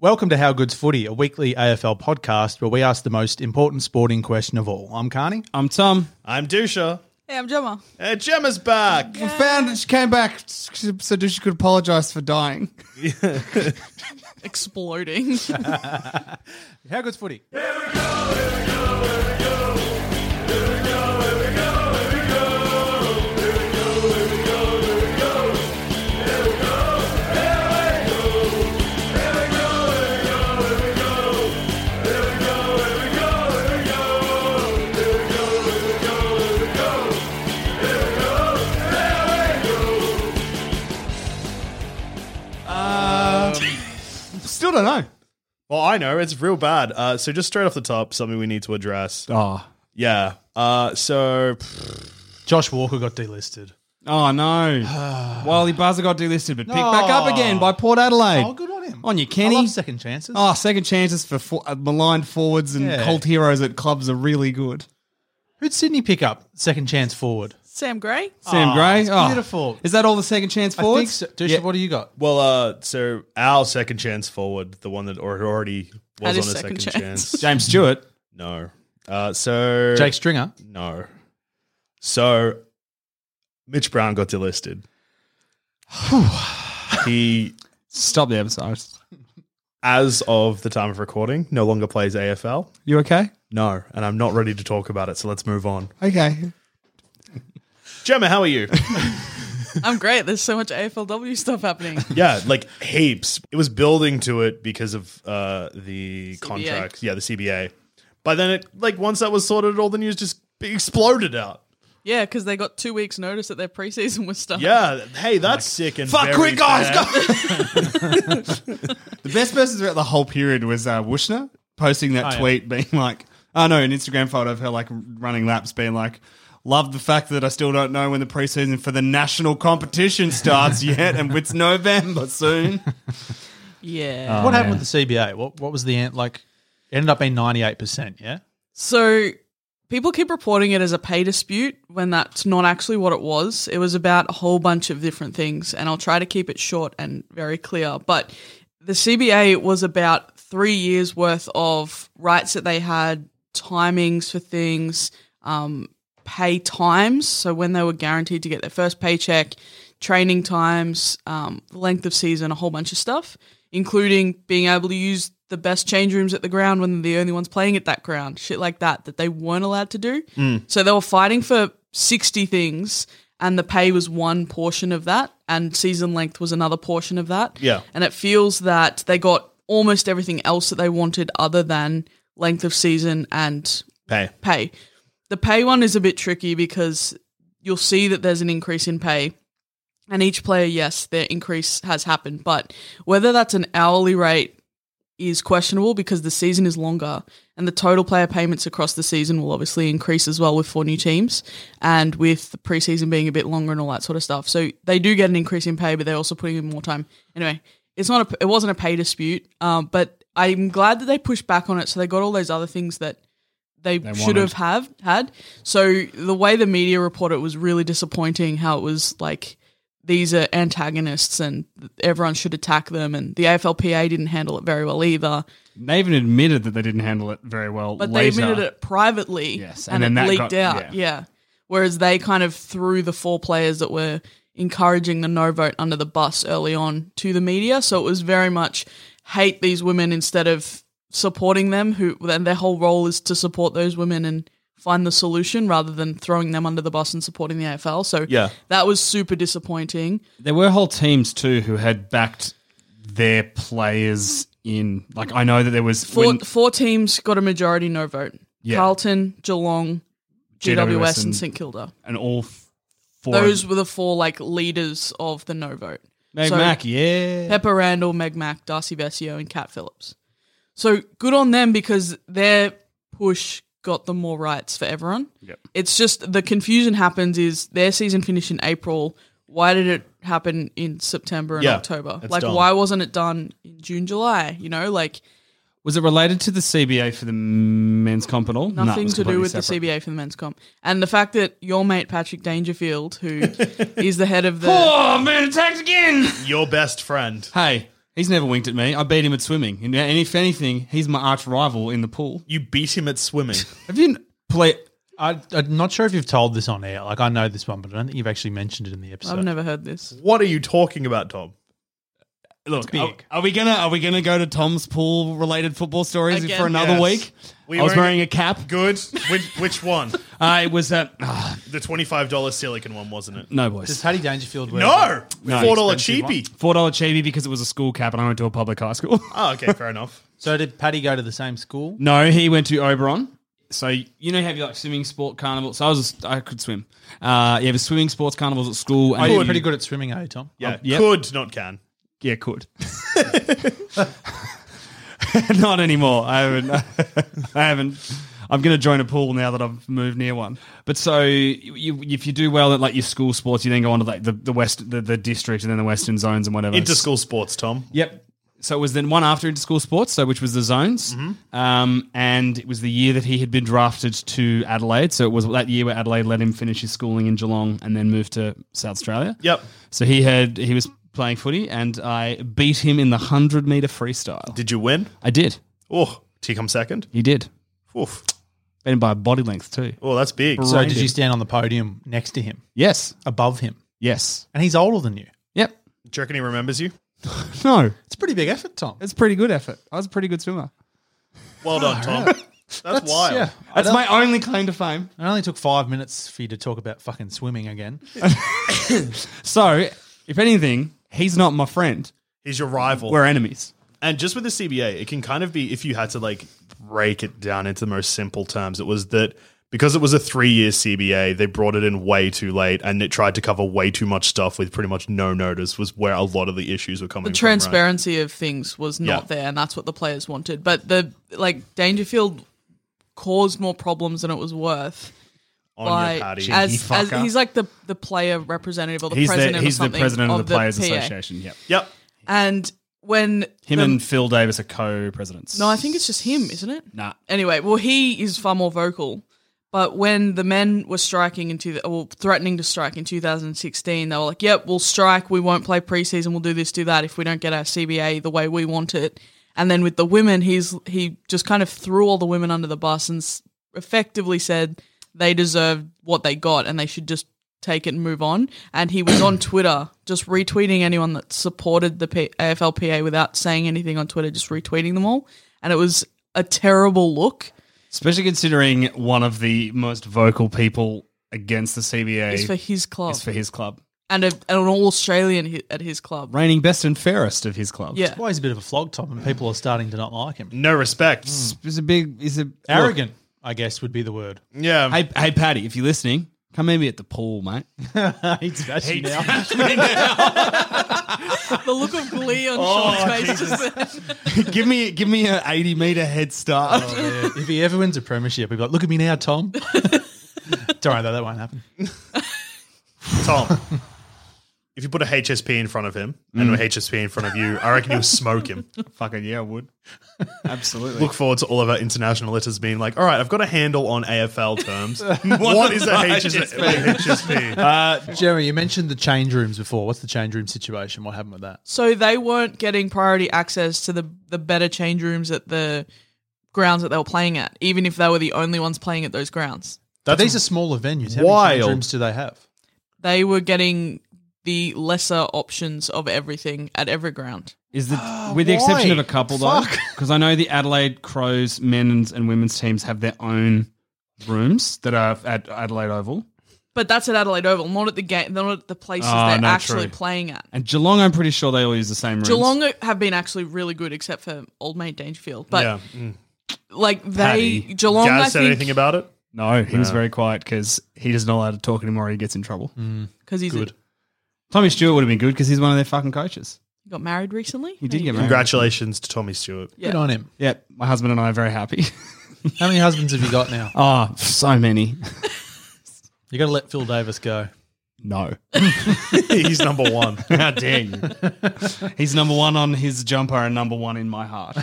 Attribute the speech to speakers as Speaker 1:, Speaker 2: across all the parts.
Speaker 1: Welcome to How Good's Footy, a weekly AFL podcast where we ask the most important sporting question of all. I'm Carney.
Speaker 2: I'm Tom.
Speaker 3: I'm Dusha.
Speaker 4: Hey, I'm Gemma.
Speaker 3: And Gemma's back.
Speaker 5: We Uh, found that she came back so that she could apologize for dying.
Speaker 4: Exploding.
Speaker 1: How Good's Footy. Still don't know.
Speaker 3: Well, I know it's real bad. Uh, so just straight off the top, something we need to address.
Speaker 2: Oh.
Speaker 3: Yeah. Uh, so
Speaker 1: Josh Walker got delisted.
Speaker 2: Oh, no. Wally Buzzer got delisted, but picked back up again by Port Adelaide.
Speaker 1: Oh, good on him.
Speaker 2: On you, Kenny.
Speaker 1: I love second chances.
Speaker 5: Oh, second chances for for uh, maligned forwards and
Speaker 1: Yeah.
Speaker 5: cult heroes at clubs are really good.
Speaker 1: Who'd Sydney pick up? Second chance forward.
Speaker 4: Sam Gray.
Speaker 5: Sam Gray.
Speaker 1: Ah, it's
Speaker 5: oh.
Speaker 1: beautiful.
Speaker 5: Is that all the second chance forwards?
Speaker 1: I think so. Dusha,
Speaker 5: Yeah.
Speaker 1: what do you got?
Speaker 3: well, uh, so our second chance forward, the one that al- already was on
Speaker 4: Had
Speaker 3: a
Speaker 4: his
Speaker 3: second,
Speaker 4: second
Speaker 3: chance.
Speaker 4: chance.
Speaker 2: James Stewart.
Speaker 3: No. Uh, so
Speaker 1: Jake Stringer.
Speaker 3: No. So Mitch Brown got delisted. he,
Speaker 5: Stop the episode.
Speaker 3: as of the time of recording, no longer plays AFL.
Speaker 5: You okay?
Speaker 3: No, and I'm not ready to talk about it. So let's move on.
Speaker 5: Okay.
Speaker 3: Gemma, how are you?
Speaker 4: I'm great. There's so much AFLW stuff happening.
Speaker 3: Yeah, like heaps. It was building to it because of uh, the contract. Yeah, the CBA. But then it like once that was sorted, all the news just exploded out.
Speaker 4: yeah, because they got two weeks' notice that their preseason was starting.
Speaker 3: Yeah, hey, that's sick and
Speaker 5: Fuck,
Speaker 3: very
Speaker 5: quick, guys,
Speaker 3: bad.
Speaker 5: The best person throughout the whole period was uh, Wushner posting
Speaker 4: Oh,
Speaker 5: that
Speaker 1: yeah.
Speaker 5: tweet, being like, "Oh no!" An Instagram photo of her like running laps, being like, "Love the fact that I still don't know when the preseason for the national competition starts yet, and it's November soon."
Speaker 4: Yeah.
Speaker 1: what happened with the CBA? What What was the end? Like, it ended up being 98%, yeah?
Speaker 4: So people keep reporting it as a pay dispute when that's not actually what it was. It was about a whole bunch of different things, and I'll try to keep it short and very clear. But the CBA was about three years worth of rights that they had, timings for things, um, pay times. So when they were guaranteed to get their first paycheck, training times, um, length of season, a whole bunch of stuff, including being able to use the best change rooms at the ground when they're the only ones playing at that ground, shit like that, that they weren't allowed to do. So they were fighting for 60 things. And the pay was one portion of that, and season length was another portion of that.
Speaker 3: Yeah.
Speaker 4: And it feels that they got almost everything else that they wanted other than length of season and
Speaker 3: Hey,
Speaker 4: pay. The pay one is a bit tricky because you'll see that there's an increase in pay. And each player, yes, their increase has happened. But whether that's an hourly rate is questionable because the season is longer and the total player payments across the season will obviously increase as well with four new teams and with the preseason being a bit longer and all that sort of stuff. So they do get an increase in pay, but they're also putting in more time. Anyway, it's not a, it wasn't a pay dispute, um, but I'm glad that they pushed back on it. So they got all those other things that they, should have have had. So the way the media reported it was really disappointing. How it was like these are antagonists and everyone should attack them, and the AFLPA didn't handle it very well either.
Speaker 5: They even admitted that they didn't handle it very well.
Speaker 4: But
Speaker 5: later.
Speaker 4: they admitted it privately,
Speaker 5: Yes,
Speaker 4: and,
Speaker 5: and then
Speaker 4: it
Speaker 5: that
Speaker 4: leaked
Speaker 5: got-
Speaker 4: out. Yeah. Whereas they kind of threw the four players that were encouraging the no vote under the bus early on to the media. So it was very much hate these women instead of supporting them. Who then their whole role is to support those women and find the solution rather than throwing them under the bus and supporting the AFL. So
Speaker 3: Yeah.
Speaker 4: that was super disappointing.
Speaker 5: There were whole teams too who had backed their players in. Like I know that there was
Speaker 4: Four
Speaker 5: when-
Speaker 4: four teams got a majority no vote.
Speaker 3: Yeah.
Speaker 4: Carlton, Geelong, GWS,
Speaker 5: GWS
Speaker 4: and,
Speaker 5: and-
Speaker 4: St Kilda.
Speaker 5: and all f- four.
Speaker 4: Those were the four like leaders of the no vote.
Speaker 5: Meg
Speaker 4: so-
Speaker 5: Mac, yeah.
Speaker 4: Pepper Randall, Meg Mac, Darcy Vessio, and Kat Phillips. So good on them because their push got them more rights for everyone.
Speaker 5: Yep.
Speaker 4: It's just the confusion happens is their season finished in April. Why did it happen in September and
Speaker 3: Yeah,
Speaker 4: October?
Speaker 3: it's
Speaker 4: Like
Speaker 3: dumb.
Speaker 4: why wasn't it done in June, July? You know, like
Speaker 5: Was it related to the CBA for the men's comp at all? No, it
Speaker 4: nothing
Speaker 5: was
Speaker 4: to do
Speaker 5: completely
Speaker 4: with
Speaker 5: separate.
Speaker 4: the CBA for the men's comp. And the fact that your mate Patrick Dangerfield, who is the head of the
Speaker 5: Oh man, attacked again!
Speaker 3: Your best friend.
Speaker 5: hey, he's never winked at me. I beat him at swimming, and and if anything, he's my arch rival in the pool.
Speaker 3: You beat him at swimming.
Speaker 5: Have you n- play?
Speaker 1: I, I'm not sure if you've told this on air. Like I know this one, but I don't think you've actually mentioned it in the episode.
Speaker 4: I've never heard this.
Speaker 3: what are you talking about, Tom? oh,
Speaker 5: Look,
Speaker 1: big.
Speaker 5: Are, are we gonna are we gonna go to Tom's pool related football stories
Speaker 4: Again?
Speaker 5: for another
Speaker 3: Yes.
Speaker 5: week?
Speaker 3: We
Speaker 5: I was
Speaker 3: were-
Speaker 5: wearing a cap.
Speaker 3: Good. Which, which one?
Speaker 5: Uh, it was uh, ah,
Speaker 3: The twenty-five dollar silicon one, wasn't it?
Speaker 5: no
Speaker 1: Does
Speaker 5: boys.
Speaker 1: Paddy Dangerfield wear
Speaker 3: No,
Speaker 5: No,
Speaker 3: four dollar
Speaker 1: expensive
Speaker 3: cheapy.
Speaker 5: Four dollar chibi because it was a school cap, and I went to a public high school.
Speaker 3: Oh, okay, fair enough.
Speaker 1: So did Paddy go to the same school?
Speaker 5: No, he went to Oberon. So you know, have you like swimming sport carnival? So I was I could swim. Uh, you have a swimming sports carnivals at school.
Speaker 1: Are
Speaker 5: And
Speaker 1: you
Speaker 5: you-
Speaker 1: Oh, pretty good at swimming, are you, Tom? Oh,
Speaker 3: Yeah,
Speaker 5: yep.
Speaker 3: could not can.
Speaker 5: Yeah, could. Not anymore. I haven't. I haven't. I'm going to join a pool now that I've moved near one. But so you, if you do well at like your school sports, you then go on to like the, the west, the, the district, and then the western zones and whatever.
Speaker 3: Inter school sports, Tom.
Speaker 5: Yep. So it was then one after inter-school sports, so which was the zones,
Speaker 3: Mm-hmm.
Speaker 5: um, and it was the year that he had been drafted to Adelaide. So it was that year where Adelaide let him finish his schooling in Geelong and then moved to South Australia.
Speaker 3: Yep.
Speaker 5: So he had he was playing footy, and I beat him in the hundred meter freestyle.
Speaker 3: Did you win?
Speaker 5: I did.
Speaker 3: Oh, did you come second?
Speaker 5: He did.
Speaker 3: Oof.
Speaker 5: Beat him by a body length too.
Speaker 3: Oh, that's big.
Speaker 1: So
Speaker 5: Right.
Speaker 1: did you stand on the podium next to him,
Speaker 5: Yes.
Speaker 1: above him?
Speaker 5: Yes.
Speaker 1: And he's older than you.
Speaker 5: Yep.
Speaker 3: Do you reckon he remembers you?
Speaker 5: No.
Speaker 1: It's a pretty big effort, Tom.
Speaker 5: It's pretty good effort. I was a pretty good swimmer.
Speaker 3: Well done, Tom. That's, wild.
Speaker 1: Yeah.
Speaker 5: That's my only claim to fame.
Speaker 1: It only took five minutes for you to talk about fucking swimming again.
Speaker 5: So, if anything, he's not my friend.
Speaker 3: He's your rival.
Speaker 5: We're enemies.
Speaker 3: And just with the CBA, it can kind of be if you had to like break it down into the most simple terms, it was that because it was a three year CBA, they brought it in way too late and it tried to cover way too much stuff with pretty much no notice, was where a lot of the issues were coming
Speaker 4: the
Speaker 3: from. right?
Speaker 4: transparency of things was not
Speaker 3: Yeah.
Speaker 4: there and that's what the players wanted but the like dangerfield caused more problems than it was worth
Speaker 3: On your patty.
Speaker 4: as, as
Speaker 5: fucker.
Speaker 4: he's like the the player representative or the
Speaker 5: He's
Speaker 4: president
Speaker 5: the,
Speaker 4: or
Speaker 5: he's the
Speaker 4: something
Speaker 5: president of the, Players
Speaker 4: PA.
Speaker 5: Association. Yep.
Speaker 3: yep.
Speaker 4: and when
Speaker 5: Him
Speaker 4: the-
Speaker 5: and Phil Davis are co-presidents.
Speaker 4: Um, no i think it's just him isn't it
Speaker 5: Nah.
Speaker 4: anyway well he is far more vocal but when the men were striking into the, well threatening to strike in 2016 they were like yep we'll strike we won't play preseason we'll do this do that if we don't get our cba the way we want it and then with the women he's he just kind of threw all the women under the bus and s- effectively said they deserved what they got and they should just take it and move on and he was on twitter just retweeting anyone that supported the P- aflpa without saying anything on twitter just retweeting them all and it was a terrible look
Speaker 5: Especially considering one of the most vocal people against the CBA
Speaker 4: It's for his club
Speaker 5: is for his club,
Speaker 4: and, a, and an all Australian hi- at his club.
Speaker 5: reigning best and fairest of his club.
Speaker 4: Yeah,
Speaker 1: Why he's a bit of a flog, Tom, and people are starting to not like him.
Speaker 3: No respect.
Speaker 5: He's a big. He's a
Speaker 1: Arrogant, I guess, would be the word.
Speaker 3: Yeah.
Speaker 5: Look, hey, hey, Paddy, if you're listening, come meet me at the pool, mate.
Speaker 1: He's actually now.
Speaker 4: the look of glee on Sean's face. Just then.
Speaker 5: give me, give me an 80 meter head start.
Speaker 1: if he ever wins a premiership, he'll be like, look at me now, Tom. Don't worry, though, that won't happen.
Speaker 3: Tom. If you put a HSP in front of him and a HSP in front of you, I reckon you'll smoke him.
Speaker 5: Fucking yeah, I would. Absolutely.
Speaker 3: Look forward to all of our international letters being like, all right, I've got a handle on AFL terms. what is a HSP? HSP?
Speaker 1: Jeremy, you mentioned the change rooms before. What's the change room situation? What happened with that?
Speaker 4: so they weren't getting priority access to the the better change rooms at the grounds that they were playing at, even if they were the only ones playing at those grounds.
Speaker 1: But these are smaller venues. How many change
Speaker 3: wild.
Speaker 1: rooms do they have?
Speaker 4: They were getting the lesser options of everything at every ground.
Speaker 5: Is the with the exception
Speaker 1: why?
Speaker 5: of a couple though, because I know the Adelaide Crows men's and women's teams have their own rooms that are at Adelaide Oval,
Speaker 4: But that's at Adelaide Oval, not at the game, not at the places
Speaker 5: Ah,
Speaker 4: they're
Speaker 5: no,
Speaker 4: actually
Speaker 5: true.
Speaker 4: playing at.
Speaker 5: and Geelong. I'm pretty sure they all use the same rooms.
Speaker 4: Geelong have been actually really good, except for Old Mate Dangerfield. But
Speaker 3: yeah. Mm.
Speaker 4: like they
Speaker 5: Paddy.
Speaker 4: Geelong.
Speaker 3: Gaz
Speaker 4: I
Speaker 3: said anything
Speaker 4: think
Speaker 3: about it?
Speaker 5: No, Mm. he was very quiet because he doesn't allowed to talk anymore. He gets in trouble.
Speaker 4: because he's
Speaker 3: Good.
Speaker 5: Tommy Stewart would have been good because he's one of their fucking coaches.
Speaker 4: got married recently.
Speaker 5: He did get married.
Speaker 3: Congratulations to Tommy Stewart.
Speaker 4: Yeah.
Speaker 1: Good on him.
Speaker 5: Yeah, my husband and I are very happy.
Speaker 1: How many husbands have you got now?
Speaker 5: Ah, so many.
Speaker 1: You got to let Phil Davis go.
Speaker 5: No.
Speaker 3: He's number one.
Speaker 5: How dare you? He's number one on his jumper and number one in my heart.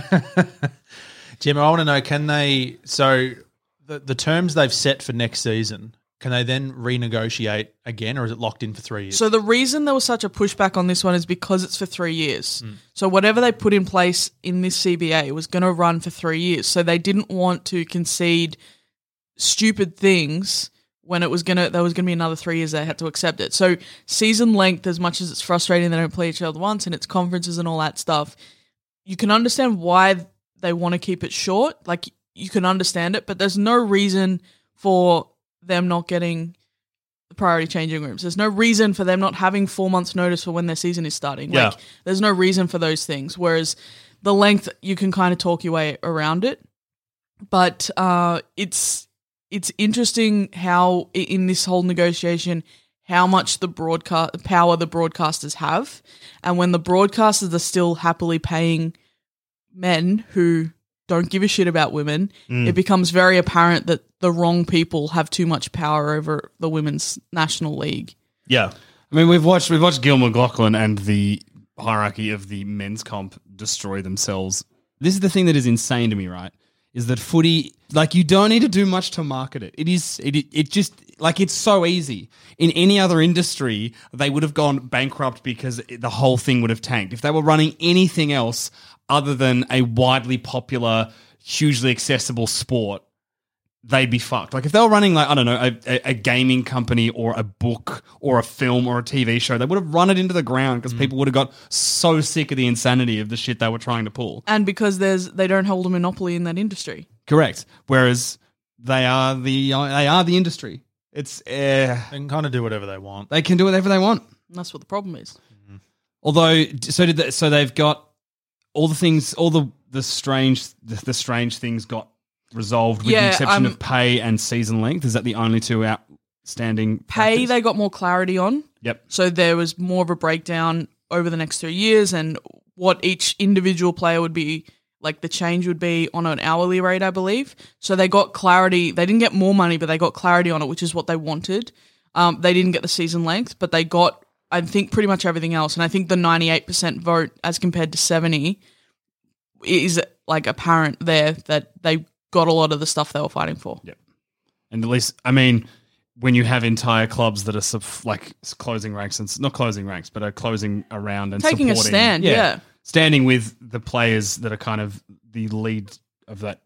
Speaker 1: Jim, I want to know can they, so the, the terms they've set for next season, can they then renegotiate again or is it locked in for three years?
Speaker 4: So the reason there was such a pushback on this one is because it's for three years. So whatever they put in place in this CBA was going to run for three years. So they didn't want to concede stupid things when it was going to there was going to be another three years they had to accept it. So season length, as much as it's frustrating they don't play each other once and it's conferences and all that stuff, you can understand why they want to keep it short. Like you can understand it, but there's no reason for them not getting the priority changing rooms. There's no reason for them not having four months notice for when their season is starting. Like
Speaker 3: Yeah.
Speaker 4: there's no reason for those things. Whereas the length you can kind of talk your way around it. But uh it's it's interesting how i- in this whole negotiation how much the broadcast power the broadcasters have and when the broadcasters are still happily paying men who don't give a shit about women it becomes very apparent that the wrong people have too much power over the women's national league
Speaker 3: Yeah.
Speaker 5: I mean, we've watched we've watched Gil McLaughlin and the hierarchy of the men's comp destroy themselves. This is the thing that is insane to me, right? Is that footy like you don't need to do much to market it. It is it it just like it's so easy. In any other industry, they would have gone bankrupt because the whole thing would have tanked. If they were running anything else other than a widely popular, hugely accessible sport, they'd be fucked. Like if they were running like I don't know a, a, a gaming company or a book or a film or a TV show, they would have run it into the ground
Speaker 4: Mm.
Speaker 5: because people would have got so sick of the insanity of the shit they were trying to pull.
Speaker 4: and because there's they don't hold a monopoly in that industry
Speaker 5: Correct. Whereas they are the they are the industry. It's uh,
Speaker 1: they can kind of do whatever they want.
Speaker 5: they can do whatever they want.
Speaker 4: and that's what the problem is
Speaker 5: Although, so did the, so they've got all the things, all the the strange the, the strange things got resolved with
Speaker 4: Yeah,
Speaker 5: the exception
Speaker 4: um,
Speaker 5: of pay and season length. Is that the only two outstanding
Speaker 4: pay
Speaker 5: factors?
Speaker 4: they got more clarity on
Speaker 5: Yep.
Speaker 4: So there was more of a breakdown over the next three years and what each individual player would be like the change would be on an hourly rate, I believe. So they got clarity. They didn't get more money, but they got clarity on it, which is what they wanted. Um, they didn't get the season length, but they got, I think, pretty much everything else. And I think the 98% vote as compared to 70 is like apparent there that they got a lot of the stuff they were fighting for.
Speaker 5: And at least, I mean, when you have entire clubs that are sup- like s- closing ranks and s- not closing ranks, but are closing around and
Speaker 4: Taking a
Speaker 5: supporting-
Speaker 4: stand, yeah.
Speaker 5: standing with the players that are kind of the lead of that.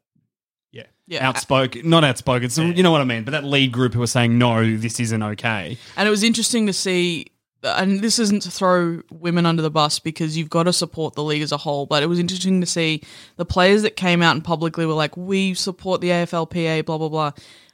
Speaker 5: Yeah,
Speaker 4: Yeah.
Speaker 5: outspoken, not outspoken. So you know what I mean. But that lead group who are saying no, this isn't okay.
Speaker 4: And it was interesting to see, and this isn't to throw women under the bus because you've got to support the league as a whole, but it was interesting to see the players that came out and publicly were like, we support the AFLPA, blah, blah, blah.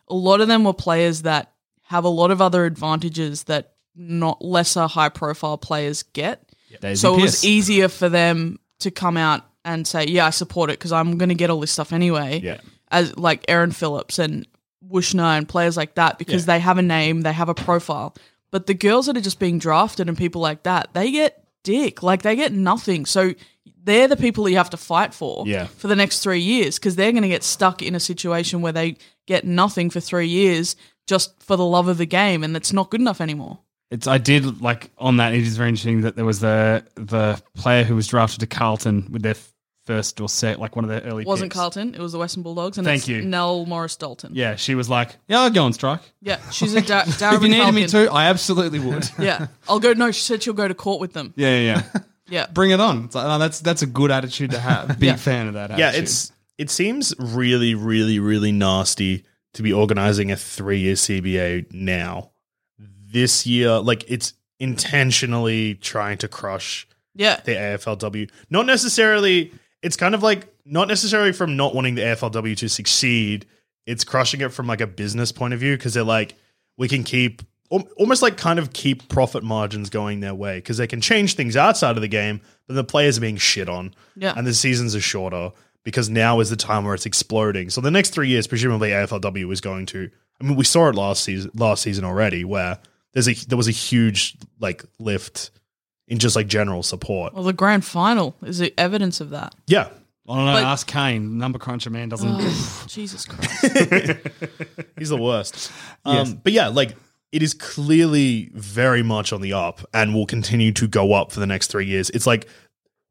Speaker 4: A lot of them were players that have a lot of other advantages that not lesser high profile players get.
Speaker 5: Daisy
Speaker 4: So it was
Speaker 5: Pierce.
Speaker 4: easier for them to come out and say, yeah, I support it because I'm going to get all this stuff anyway.
Speaker 5: Yeah.
Speaker 4: As like Aaron Phillips and Wushner and players like that because they have a name, they have a profile. But the girls that are just being drafted and people like that, they get dick. Like they get nothing. So they're the people that you have to fight for
Speaker 5: Yeah.
Speaker 4: for the next three years because they're going to get stuck in a situation where they get nothing for three years just for the love of the game and that's not good enough anymore.
Speaker 5: It's I did like on that. It is very interesting that there was the the player who was drafted to Carlton with their f- first or set like one of their early.
Speaker 4: It wasn't
Speaker 5: picks.
Speaker 4: Carlton, it was the Western Bulldogs and
Speaker 5: Thank
Speaker 4: it's
Speaker 5: you.
Speaker 4: Nell Morris Dalton.
Speaker 5: Yeah, she was like, yeah, I'll go on strike.
Speaker 4: Yeah, she's a da- Darabin
Speaker 5: If you needed me to,
Speaker 4: Falcon.
Speaker 5: I absolutely would.
Speaker 4: Yeah, I'll go. No, she said she'll go to court with them.
Speaker 5: Yeah, yeah, yeah.
Speaker 4: Yeah,
Speaker 5: Bring it on. It's like, oh, that's that's a good attitude to have. Big fan of that.
Speaker 3: Yeah,
Speaker 5: Attitude.
Speaker 3: it's it seems really, really, really nasty to be organizing a three year CBA now. This year, like it's intentionally trying to crush
Speaker 4: yeah.
Speaker 3: the AFLW. Not necessarily it's kind of like not necessarily from not wanting the AFLW to succeed. It's crushing it from like a business point of view because they're like we can keep al- almost like kind of keep profit margins going their way because they can change things outside of the game, but the players are being shit on.
Speaker 4: Yeah.
Speaker 3: And the seasons are shorter. because now is the time where it's exploding. So the next three years, presumably AFLW is going to. I mean, we saw it last season, last season already, where there's a there was a huge like lift in just like general support.
Speaker 4: Well, the grand final is the evidence of that.
Speaker 3: Yeah,
Speaker 5: I don't know.
Speaker 4: But-
Speaker 5: ask Kane. Number cruncher man doesn't.
Speaker 3: Oh.
Speaker 4: Jesus Christ.
Speaker 3: He's the worst. Um, But yeah, like it is clearly very much on the up and will continue to go up for the next three years. It's like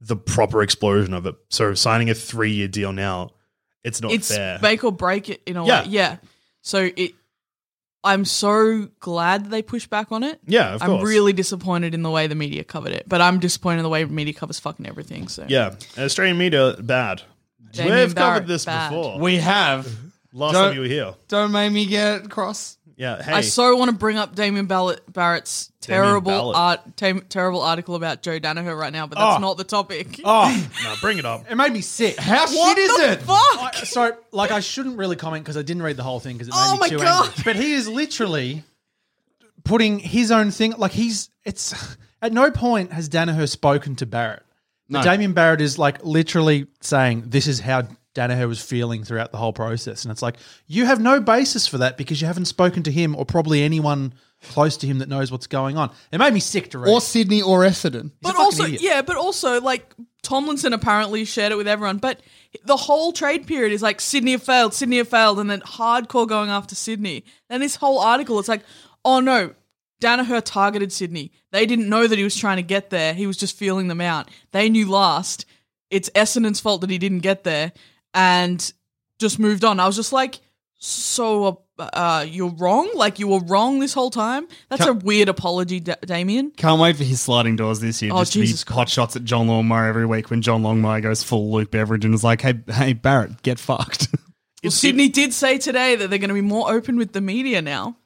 Speaker 3: the proper explosion of it. So signing a three year deal now, it's not
Speaker 4: it's
Speaker 3: fair.
Speaker 4: make or break it in a
Speaker 3: Yeah.
Speaker 4: way. Yeah. So it. I'm so glad that they pushed back on it.
Speaker 3: yeah, of course.
Speaker 4: I'm really disappointed in the way the media covered it, but I'm disappointed in the way media covers fucking everything. So
Speaker 3: Yeah, Australian media bad.
Speaker 4: Damien
Speaker 3: We've covered
Speaker 4: Barrett,
Speaker 3: this
Speaker 4: bad.
Speaker 3: before.
Speaker 2: We have.
Speaker 3: Last
Speaker 2: Don't-
Speaker 3: time you were here.
Speaker 2: Don't make me get cross.
Speaker 3: Yeah. Hey.
Speaker 4: I so want to bring up Damien Ballot, Barrett's
Speaker 3: Damien
Speaker 4: terrible
Speaker 3: Barrett.
Speaker 4: art, tam- terrible article about Joe Danaher right now, but that's not the topic.
Speaker 2: Oh,
Speaker 3: no, bring it up.
Speaker 2: it made me sick. How shit is
Speaker 4: the
Speaker 2: it?
Speaker 4: fuck?
Speaker 1: I- so like I shouldn't really comment because I didn't read the whole thing because it made
Speaker 4: Oh
Speaker 1: me
Speaker 4: my
Speaker 1: too
Speaker 4: God.
Speaker 1: angry. But he is literally putting his own thing. Like he's it's at no point has Danaher spoken to Barrett.
Speaker 5: No.
Speaker 1: Damien Barrett is like literally saying this is how Danaher was feeling throughout the whole process, and it's like you have no basis for that because you haven't spoken to him or probably anyone close to him that knows what's going on. It made me sick to read.
Speaker 6: or Sydney or Essendon.
Speaker 4: but
Speaker 1: fucking
Speaker 4: also,
Speaker 1: idiot.
Speaker 4: yeah, but also like Tomlinson apparently shared it with everyone, but the whole trade period is like Sydney have failed, Sydney have failed, and then hardcore going after Sydney. And this whole article, it's like, oh no, Danaher targeted Sydney. They didn't know that he was trying to get there. He was just feeling them out. They knew last. It's Essendon's fault that he didn't get there, and just moved on. I was just like. So uh, uh, you're wrong. Like you were wrong this whole time. That's a weird apology, da- Damien.
Speaker 5: Can't wait for his sliding doors this year.
Speaker 4: Oh,
Speaker 5: just
Speaker 4: Jesus
Speaker 5: to be hot shots at John Longmire every week when John Longmire goes full Luke Beveridge and is like, "Hey, hey, Barrett, get fucked."
Speaker 4: Well, Sydney did say today that they're going to be more open with the media now.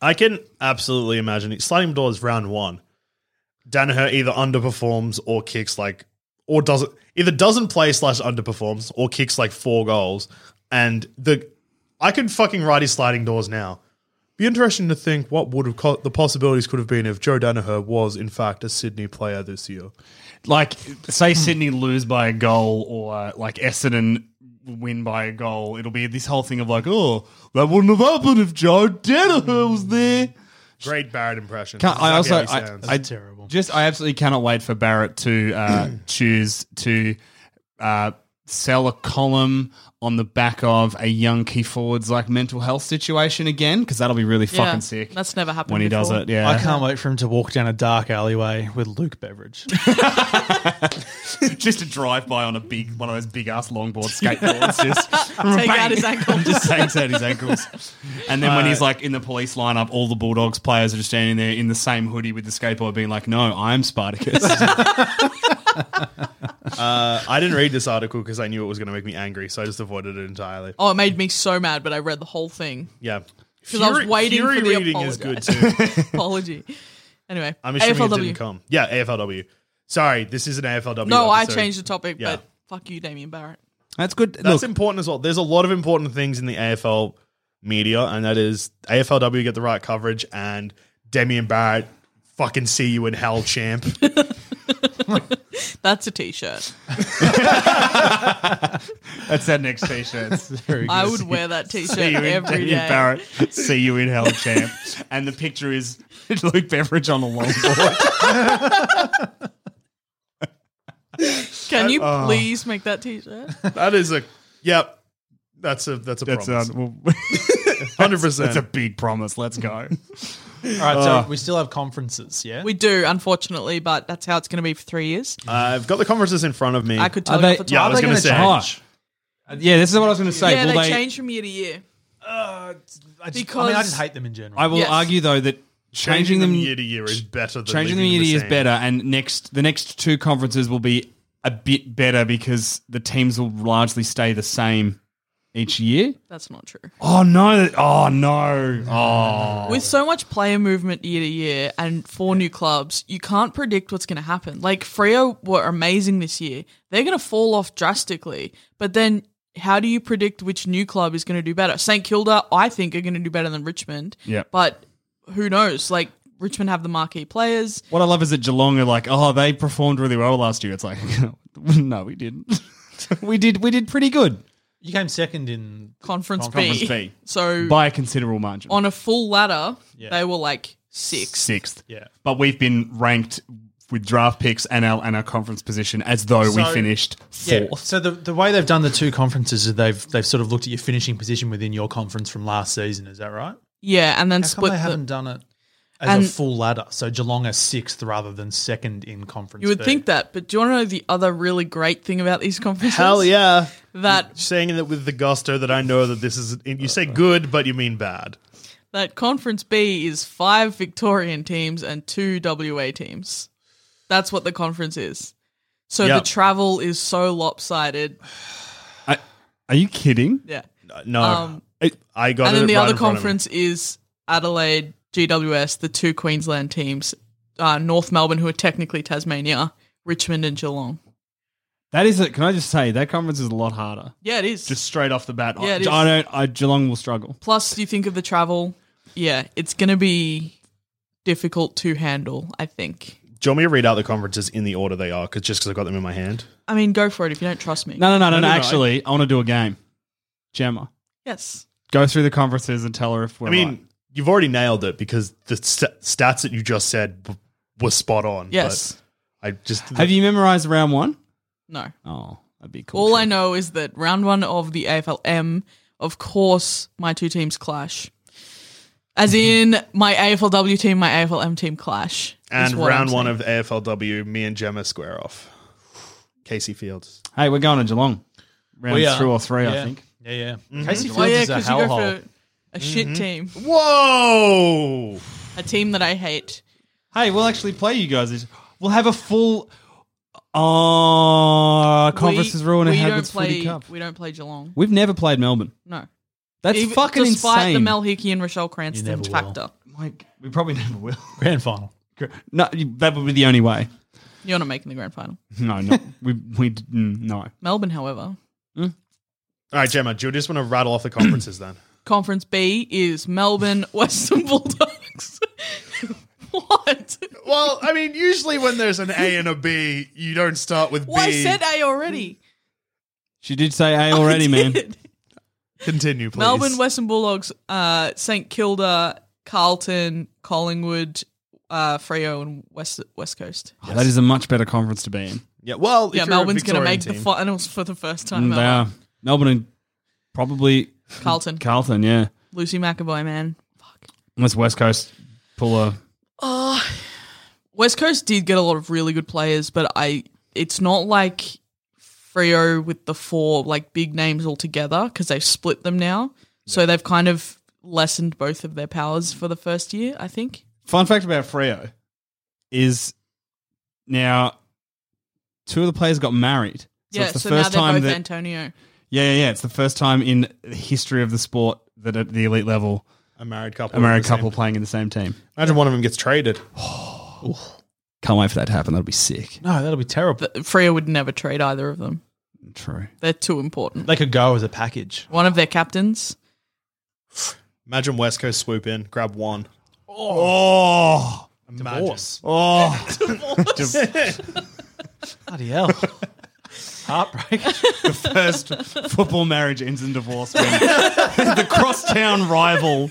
Speaker 3: I can absolutely imagine it. Sliding doors round one. Danaher either underperforms or kicks like or doesn't either doesn't play slash underperforms or kicks like four goals. And the I could fucking write his sliding doors now. Be interesting to think what would have co- the possibilities could have been if Joe Danaher was in fact a Sydney player this year.
Speaker 5: like, say Sydney lose by a goal or uh, like Essendon win by a goal. It'll be this whole thing of like, "Oh, that wouldn't have happened if Joe Danaher was there."
Speaker 3: Great Barrett impression.
Speaker 5: Can't, I
Speaker 3: That's
Speaker 5: also,
Speaker 3: exactly how he
Speaker 5: I,
Speaker 3: sounds.
Speaker 5: I Just, I absolutely cannot wait for Barrett to uh, choose to uh, sell a column on the back of a young key forward's like mental health situation again, because that'll be really
Speaker 4: Yeah,
Speaker 5: fucking sick.
Speaker 4: that's never happened
Speaker 5: when he does
Speaker 4: before.
Speaker 5: it. Yeah,
Speaker 1: I can't wait for him to walk down a dark alleyway with Luke Beveridge.
Speaker 5: just to drive by on a big one of those big ass longboard skateboards, just
Speaker 4: Take out his ankle.
Speaker 5: just takes out his ankles. And then when he's like in the police lineup, all the Bulldogs players are just standing there in the same hoodie with the skateboard, being like, "No, I'm Spartacus."
Speaker 3: I didn't read this article because I knew it was going to make me angry, so I just avoided it entirely.
Speaker 4: Oh, it made me so mad, but I read the whole thing.
Speaker 3: Yeah,
Speaker 4: 'Cause I was
Speaker 3: Fury-
Speaker 4: waiting for
Speaker 3: Fury
Speaker 4: the
Speaker 3: reading is good
Speaker 4: apologize.
Speaker 3: too.
Speaker 4: Apology. Anyway,
Speaker 3: I'm assuming
Speaker 4: AFLW.
Speaker 3: it didn't come. Yeah, AFLW. Sorry, this is an AFLW.
Speaker 4: No, I
Speaker 3: episode.
Speaker 4: changed the topic,
Speaker 3: Yeah.
Speaker 4: but fuck you, Damien Barrett.
Speaker 5: That's good.
Speaker 3: That's important as well. There's a lot of important things in the AFL media, and that is AFLW get the right coverage, and Demian Barrett, fucking see you in hell, champ.
Speaker 4: That's a t-shirt.
Speaker 5: That's our next t-shirt.
Speaker 4: I would wear that t-shirt
Speaker 5: See you in
Speaker 4: every
Speaker 5: Damian
Speaker 4: day.
Speaker 5: Barrett. See you in hell, champ. And the picture is Luke Beveridge on a longboard.
Speaker 4: Can you please make that t-shirt?
Speaker 3: that is a yep. That's a that's a
Speaker 5: That's
Speaker 3: promise.
Speaker 5: um,
Speaker 3: Hundred
Speaker 5: that's a
Speaker 3: percent.
Speaker 5: big promise. Let's go.
Speaker 1: All right, so
Speaker 5: Uh.
Speaker 1: we still have conferences, yeah?
Speaker 4: We do, unfortunately, but that's how it's going to be for three years.
Speaker 3: I've got the conferences in front of me.
Speaker 4: I could
Speaker 2: Are
Speaker 4: tell you
Speaker 2: they-
Speaker 4: off the
Speaker 3: Yeah, I
Speaker 4: top.
Speaker 3: was going to say.
Speaker 2: change? Uh, yeah, this is what I was going to say.
Speaker 4: yeah,
Speaker 2: Will
Speaker 4: they,
Speaker 2: they-
Speaker 4: change from year to year.
Speaker 1: I just,
Speaker 4: Because-
Speaker 1: I mean, I just hate them in general.
Speaker 5: I will
Speaker 4: Yes.
Speaker 5: argue though that
Speaker 3: Changing them year to year is better than
Speaker 5: changing them
Speaker 3: leaving
Speaker 5: year to year is
Speaker 3: same.
Speaker 5: better, and next the next two conferences will be a bit better because the teams will largely stay the same each year.
Speaker 4: That's not true.
Speaker 5: Oh no! Oh no! Oh,
Speaker 4: With so much player movement year to year and four new clubs, you can't predict what's going to happen. Like Freo were amazing this year. They're going to fall off drastically. But then how do you predict which new club is going to do better? St Kilda, I think, are going to do better than Richmond.
Speaker 5: Yeah.
Speaker 4: But who knows? Like Richmond have the marquee players.
Speaker 5: what I love is that Geelong are like, oh, they performed really well last year. It's like, no, we didn't. we did we did pretty good
Speaker 1: You came second in.
Speaker 4: Conference,
Speaker 1: Conference
Speaker 4: B.
Speaker 5: B.
Speaker 4: So
Speaker 5: by a considerable margin.
Speaker 4: on a full ladder,
Speaker 1: Yeah.
Speaker 4: they were like six.
Speaker 5: sixth.
Speaker 1: Yeah.
Speaker 5: But we've been ranked with draft picks and our and our conference position as though we
Speaker 1: So-
Speaker 5: finished
Speaker 1: Yeah.
Speaker 5: fourth.
Speaker 1: So the, the way they've done the two conferences is they've they've sort of looked at your finishing position within your conference from last season. Is that right?
Speaker 4: Yeah, and then
Speaker 1: How come
Speaker 4: split.
Speaker 1: they
Speaker 4: The,
Speaker 1: haven't done it as
Speaker 4: And-
Speaker 1: a full ladder? So Geelong are sixth rather than second in conference.
Speaker 4: you would
Speaker 1: B.
Speaker 4: think that, but do you want to know the other really great thing about these conferences?
Speaker 3: Hell yeah.
Speaker 4: That
Speaker 3: Saying it with the gusto that I know that this is, you say good, but you mean bad.
Speaker 4: that Conference B is five Victorian teams and two WA teams. That's what the conference is. So
Speaker 3: Yeah.
Speaker 4: the travel is so lopsided.
Speaker 5: I- are you kidding?
Speaker 4: Yeah.
Speaker 3: No,
Speaker 4: Um,
Speaker 3: I, I got
Speaker 4: and
Speaker 3: it
Speaker 4: then the
Speaker 3: right
Speaker 4: other
Speaker 3: in front of me.
Speaker 4: conference is Adelaide, GWS, the two Queensland teams, uh, North Melbourne, who are technically Tasmania, Richmond, and Geelong.
Speaker 5: That is it. Can I just say that conference is a lot harder.
Speaker 4: Yeah, it is.
Speaker 5: Just straight off the bat,
Speaker 4: Yeah,
Speaker 5: I,
Speaker 4: it
Speaker 5: I
Speaker 4: is.
Speaker 5: don't. I Geelong will struggle.
Speaker 4: Plus, you think of the travel. Yeah, it's going to be difficult to handle, I think.
Speaker 3: Do you want me to read out the conferences in the order they are? Because just because I got them in my hand.
Speaker 4: I mean, go for it if you don't trust me.
Speaker 5: No, no, no, no.
Speaker 3: no,
Speaker 5: no,
Speaker 3: no, I-
Speaker 5: actually, I, want to do a game. Gemma,
Speaker 4: Yes.
Speaker 5: go through the conferences and tell her if we're.
Speaker 3: I mean,
Speaker 5: right.
Speaker 3: you've already nailed it because the st- stats that you just said b- were spot on.
Speaker 4: Yes.
Speaker 3: But I just
Speaker 5: have you memorized round one?
Speaker 4: No.
Speaker 5: Oh, that'd be cool.
Speaker 4: All I
Speaker 5: Sure.
Speaker 4: know is that round one of the AFLM, of course, my two teams clash. As in, my AFLW team, my AFLM team clash. is
Speaker 3: and
Speaker 4: what I'm
Speaker 3: round one
Speaker 4: saying.
Speaker 3: of AFLW, me and Gemma square off. Casey Fields.
Speaker 5: Hey, we're going to Geelong. Round
Speaker 1: We are.
Speaker 5: two or three, I
Speaker 1: Yeah.
Speaker 5: think.
Speaker 1: Yeah, yeah. Casey Fields
Speaker 4: Oh yeah,
Speaker 1: is a
Speaker 4: because you go
Speaker 1: hellhole.
Speaker 4: for a shit team,
Speaker 3: Whoa!
Speaker 4: a team that I hate.
Speaker 5: Hey, we'll actually play you guys. this- We'll have a full. Oh, conferences
Speaker 4: we,
Speaker 5: ruin a
Speaker 4: we
Speaker 5: Hagrid's
Speaker 4: don't
Speaker 5: Footy
Speaker 4: play,
Speaker 5: Cup.
Speaker 4: We don't play Geelong.
Speaker 5: We've never played Melbourne.
Speaker 4: No,
Speaker 5: That's
Speaker 4: Even-
Speaker 5: fucking
Speaker 4: despite
Speaker 5: insane.
Speaker 4: the Mel Hickey and Rochelle Cranston
Speaker 1: never will.
Speaker 4: factor.
Speaker 5: Mike, we probably never will.
Speaker 1: Grand final.
Speaker 5: No, you- that would be the only way.
Speaker 4: You're not making the grand final.
Speaker 5: No, no, we we d- mm, no.
Speaker 4: Melbourne, however,
Speaker 3: All right, Gemma, do you just want to rattle off the conferences then?
Speaker 4: Conference B is Melbourne Western Bulldogs. what?
Speaker 3: well, I mean, usually when there's an A and a B, you don't start with
Speaker 4: Well, I
Speaker 3: B.
Speaker 4: said A already.
Speaker 5: She did say A already, man.
Speaker 4: Did.
Speaker 3: Continue, please.
Speaker 4: Melbourne Western Bulldogs, uh, St Kilda, Carlton, Collingwood, uh, Freo, and West West Coast.
Speaker 5: Oh, that is a much better conference to be in.
Speaker 3: Yeah, well,
Speaker 4: yeah, Melbourne's going to make the
Speaker 3: fun.
Speaker 4: finals for the first time.
Speaker 5: Mm, they
Speaker 4: ever.
Speaker 5: are Melbourne and probably
Speaker 4: Carlton,
Speaker 5: Carlton. Yeah,
Speaker 4: Lucy McAvoy, man. Fuck.
Speaker 5: unless West Coast pull a.
Speaker 4: Oh, West Coast did get a lot of really good players, but I it's not like Freo with the four like big names all together because they've split them now, so they've kind of lessened both of their powers for the first year. I think.
Speaker 5: Fun fact about Freo is now two of the players got married. So
Speaker 4: yeah,
Speaker 5: it's the
Speaker 4: so
Speaker 5: first
Speaker 4: now they're
Speaker 5: time
Speaker 4: both
Speaker 5: that
Speaker 4: Antonio.
Speaker 5: yeah, yeah, yeah, it's the first time in the history of the sport that at the elite level,
Speaker 3: A married couple.
Speaker 5: a married
Speaker 3: the same-
Speaker 5: couple playing in the same team.
Speaker 3: Imagine one of them gets traded.
Speaker 5: Can't wait for that to happen. That'll be sick.
Speaker 1: No, that'll be terrible.
Speaker 4: Freya would never trade either of them.
Speaker 5: True.
Speaker 4: They're too important.
Speaker 1: They could go as a package.
Speaker 4: One of their captains.
Speaker 3: Imagine West Coast swoop in, grab one.
Speaker 5: Oh,
Speaker 3: Imagine.
Speaker 5: oh!
Speaker 1: Bloody hell. Heartbreak.
Speaker 5: the first football marriage ends in divorce when the crosstown rival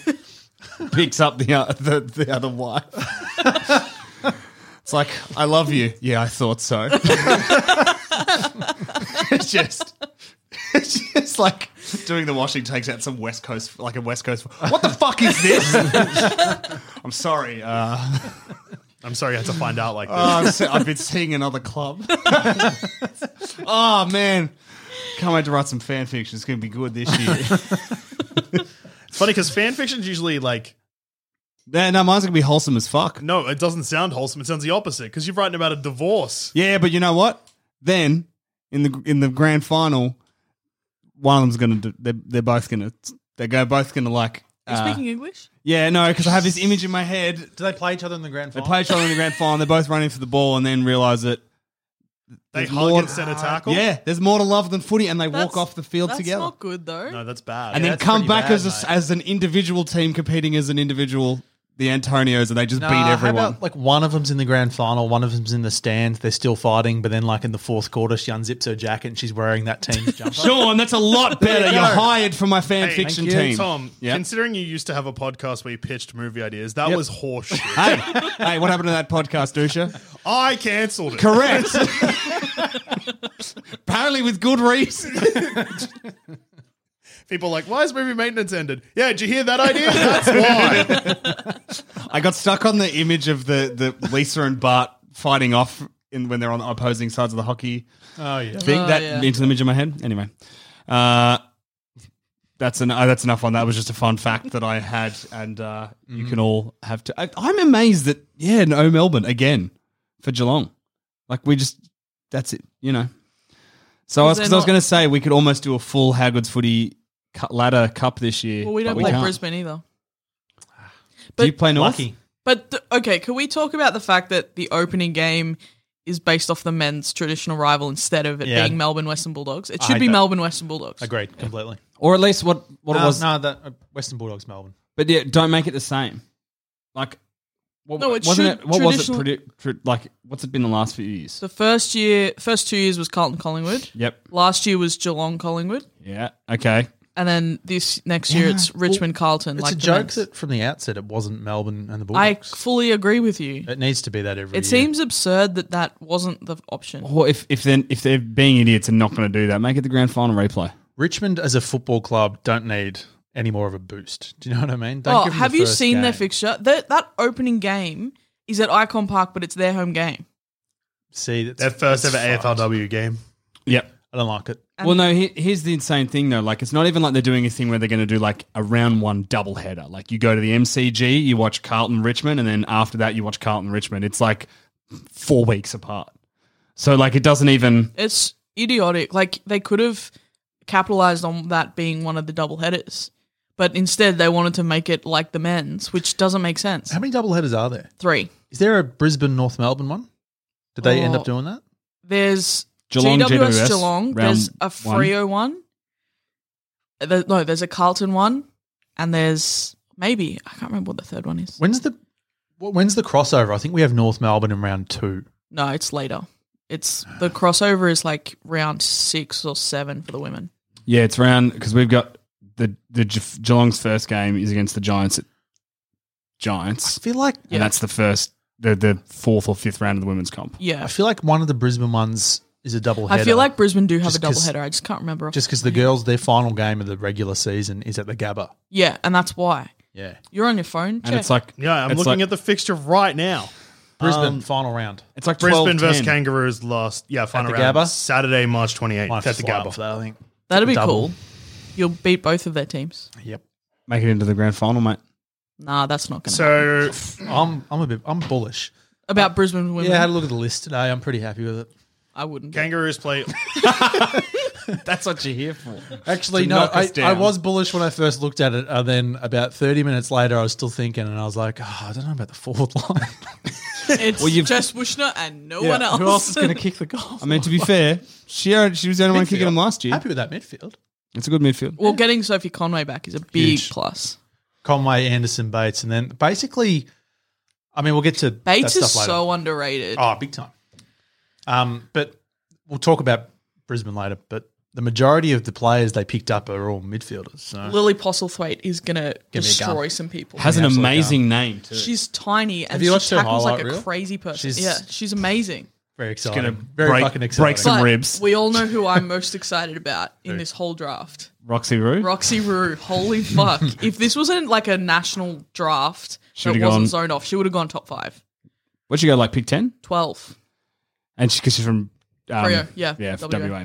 Speaker 5: picks up the uh, the, the other wife. It's like, I love you. Yeah, I thought so. it's just, it's just like doing the washing takes out some West Coast, like a West Coast. What the fuck is this? I'm sorry. Uh,
Speaker 3: I'm sorry I had to find out like this.
Speaker 5: Oh, I've, se- I've been seeing another club. oh man, can't wait to write some fan fiction. It's going to be good this year.
Speaker 3: It's funny because fan fiction's usually like,
Speaker 5: no, no, mine's going to be wholesome as fuck.
Speaker 3: no, it doesn't sound wholesome. It sounds the opposite because you've written about a divorce.
Speaker 5: Yeah, but you know what? Then in the in the grand final, one of them's going to. They're, they're both going to. They go both going to like.
Speaker 4: Are you
Speaker 5: uh,
Speaker 4: speaking English?
Speaker 5: yeah, no, because I have this image in my head.
Speaker 1: Do they play each other in the grand
Speaker 5: They
Speaker 1: final?
Speaker 5: play each other in the grand final. They're both running for the ball, and then realize that
Speaker 3: They
Speaker 5: there's
Speaker 3: hug
Speaker 5: more-
Speaker 3: instead of tackle.
Speaker 5: yeah, there's more to love than footy, and they walk
Speaker 4: That's-
Speaker 5: off the field
Speaker 4: that's
Speaker 5: together.
Speaker 4: not good though.
Speaker 1: Ah,
Speaker 3: No, that's bad.
Speaker 5: and
Speaker 3: Yeah,
Speaker 5: then
Speaker 3: that's
Speaker 5: come
Speaker 3: pretty
Speaker 5: back
Speaker 3: bad,
Speaker 5: as a,
Speaker 3: mate.
Speaker 5: as an individual team competing as an individual the Antonios and they just beat everyone.
Speaker 1: like one of them's in the grand final, one of them's in the stands. They're still fighting, but then like in the fourth quarter, she unzips her jacket and she's wearing that team's jumper.
Speaker 5: Sean, that's a lot better. You're hired for my fan
Speaker 3: Hey,
Speaker 5: fiction
Speaker 1: thank you.
Speaker 5: team.
Speaker 3: Tom,
Speaker 5: Yeah.
Speaker 3: considering you used to have a podcast where you pitched movie ideas, that was horseshit.
Speaker 5: hey, hey, what happened to that podcast, Dusha?
Speaker 3: I cancelled it.
Speaker 5: Correct. Apparently, with good reason.
Speaker 3: People are like, why is movie maintenance ended? Yeah, did you hear that idea? That's why.
Speaker 5: I got stuck on the image of the, the Lisa and Bart fighting off in, when they're on opposing sides of the hockey
Speaker 1: oh yeah.
Speaker 5: thing.
Speaker 4: Oh,
Speaker 5: that
Speaker 4: yeah.
Speaker 5: into the image in my head. Anyway, uh, that's an, uh, that's enough on that. It was just a fun fact that I had, and uh, you
Speaker 4: Mm.
Speaker 5: can all have to. I, I'm amazed that yeah, no Melbourne again for Geelong. Like we just that's it, you know. So I was,
Speaker 4: Was there
Speaker 5: 'cause I was
Speaker 4: not-
Speaker 5: going to say we could almost do a full Howgood's Footy cu- ladder cup this year.
Speaker 4: Well, we
Speaker 5: but
Speaker 4: don't play
Speaker 5: can't.
Speaker 4: Brisbane either.
Speaker 5: Do you play North?
Speaker 1: Lucky.
Speaker 4: But th- okay, can we talk about the fact that the opening game is based off the men's traditional rival instead of it
Speaker 1: Yeah.
Speaker 4: being Melbourne Western Bulldogs? It should
Speaker 1: hate
Speaker 4: be
Speaker 1: that.
Speaker 4: Melbourne Western Bulldogs.
Speaker 1: Agreed completely.
Speaker 5: or at least what what it
Speaker 4: Um,
Speaker 1: no,
Speaker 5: was.
Speaker 1: no, that uh, Western Bulldogs Melbourne.
Speaker 5: But yeah, don't make it the same. Like, what,
Speaker 4: No, it
Speaker 5: wasn't
Speaker 4: should-
Speaker 5: it? What was it?
Speaker 4: traditional-
Speaker 5: Predi- tr- like, what's it been the last few years?
Speaker 4: The first year, first two years was Carlton Collingwood.
Speaker 5: Yep.
Speaker 4: Last year was Geelong Collingwood,
Speaker 5: Yeah. Okay.
Speaker 4: and then this next year it's Richmond Carlton.
Speaker 1: It's
Speaker 4: like
Speaker 1: a
Speaker 4: the
Speaker 1: joke
Speaker 4: men's.
Speaker 1: that from the outset it wasn't Melbourne and the
Speaker 4: I
Speaker 1: Bulldogs.
Speaker 4: fully agree with you.
Speaker 1: it needs to be that every.
Speaker 4: It
Speaker 1: year.
Speaker 4: seems absurd that that wasn't the
Speaker 1: Oh,
Speaker 4: option.
Speaker 5: Well, if if then if they're being idiots and not going to do that, make it the grand final replay.
Speaker 1: Richmond as a football club don't need any more of a boost. Do you know what I mean? Don't
Speaker 4: Oh,
Speaker 1: give them the
Speaker 4: have you
Speaker 1: first
Speaker 4: seen their
Speaker 1: game.
Speaker 4: fixture? That that opening game is at Icon Park, but it's their home game.
Speaker 1: See that's,
Speaker 3: Their first ever
Speaker 1: that's fucked.
Speaker 3: AFLW game.
Speaker 5: Yep.
Speaker 1: I don't like it.
Speaker 5: Well, no. He, here's the insane thing, though. Like, it's not even like they're doing a thing where they're going to do like a round one double header. Like, you go to the MCG, you watch Carlton Richmond, and then after that, you watch Carlton Richmond. It's like four weeks apart. So, like, it doesn't even.
Speaker 4: It's idiotic. Like they could have capitalized on that being one of the double headers, but instead they wanted to make it like the men's, which doesn't make sense.
Speaker 1: How many double headers are there?
Speaker 4: Three.
Speaker 1: Is there a Brisbane North Melbourne one? Did they end
Speaker 4: Oh.
Speaker 1: up doing that?
Speaker 4: There's
Speaker 5: Geelong,
Speaker 4: GWS,
Speaker 5: GWS,
Speaker 4: Geelong. There's
Speaker 5: round
Speaker 4: a Frio one. There- no, there's a Carlton one, and there's maybe I can't remember what the third one is.
Speaker 1: When's the wh- when's the crossover? I think we have North Melbourne in round two.
Speaker 4: No, it's later. It's
Speaker 1: Ah.
Speaker 4: the crossover is like round six or seven for the women.
Speaker 5: Yeah, it's round because we've got the the Ge- Geelong's first game is against the Giants at Giants,
Speaker 1: I feel like
Speaker 5: and that's the first the the fourth or fifth round of the women's comp.
Speaker 4: Yeah,
Speaker 1: I feel like one of the Brisbane ones is a double header.
Speaker 4: I feel like Brisbane do have
Speaker 1: Just
Speaker 4: a
Speaker 1: 'cause-
Speaker 4: double header. I just can't remember. off
Speaker 1: just because the girls their final game of the regular season is at the Gabba.
Speaker 4: Yeah, and that's why
Speaker 1: Yeah,
Speaker 4: you're on your phone.
Speaker 5: And
Speaker 4: check.
Speaker 5: it's like
Speaker 3: Yeah, I'm
Speaker 5: it's
Speaker 3: looking
Speaker 5: like-
Speaker 3: at the fixture right now.
Speaker 1: Brisbane final round.
Speaker 5: it's like
Speaker 3: Brisbane versus
Speaker 5: 12-10.
Speaker 3: Kangaroos last, yeah, final
Speaker 1: the
Speaker 3: round.
Speaker 1: Gabba?
Speaker 3: Saturday, March 28th.
Speaker 1: Might have
Speaker 3: at
Speaker 1: to
Speaker 3: the
Speaker 1: fly up for
Speaker 3: Gabba.
Speaker 1: that, I think.
Speaker 4: that'd be
Speaker 1: double.
Speaker 4: cool. You'll beat both of their teams.
Speaker 1: Yep.
Speaker 5: Make it into the grand final, mate.
Speaker 4: Nah, that's not gonna. happen.
Speaker 3: So
Speaker 1: I'm I'm a bit I'm bullish.
Speaker 4: about Brisbane women.
Speaker 1: Yeah, I had a look at the list today. I'm pretty happy with it.
Speaker 4: I wouldn't. be.
Speaker 3: Kangaroos play.
Speaker 5: That's what you're here for.
Speaker 1: Actually,
Speaker 5: To
Speaker 1: no,
Speaker 5: knock us
Speaker 1: I, I
Speaker 5: down.
Speaker 1: was bullish when I first looked at it, and then about 30 minutes later, I was still thinking, and I was like, oh, I don't know about the forward line.
Speaker 4: It's
Speaker 5: Well, you've-
Speaker 4: Jess Wushner and no one else.
Speaker 1: Who else is going to kick the goal?
Speaker 5: I mean, to be fair, she she was the only one kicking them last year.
Speaker 1: happy with that midfield.
Speaker 5: It's a good midfield.
Speaker 4: well, getting Sophie Conway back is a big
Speaker 1: Huge.
Speaker 4: plus.
Speaker 1: Conway, Anderson, Bates, and then basically, I mean, we'll get to
Speaker 4: Bates
Speaker 1: that
Speaker 4: is
Speaker 1: stuff later.
Speaker 4: so underrated.
Speaker 1: Oh, big time. Um, but we'll talk about Brisbane later. But the majority of the players they picked up are all midfielders. So
Speaker 4: Lily Postlethwaite is going to
Speaker 1: Give me a gun.
Speaker 4: destroy some people.
Speaker 5: Has an amazing name too.
Speaker 4: She's tiny and
Speaker 1: you
Speaker 4: she
Speaker 1: watched her
Speaker 4: tackles like a
Speaker 1: highlight reel?
Speaker 4: crazy person.
Speaker 1: She's-
Speaker 4: yeah, she's amazing.
Speaker 1: very
Speaker 5: gonna
Speaker 1: exciting. Very
Speaker 5: break-
Speaker 1: fucking
Speaker 5: break
Speaker 1: exciting.
Speaker 5: some- ribs.
Speaker 4: We all know who I'm most excited about in this whole draft.
Speaker 5: Roxy Roo.
Speaker 4: Roxy Rue, holy fuck. if this wasn't like a national draft
Speaker 5: She
Speaker 4: that
Speaker 5: would've
Speaker 4: wasn't
Speaker 5: gone-
Speaker 4: zoned off, she would have gone top five.
Speaker 5: Where'd she go? Like pick ten,
Speaker 4: 12.
Speaker 5: and she because she's from um,
Speaker 4: Frio, yeah,
Speaker 5: yeah, WA.
Speaker 4: WA.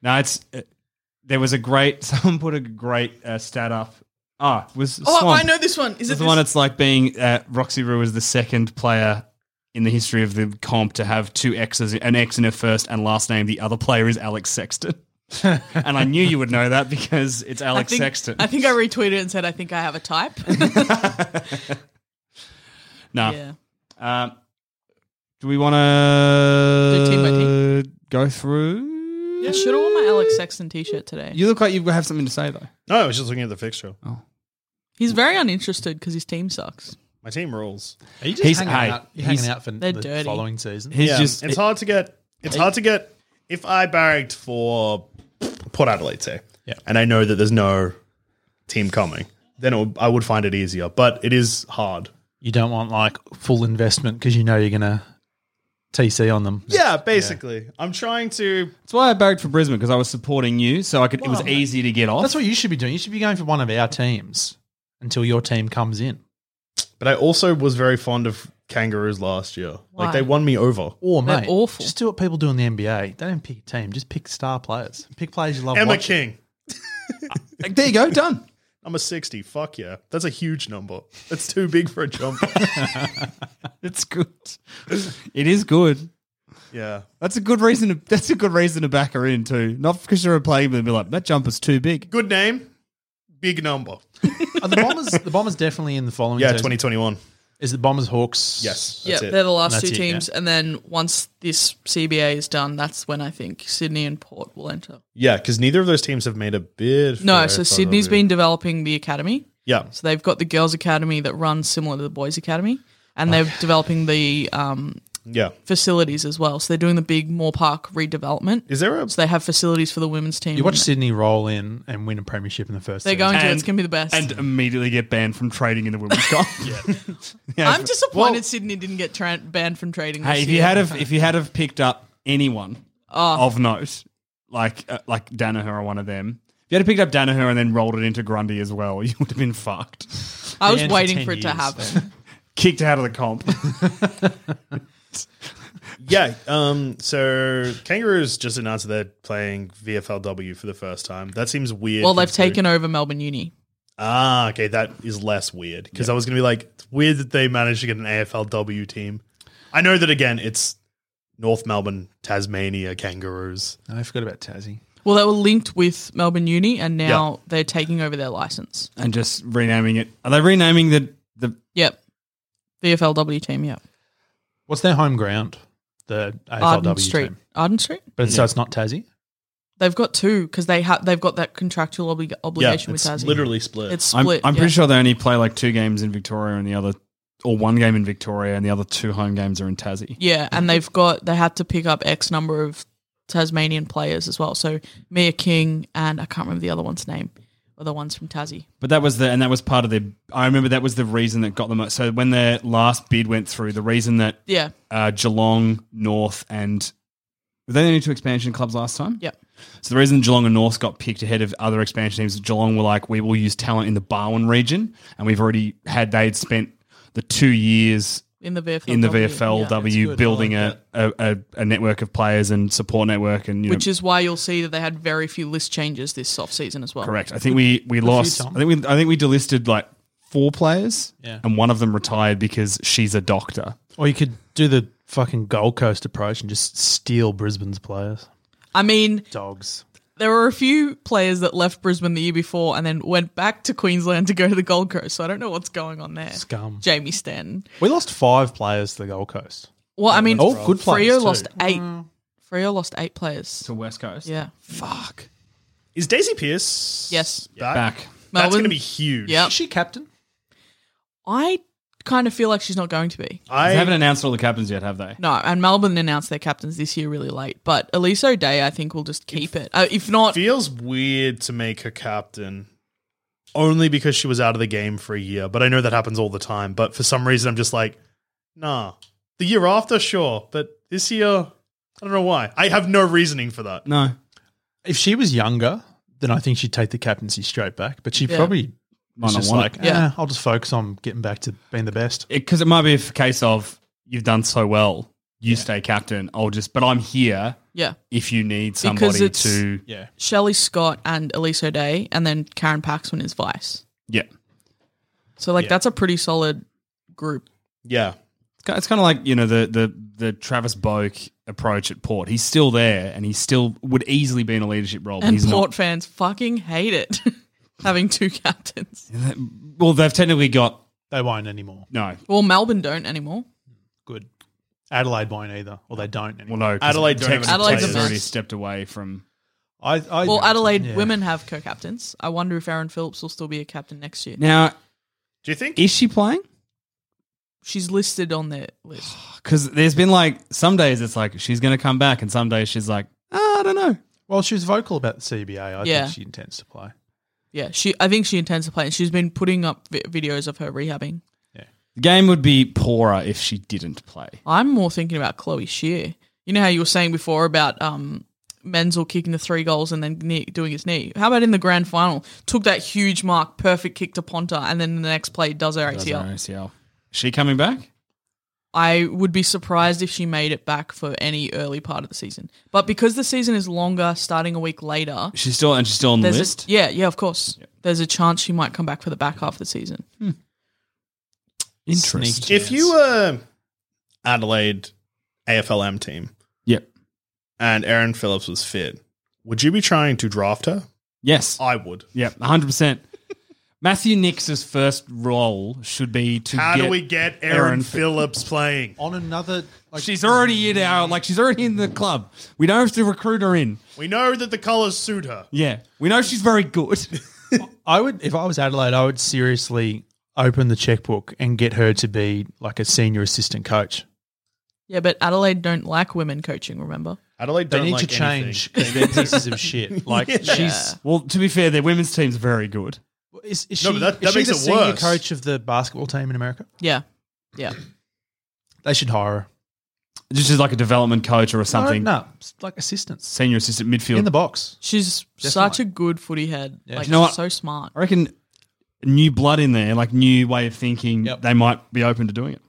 Speaker 5: No, it's uh, there was a great. Someone put a great uh, stat up. Ah, it was
Speaker 4: Oh,
Speaker 5: Swamp.
Speaker 4: I know this one. Is
Speaker 5: It's
Speaker 4: it
Speaker 5: the
Speaker 4: this?
Speaker 5: one that's like being uh, Roxy Roo is the second player in the history of the comp to have two X's, an X in her first and last name. The other player is Alex Sexton. and I knew you would know that because it's
Speaker 4: I
Speaker 5: Alex
Speaker 4: think,
Speaker 5: Sexton.
Speaker 4: I think I retweeted it and said, I think I have a type.
Speaker 5: no.
Speaker 4: yeah.
Speaker 5: Um, do we want
Speaker 4: Do team by
Speaker 5: to Uh, go through?
Speaker 4: I should have worn my Alex Sexton t shirt today.
Speaker 5: You look like you have something to say, though.
Speaker 1: Oh.
Speaker 3: No, I was just looking at the fixture.
Speaker 4: He's very uninterested because his team sucks.
Speaker 3: My team rules.
Speaker 1: Are you just
Speaker 5: He's-
Speaker 1: hanging,
Speaker 5: hey,
Speaker 1: out, you're
Speaker 5: he's-
Speaker 1: hanging out for the
Speaker 4: They're dirty.
Speaker 1: following season?
Speaker 5: He's
Speaker 3: yeah,
Speaker 5: just
Speaker 3: it's hard to get. It's hard to get. If I barracked for Port Adelaide, say,
Speaker 1: Yeah.
Speaker 3: and I know that there's no team coming, then it would, I would find it easier. But it is hard.
Speaker 1: You don't want like full investment because you know you're going to TC on them.
Speaker 3: Yeah, basically, I'm trying to.
Speaker 5: That's why I barracked for Brisbane because I was supporting you, so I could. it was easy to get off.
Speaker 1: That's what you should be doing. You should be going for one of our teams until your team comes in.
Speaker 3: But I also was very fond of Kangaroos last year.
Speaker 4: Why?
Speaker 3: Like they won me over.
Speaker 1: Or
Speaker 4: They're
Speaker 1: mate,
Speaker 4: awful.
Speaker 1: just do what people do in the NBA. They don't pick a team. Just pick star players. Pick players you love.
Speaker 3: Emma
Speaker 1: watching.
Speaker 3: King.
Speaker 5: there you go, done.
Speaker 3: I'm a 60. Fuck yeah. That's a huge number. That's too big for a jump.
Speaker 5: It's good. It is good.
Speaker 3: yeah.
Speaker 5: That's a good reason. To, that's a good reason to back her in too. Not because you're playing, but be like that jumper's too big.
Speaker 3: Good name. Big number.
Speaker 1: Are the bombers? the bombers definitely in the following.
Speaker 3: Yeah,
Speaker 1: season?
Speaker 3: 2021.
Speaker 1: Is the bombers Hawks?
Speaker 3: Yes.
Speaker 4: Yeah,
Speaker 3: That's it.
Speaker 4: they're the last two
Speaker 1: That's it, yeah.
Speaker 4: teams, and then once this CBA is done, that's when I think Sydney and Port will enter.
Speaker 3: Yeah, because neither of those teams have made a bid.
Speaker 4: No,
Speaker 3: for
Speaker 4: so
Speaker 3: it,
Speaker 4: Sydney's
Speaker 3: probably.
Speaker 4: been developing the academy.
Speaker 3: Yeah.
Speaker 4: So they've got the girls' academy that runs similar to the boys' academy, and they're developing the um,
Speaker 3: Yeah.
Speaker 4: facilities as well. So they're doing the big Moore Park redevelopment.
Speaker 3: Is there a.
Speaker 4: so they have facilities for the women's team.
Speaker 1: You watch Sydney roll in and win a premiership in the first.
Speaker 4: They're
Speaker 1: season.
Speaker 4: going to.
Speaker 5: And-
Speaker 4: It's going to be the best.
Speaker 5: And immediately get banned from trading in the women's cup. yeah.
Speaker 4: I'm disappointed Sydney didn't get tra- banned from trading.
Speaker 5: Hey,
Speaker 4: this
Speaker 5: if you
Speaker 4: year.
Speaker 5: had have if you had have picked up anyone
Speaker 4: Oh.
Speaker 5: of note, like uh, like Danaher or one of them, if you had picked up Danaher and then rolled it into Grundy as well, you would have been fucked.
Speaker 4: I was
Speaker 1: banned for
Speaker 4: waiting
Speaker 1: 10
Speaker 4: for it to
Speaker 1: years.
Speaker 4: happen.
Speaker 5: Kicked out of the comp.
Speaker 3: Yeah. Um, so Kangaroos just announced that they're playing VFLW for the first time. That seems weird.
Speaker 4: well, they've
Speaker 3: considering-
Speaker 4: taken over Melbourne Uni.
Speaker 3: Ah, okay. That is less weird because I was going to be like, it's weird that they managed to get an AFLW team. I know that again, it's North Melbourne, Tasmania, Kangaroos.
Speaker 1: Oh, I forgot about Tassie.
Speaker 4: Well, they were linked with Melbourne Uni, and now they're taking over their license.
Speaker 5: and just renaming it. Are they renaming the the?
Speaker 4: Yep, VFLW team. Yep,
Speaker 1: What's their home ground? The
Speaker 4: Arden
Speaker 1: AFLW
Speaker 4: Street.
Speaker 1: team.
Speaker 4: Arden Street.
Speaker 1: But it's, so it's not Tassie.
Speaker 4: They've got two because they have they've got that contractual obli- obligation with
Speaker 3: it's
Speaker 4: Tassie.
Speaker 3: literally split.
Speaker 4: it's
Speaker 5: I'm,
Speaker 4: split.
Speaker 5: I'm
Speaker 4: yeah.
Speaker 5: pretty sure they only play like two games in Victoria and the other, or one game in Victoria and the other two home games are in Tassie.
Speaker 4: Yeah, and they've got they had to pick up X number of Tasmanian players as well. So Mia King and I can't remember the other one's name, or the ones from Tassie.
Speaker 5: But that was the and that was part of the. I remember that was the reason that got them. So when their last bid went through, the reason that
Speaker 4: Yeah,
Speaker 5: uh, Geelong North and were they the only two expansion clubs last time?
Speaker 4: yep.
Speaker 5: So the reason Geelong and North got picked ahead of other expansion teams, Geelong were like, we will use talent in the Barwon region, and we've already had they'd spent the two years
Speaker 4: In the VFLW.
Speaker 5: in the
Speaker 4: yeah.
Speaker 1: that's
Speaker 5: VFLW
Speaker 1: good.
Speaker 5: building
Speaker 1: I
Speaker 5: a, a, a, a network of players and support network and you know,
Speaker 4: Which is why you'll see that they had very few list changes this off season as well.
Speaker 5: correct. I think we we lost. I
Speaker 1: Tom.
Speaker 5: think we I think we delisted like four players,
Speaker 1: Yeah.
Speaker 5: and one of them retired because she's a doctor.
Speaker 1: Or you could do the fucking Gold Coast approach and just steal Brisbane's players.
Speaker 4: I mean,
Speaker 1: Dogs.
Speaker 4: there were a few players that left Brisbane the year before and then went back to Queensland to go to the Gold Coast. So I don't know what's going on there.
Speaker 1: Scum.
Speaker 4: Jamie Stanton.
Speaker 1: We lost five players to the Gold Coast.
Speaker 4: Well, I mean,
Speaker 1: Oh, good players
Speaker 4: Freo
Speaker 1: too. Mm.
Speaker 4: lost eight. Freo lost eight players.
Speaker 5: To West Coast,
Speaker 4: Yeah.
Speaker 5: Fuck.
Speaker 3: is Daisy Pierce?
Speaker 4: Yes.
Speaker 3: Back.
Speaker 5: Back.
Speaker 3: That's
Speaker 4: Melbourne.
Speaker 3: going to be huge.
Speaker 4: Yep.
Speaker 1: Is she captain?
Speaker 4: I kind of feel like she's not going to be.
Speaker 5: They haven't
Speaker 3: I
Speaker 5: announced all the captains yet, have they?
Speaker 4: No, and Melbourne announced their captains this year really late, but Elise O'Day, I think, will just keep it. Uh, if not,
Speaker 3: feels weird to make her captain only because she was out of the game for a year. But I know that happens all the time. But for some reason, I'm just like, nah. The year after, sure, but this year, I don't know why. I have no reasoning for that.
Speaker 5: No.
Speaker 1: If she was younger, then I think she'd take the captaincy straight back. But she
Speaker 4: Yeah.
Speaker 1: probably
Speaker 5: Might
Speaker 1: was
Speaker 5: not
Speaker 1: just
Speaker 5: want
Speaker 1: like,
Speaker 5: it.
Speaker 4: Yeah.
Speaker 1: yeah, I'll just focus on getting back to being the best.
Speaker 5: because it, might be a case of you've done so well, you stay captain. I'll just, but I'm here
Speaker 4: yeah,
Speaker 5: if you need
Speaker 4: Because
Speaker 5: somebody
Speaker 4: it's-
Speaker 5: to.
Speaker 1: Yeah.
Speaker 4: Shelley Scott and Elise O'Day, and then Karen Paxman is vice.
Speaker 5: Yeah,
Speaker 4: So, like, that's a pretty solid group.
Speaker 3: Yeah.
Speaker 5: It's ki- it's kind of like you know the the the Travis Boak approach at Port. He's still there, and he still would easily be in a leadership role. But
Speaker 4: And
Speaker 5: he's
Speaker 4: Port fans fucking hate it having two captains.
Speaker 5: not. Well, they've technically got
Speaker 1: They won't anymore.
Speaker 5: no.
Speaker 4: Well, Melbourne don't anymore.
Speaker 1: Good. Adelaide won't either, or they don't anymore.
Speaker 5: Well, no. 'cause
Speaker 3: Adelaide don't have
Speaker 5: Texas
Speaker 3: any
Speaker 4: Adelaide's
Speaker 5: has
Speaker 4: a mess.
Speaker 5: already stepped away from.
Speaker 1: I, I,
Speaker 4: Well, Adelaide
Speaker 1: Yeah.
Speaker 4: women have co captains. I wonder if Aaron Phillips will still be a captain next year.
Speaker 5: Now,
Speaker 3: Do you think
Speaker 5: is she playing?
Speaker 4: she's listed on their list.
Speaker 5: Because there's been like some days it's like she's going to come back, and some days she's like,
Speaker 4: uh,
Speaker 5: "Ah, I don't know.
Speaker 1: Well, she was vocal about the CBA. I
Speaker 4: Yeah.
Speaker 1: think she intends to play.
Speaker 4: Yeah, she. I think she intends to play, and she's been putting up vi- videos of her rehabbing.
Speaker 5: The game would be poorer if she didn't play.
Speaker 4: I'm more thinking about Chloe Shear. You know how you were saying before about um, Menzel kicking the three goals and then knee, doing his knee. How about in the grand final? Took that huge mark, perfect kick to Ponta, and then in the next play does her ACL.
Speaker 5: Does her ACL. Is she coming back?
Speaker 4: I would be surprised if she made it back for any early part of the season. But because the season is longer, starting a week later,
Speaker 5: She's still and she's still on the
Speaker 4: there's a-
Speaker 5: list.
Speaker 4: yeah, yeah, of course. There's a chance she might come back for the back half of the season.
Speaker 5: Interesting.
Speaker 3: If you were Adelaide AFLM team
Speaker 5: Yep.
Speaker 3: and Aaron Phillips was fit, would you be trying to draft her?
Speaker 5: Yes.
Speaker 3: I would.
Speaker 5: Yep. 100. percent Matthew Nix's first role should be to
Speaker 3: How
Speaker 5: get,
Speaker 3: do we get Aaron,
Speaker 5: Aaron Phil-
Speaker 3: Phillips playing?
Speaker 1: On another, like,
Speaker 5: She's already in our like she's already in the club. We don't have to recruit her in.
Speaker 3: We know that the colours suit her.
Speaker 5: Yeah. We know she's very good.
Speaker 1: I would, if I was Adelaide, I would seriously open the checkbook and get her to be like a senior assistant coach.
Speaker 4: Yeah, but Adelaide don't like women coaching, remember?
Speaker 3: Adelaide
Speaker 1: They
Speaker 3: don't
Speaker 1: need
Speaker 3: like
Speaker 1: to change because they're pieces of shit. Like she's
Speaker 5: well, to be fair, their women's team's very good.
Speaker 1: is, is she,
Speaker 3: No, but that- that
Speaker 1: is she
Speaker 3: makes
Speaker 1: the
Speaker 3: it
Speaker 1: senior
Speaker 3: worse.
Speaker 1: coach of the basketball team in America?
Speaker 4: Yeah. Yeah.
Speaker 1: They should hire her.
Speaker 5: Just as like a development coach or something.
Speaker 1: No, no, it's like assistants
Speaker 5: Senior assistant midfield.
Speaker 1: in the box.
Speaker 4: She's such a good footy head. Like,
Speaker 5: You know
Speaker 4: she's
Speaker 5: what?
Speaker 4: so smart.
Speaker 5: I reckon new blood in there, like new way of thinking.
Speaker 1: Yep.
Speaker 5: They might be open to doing it.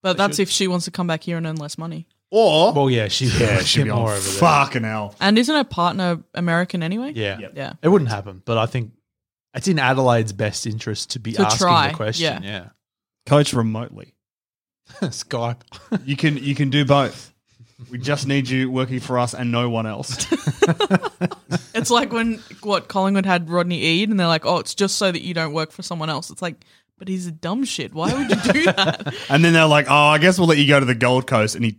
Speaker 4: But that's if she wants to come back here and earn less money.
Speaker 3: Or
Speaker 1: Well, yeah, she yeah, she'd
Speaker 5: be
Speaker 1: more
Speaker 5: on
Speaker 1: over there.
Speaker 5: Fucking hell.
Speaker 4: And isn't her partner American anyway?
Speaker 1: Yeah.
Speaker 4: Yeah.
Speaker 1: it wouldn't happen. But I think it's in Adelaide's best interest to be
Speaker 4: To
Speaker 1: asking
Speaker 4: try,
Speaker 1: the question.
Speaker 5: Coach remotely.
Speaker 1: Skype.
Speaker 5: You can you can do both. We just need you working for us and no one else.
Speaker 4: It's like when what Collingwood had Rodney Eade, and they're like, "Oh, it's just so that you don't work for someone else." It's like, but he's a dumb shit. Why would you do that?
Speaker 5: and then they're like, "Oh, I guess we'll let you go to the Gold Coast." And he,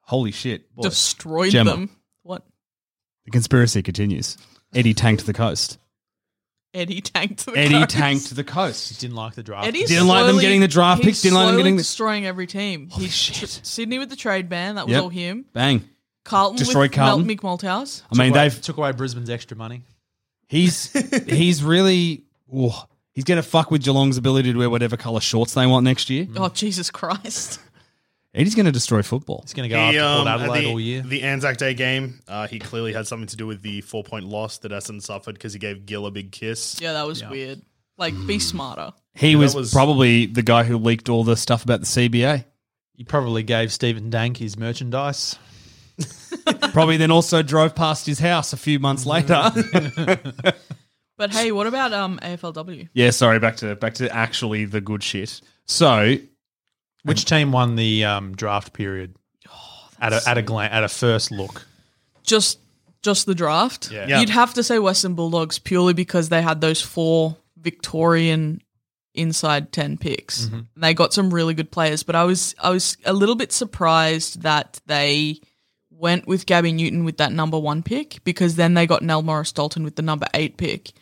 Speaker 5: holy shit, boy.
Speaker 4: Destroyed
Speaker 5: Gemma.
Speaker 4: them. What?
Speaker 5: the conspiracy continues. Eddie tanked the coast.
Speaker 4: Eddie tanked the
Speaker 5: Eddie
Speaker 4: Crows.
Speaker 5: tanked the coast.
Speaker 1: Didn't like the draft.
Speaker 4: Eddie
Speaker 5: Didn't like them
Speaker 4: slowly-
Speaker 5: getting the draft
Speaker 4: he
Speaker 5: picks, didn't like them
Speaker 4: slowly
Speaker 5: getting the-
Speaker 4: destroying every team. Holy
Speaker 5: shit.
Speaker 4: Sydney with the trade ban. That was
Speaker 5: Yep.
Speaker 4: all him.
Speaker 5: Bang.
Speaker 4: Carlton
Speaker 5: Destroyed
Speaker 4: with
Speaker 5: Carlton.
Speaker 4: Mel- Mick Malthouse.
Speaker 5: I mean,
Speaker 1: Took away-
Speaker 5: they've
Speaker 1: took away Brisbane's extra money.
Speaker 5: he's he's really whoa, he's gonna fuck with Geelong's ability to wear whatever color shorts they want next year.
Speaker 4: Oh Jesus Christ!
Speaker 5: Eddie's gonna destroy football.
Speaker 1: It's going to go
Speaker 3: he,
Speaker 1: after
Speaker 3: um,
Speaker 1: Port
Speaker 3: at
Speaker 1: Adelaide
Speaker 3: the,
Speaker 1: all year.
Speaker 3: the Anzac Day game, uh, he clearly had something to do with the four point loss that Essendon suffered because he gave Gill a big kiss.
Speaker 4: Yeah, that was weird. Like,
Speaker 5: Mm.
Speaker 4: be smarter.
Speaker 5: He
Speaker 3: that
Speaker 5: was,
Speaker 3: was-
Speaker 5: probably the guy who leaked all the stuff about the CBA.
Speaker 1: He probably gave Stephen Dank his merchandise.
Speaker 5: Probably then also drove past his house a few months later.
Speaker 4: But hey, what about um AFLW?
Speaker 5: yeah, sorry, back to back to actually the good shit. So
Speaker 1: Which team won the um, draft period? at a at a glance, at a first look,
Speaker 4: Just just the draft.
Speaker 1: Yeah.
Speaker 3: Yeah.
Speaker 4: You'd have to say Western Bulldogs purely because they had those four Victorian inside ten picks. And they got some really good players, but I was I was a little bit surprised that they went with Gabby Newton with that number one pick because then they got Nell Morris Dalton with the number eight pick.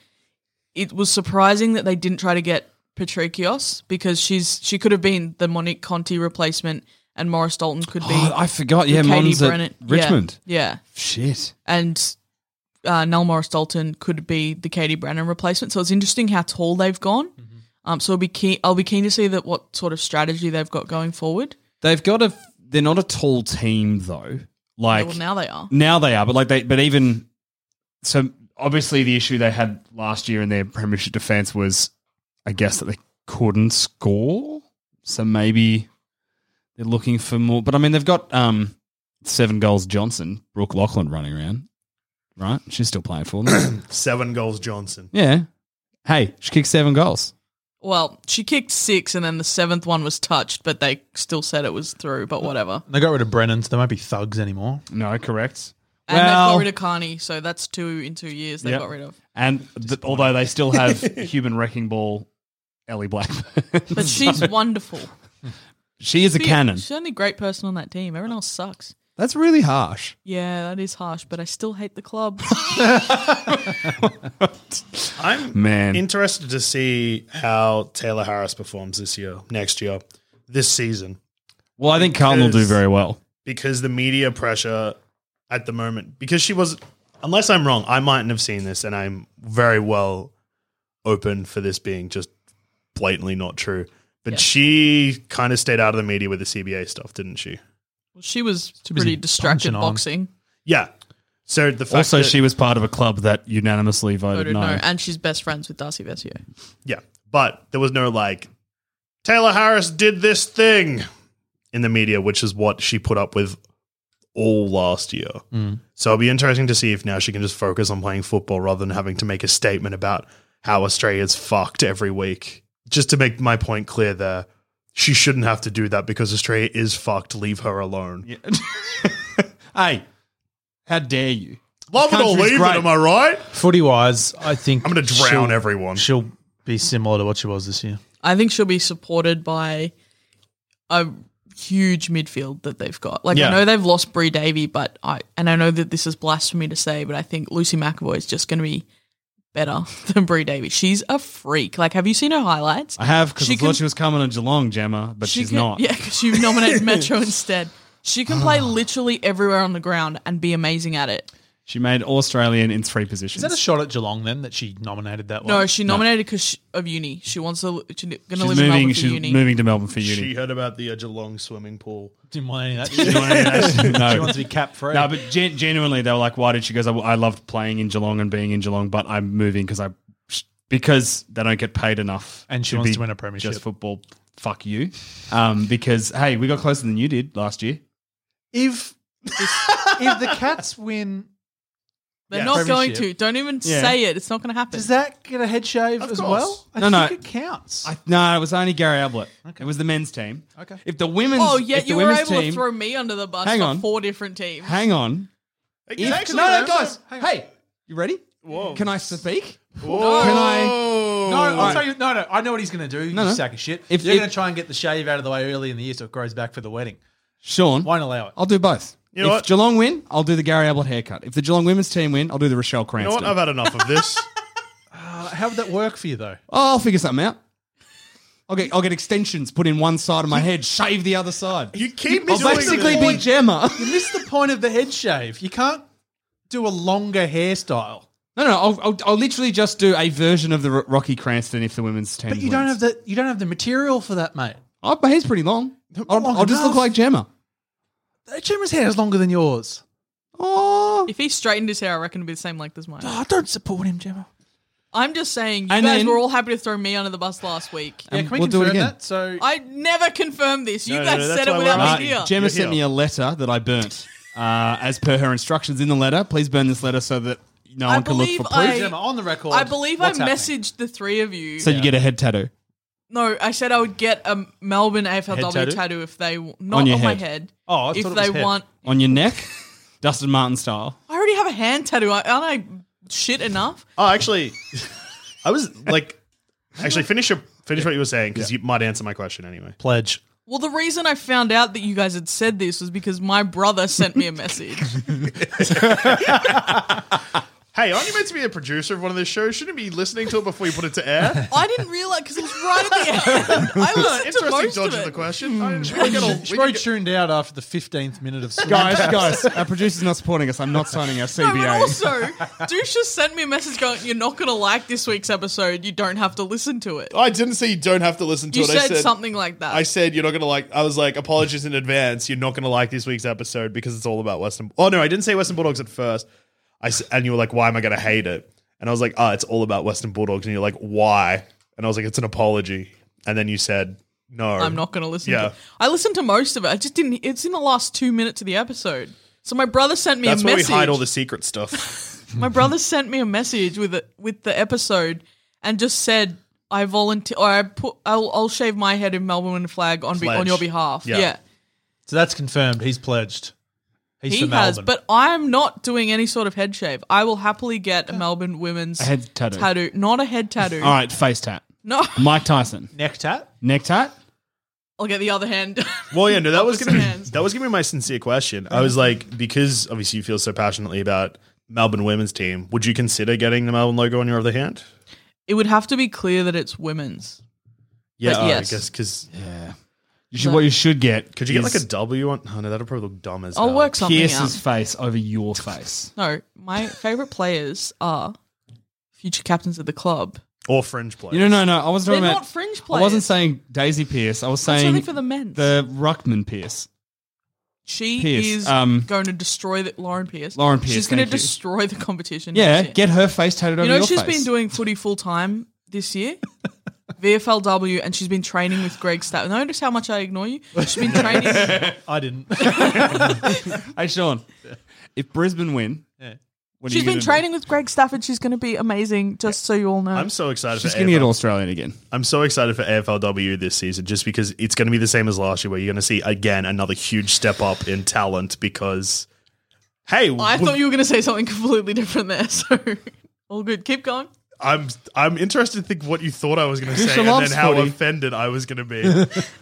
Speaker 4: It was surprising that they didn't try to get Patricios because she's she could have been the Monique Conti replacement and Morris Dalton could be
Speaker 5: Oh, I forgot. Yeah,
Speaker 4: Katie
Speaker 5: Mon's at
Speaker 4: Brennan- yeah,
Speaker 5: Richmond.
Speaker 4: Yeah.
Speaker 5: Shit.
Speaker 4: And uh, Nell Morris Dalton could be the Katie Brennan replacement. So it's interesting how tall they've gone. Um, so I'll be keen. I'll be keen to see that what sort of strategy they've got going forward.
Speaker 5: They've got a. They're not a tall team though. Like
Speaker 4: well, now they are.
Speaker 5: now they are, but like they, but even so, obviously the issue they had last year in their premiership defense was, I guess that they couldn't score. So maybe they're looking for more. But I mean, they've got um seven goals. Johnson, Brooke Lachlan running around, right? She's still playing for them.
Speaker 3: Seven goals, Johnson.
Speaker 5: yeah. Hey, she kicked seven goals.
Speaker 4: Well, she kicked six, and then the seventh one was touched, but they still said it was through. But whatever.
Speaker 1: and they got rid of Brennan, so they won't be thugs anymore.
Speaker 5: No, correct.
Speaker 4: And they got
Speaker 5: Well-
Speaker 4: rid of Carney, so that's two in two years they
Speaker 5: Yep.
Speaker 4: got rid of.
Speaker 5: And th- although they still have human wrecking ball, Ellie Blackburn,
Speaker 4: But she's wonderful.
Speaker 5: she is a cannon.
Speaker 4: She's the only great person on that team. Everyone else sucks.
Speaker 5: That's really harsh.
Speaker 4: Yeah, that is harsh, but I still hate the club.
Speaker 3: I'm
Speaker 5: Man.
Speaker 3: interested to see how Taylor Harris performs this year, next year, this season
Speaker 5: Well, I think Carlton will do
Speaker 3: Because-
Speaker 5: very well.
Speaker 3: because the media pressure at the moment, because she was, unless I'm wrong, I mightn't have seen this, and I'm very well open for this being just blatantly not true. But she kind of stayed out of the media with the CBA stuff, didn't she?
Speaker 4: She was
Speaker 1: busy
Speaker 4: pretty distracted
Speaker 1: punching on.
Speaker 4: boxing.
Speaker 3: Yeah. So the fact
Speaker 5: Also,
Speaker 3: that,
Speaker 5: she was part of a club that unanimously voted
Speaker 4: Voted no.
Speaker 5: no.
Speaker 4: and she's best friends with Darcy Vecchio.
Speaker 3: yeah, but there was no like Taylor Harris did this thing in the media, which is what she put up with all last year.
Speaker 5: Mm.
Speaker 3: So it'll be interesting to see if now she can just focus on playing football rather than having to make a statement about how Australia's fucked every week. Just to make my point clear there, she shouldn't have to do that because Australia is fucked. Leave her alone.
Speaker 5: Hey, how dare you?
Speaker 3: Love it or
Speaker 5: Country's
Speaker 3: leave it,
Speaker 5: great.
Speaker 3: am I right?
Speaker 1: Footy wise, I think
Speaker 3: I'm gonna drown
Speaker 1: she'll-
Speaker 3: everyone.
Speaker 1: She'll be similar to what she was this year.
Speaker 4: I think she'll be supported by a huge midfield that they've got. Like
Speaker 3: Yeah.
Speaker 4: I know they've lost Bree Davy, but I and I know that this is blasphemy to say, but I think Lucy McAvoy is just going to be better than Bree Davy. She's a freak. Like, have you seen her highlights?
Speaker 5: I have because
Speaker 4: She
Speaker 5: I
Speaker 4: can-
Speaker 5: thought she was coming to Geelong, Gemma, but she's
Speaker 4: can,
Speaker 5: not.
Speaker 4: Yeah, because you nominated Metro instead. She can play literally everywhere on the ground and be amazing at it.
Speaker 5: She made All Australian in three positions.
Speaker 1: Is that a shot at Geelong then that she nominated that one?
Speaker 4: No, she nominated because of uni. She wants to. She's going to
Speaker 5: she's
Speaker 4: live in Melbourne
Speaker 5: moving.
Speaker 4: for
Speaker 5: She's
Speaker 4: uni.
Speaker 5: moving to Melbourne for
Speaker 3: She
Speaker 5: uni.
Speaker 3: heard about the uh, Geelong swimming pool.
Speaker 1: didn't want any of that. She, she wants to be cap free.
Speaker 5: No, but gen- genuinely, they were like, "Why did she?" Goes, I, "I loved playing in Geelong and being in Geelong, but I'm moving because I because they don't get paid enough,
Speaker 1: And she wants to win a premiership.
Speaker 5: Just football, fuck you. Um, because hey, we got closer than you did last year.
Speaker 1: if if the Cats win,
Speaker 4: They're
Speaker 3: Yeah.
Speaker 4: not going to.
Speaker 1: Premiership.
Speaker 4: Don't even
Speaker 5: Yeah.
Speaker 4: say it. It's not going to happen.
Speaker 1: does that get a head shave as
Speaker 3: course.
Speaker 1: well? I
Speaker 5: No, no.
Speaker 1: think it counts.
Speaker 5: I, no, it was only Gary Ablett. It was the men's team.
Speaker 1: Okay.
Speaker 5: If the women's,
Speaker 4: Oh, yeah,
Speaker 5: if the
Speaker 4: you were
Speaker 5: women's
Speaker 4: able
Speaker 5: team-
Speaker 4: to throw me under the bus
Speaker 5: Hang
Speaker 4: for
Speaker 5: on.
Speaker 4: four different teams.
Speaker 5: Hang on,
Speaker 3: It's actually-
Speaker 5: no, no, guys, hey, you ready? Can I speak? Can I?
Speaker 1: no, I'll
Speaker 5: Alright.
Speaker 1: tell you. No, no. I know what he's going to do. You
Speaker 5: no.
Speaker 1: sack of shit.
Speaker 5: If-
Speaker 1: If you're
Speaker 5: if-
Speaker 1: going to try and get the shave out of the way early in the year so it grows back for the wedding,
Speaker 5: Sean,
Speaker 1: won't allow it.
Speaker 5: I'll do both.
Speaker 3: You know
Speaker 5: if
Speaker 3: what?
Speaker 5: Geelong win, I'll do the Gary Ablett haircut. If the Geelong women's team win, I'll do the Rochelle
Speaker 3: You know
Speaker 5: Cranston.
Speaker 3: what? I've had enough of this.
Speaker 1: Uh, How would that work for you though?
Speaker 5: Oh, I'll figure something out. I'll get, I'll get extensions put in one side of my head, shave the other side.
Speaker 3: You keep
Speaker 5: I'll
Speaker 3: doing
Speaker 5: basically
Speaker 3: this.
Speaker 5: be Gemma.
Speaker 1: You missed the point of the head shave. You can't do a longer hairstyle.
Speaker 5: No, no, I'll, I'll, I'll literally just do a version of the Ro- Rocky Cranston if the women's team
Speaker 1: But you don't
Speaker 5: wins.
Speaker 1: have the you don't have the material for that, mate.
Speaker 5: Oh, my hair's pretty long. I'll,
Speaker 1: Long
Speaker 5: I'll just look
Speaker 1: enough.
Speaker 5: like Gemma.
Speaker 1: Gemma's hair is longer than yours.
Speaker 5: Oh.
Speaker 4: If he straightened his hair, I reckon it'd be the same length as mine.
Speaker 1: I Oh, don't support him, Gemma.
Speaker 4: I'm just saying, you
Speaker 5: And
Speaker 4: guys
Speaker 5: then-
Speaker 4: were all happy to throw me under the bus last week.
Speaker 1: Yeah,
Speaker 5: And
Speaker 1: can we
Speaker 5: we'll do
Speaker 1: confirm
Speaker 5: it again.
Speaker 1: that? So
Speaker 4: I never confirmed this. You
Speaker 3: No, no,
Speaker 4: guys
Speaker 3: no, that's
Speaker 4: said it
Speaker 3: why
Speaker 4: without
Speaker 3: we're
Speaker 4: me
Speaker 3: asking.
Speaker 4: here.
Speaker 5: Uh, Gemma
Speaker 3: You're
Speaker 5: sent
Speaker 3: here.
Speaker 5: me a letter that I burnt. Uh, as per her instructions in the letter, please burn this letter so that no
Speaker 4: I
Speaker 5: one can look for
Speaker 4: believe
Speaker 5: proof.
Speaker 4: I-
Speaker 1: Gemma, on the record,
Speaker 4: I believe I
Speaker 1: what's happening?
Speaker 4: messaged the three of you.
Speaker 5: so you get a head tattoo.
Speaker 4: no, I said I would get a Melbourne AFLW
Speaker 1: tattoo?
Speaker 4: tattoo? if they not on,
Speaker 5: your
Speaker 4: my
Speaker 5: head.
Speaker 4: head.
Speaker 1: Oh, I
Speaker 4: if
Speaker 1: thought it
Speaker 4: they
Speaker 1: was head.
Speaker 4: want,
Speaker 5: on your neck, Dustin Martin style.
Speaker 4: I already have a hand tattoo. I- Aren't I shit enough?
Speaker 3: Oh, actually, I was like, actually, finish your finish what you were saying because you might answer my question anyway.
Speaker 1: pledge.
Speaker 4: Well, the reason I found out that you guys had said this was because my brother sent me a message.
Speaker 3: Hey, aren't you meant to be a producer of one of these shows? Shouldn't you be listening to it before you put it to air?
Speaker 4: I didn't realize because it was right at the end. I listened to
Speaker 3: Interesting
Speaker 4: most
Speaker 3: dodge
Speaker 4: of
Speaker 3: of the
Speaker 4: it. Hmm.
Speaker 3: question. I didn't- we
Speaker 1: She
Speaker 3: get all- we
Speaker 1: probably
Speaker 3: get-
Speaker 1: tuned out after the fifteenth minute of
Speaker 5: Guys, guys, our producer's not supporting us. I'm not signing our
Speaker 4: No, but
Speaker 5: CBA.
Speaker 4: also, Douche just sent me a message going, "You're not going to like this week's episode. You don't have to listen to it."
Speaker 3: I didn't say you don't have to listen to
Speaker 4: You
Speaker 3: it.
Speaker 4: said,
Speaker 3: Oh, I said
Speaker 4: something like that.
Speaker 3: I said you're not gonna like. I was like, apologies in advance. You're not gonna like this week's episode because it's all about Western. Oh no, I didn't say Western Bulldogs at first. I s- and you were like, why am I gonna hate it? And I was like, oh, it's all about Western Bulldogs. And you're like, why? And I was like, it's an apology. And then you said, no,
Speaker 4: I'm not going to listen.
Speaker 3: Yeah.
Speaker 4: to it. I listened to most of it. I just didn't. It's in the last two minutes of the episode. So my brother sent me
Speaker 3: That's
Speaker 4: a
Speaker 3: where
Speaker 4: message.
Speaker 3: we hide all the secret stuff.
Speaker 4: My brother sent me a message with it with the episode and just said, "I volunteer. Or I put. I'll, I'll shave my head in Melbourne and flag on be, on
Speaker 3: Pledge.
Speaker 4: your behalf."
Speaker 3: Yeah.
Speaker 4: yeah.
Speaker 1: so that's confirmed. He's pledged. He's
Speaker 4: He
Speaker 1: for
Speaker 4: has,
Speaker 1: Melbourne.
Speaker 4: but I'm not doing any sort of head shave. I will happily get a Melbourne women's
Speaker 5: A head tattoo.
Speaker 4: not a head tattoo.
Speaker 5: All right, face tat.
Speaker 4: No,
Speaker 5: Mike Tyson.
Speaker 1: neck tat.
Speaker 5: Neck tat?
Speaker 4: I'll get the other hand.
Speaker 3: well, yeah, no, that was
Speaker 4: Opposite
Speaker 3: gonna be,
Speaker 4: hands.
Speaker 3: that was gonna be my sincere question. I was like, because obviously you feel so passionately about Melbourne women's team, would you consider getting the Melbourne logo on your other hand?
Speaker 4: Uh, it would have to be clear that it's women's.
Speaker 3: Yeah,
Speaker 4: But
Speaker 3: oh,
Speaker 4: yes.
Speaker 3: I guess because
Speaker 5: You should, what you should get.
Speaker 3: Could you get
Speaker 5: is
Speaker 3: like a W on? Oh no, that'll probably look dumb as
Speaker 4: I'll
Speaker 3: hell.
Speaker 4: work something
Speaker 5: Pierce's
Speaker 4: out.
Speaker 5: face over your face?
Speaker 4: No, my favorite players are future captains of the club.
Speaker 3: or fringe players.
Speaker 5: You know, no, no. I wasn't
Speaker 4: They're
Speaker 5: talking about.
Speaker 4: not fringe
Speaker 5: I wasn't
Speaker 4: players.
Speaker 5: saying Daisy Pierce. I was
Speaker 4: That's
Speaker 5: saying
Speaker 4: only for the Oh, men.
Speaker 5: the Ruckman Pierce.
Speaker 4: she
Speaker 5: Pierce,
Speaker 4: is
Speaker 5: um,
Speaker 4: going to destroy the Lauren Pierce.
Speaker 5: Lauren Pierce,
Speaker 4: She's going to
Speaker 5: thank you.
Speaker 4: destroy the competition.
Speaker 5: Yeah,
Speaker 4: next year.
Speaker 5: get her face tattooed
Speaker 4: You
Speaker 5: over
Speaker 4: know
Speaker 5: your
Speaker 4: she's
Speaker 5: face.
Speaker 4: been doing footy full time this year. VFLW, and she's been training with Greg Stat. Notice how much I ignore you. She's been training.
Speaker 1: I didn't.
Speaker 5: Hey Sean, if Brisbane win, what are
Speaker 4: she's
Speaker 5: you
Speaker 4: been
Speaker 5: gonna do?
Speaker 4: training with Greg Stafford. She's going to be amazing. Just so you all know.
Speaker 3: I'm so excited
Speaker 5: She's
Speaker 3: for
Speaker 5: going to get
Speaker 3: AFL.
Speaker 5: Australian again.
Speaker 3: I'm so excited for AFLW this season just because it's going to be the same as last year where you're going to see again another huge step up in talent because hey,
Speaker 4: I
Speaker 3: we-
Speaker 4: thought you were going to say something completely different there. So all good. Keep going.
Speaker 3: I'm I'm interested to think what you thought I was going to
Speaker 5: Grisha
Speaker 3: say and then
Speaker 5: loves
Speaker 3: how
Speaker 5: footy.
Speaker 3: offended I was going to be.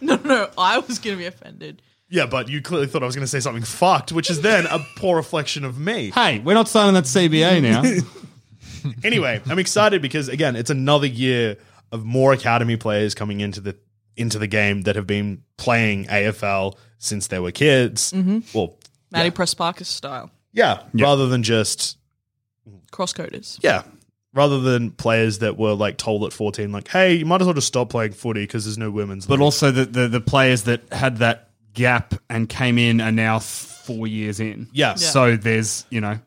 Speaker 4: No, no, no. I was going to be offended.
Speaker 3: yeah, but you clearly thought I was going to say something fucked, which is then a poor reflection of me.
Speaker 5: Hey, we're not signing that CBA now.
Speaker 3: anyway, I'm excited because again, it's another year of more academy players coming into the into the game that have been playing AFL since they were kids. Well,
Speaker 4: Maddie Press Parker's style.
Speaker 3: yeah, rather than just
Speaker 4: Crosscoders.
Speaker 3: yeah, rather than players that were like told at 14 like, "Hey, you might as well just stop playing footy because there's no women's."
Speaker 5: but
Speaker 3: league."
Speaker 5: also the, the the players that had that gap and came in are now four years in.
Speaker 3: Yeah. Yeah.
Speaker 5: So there's you know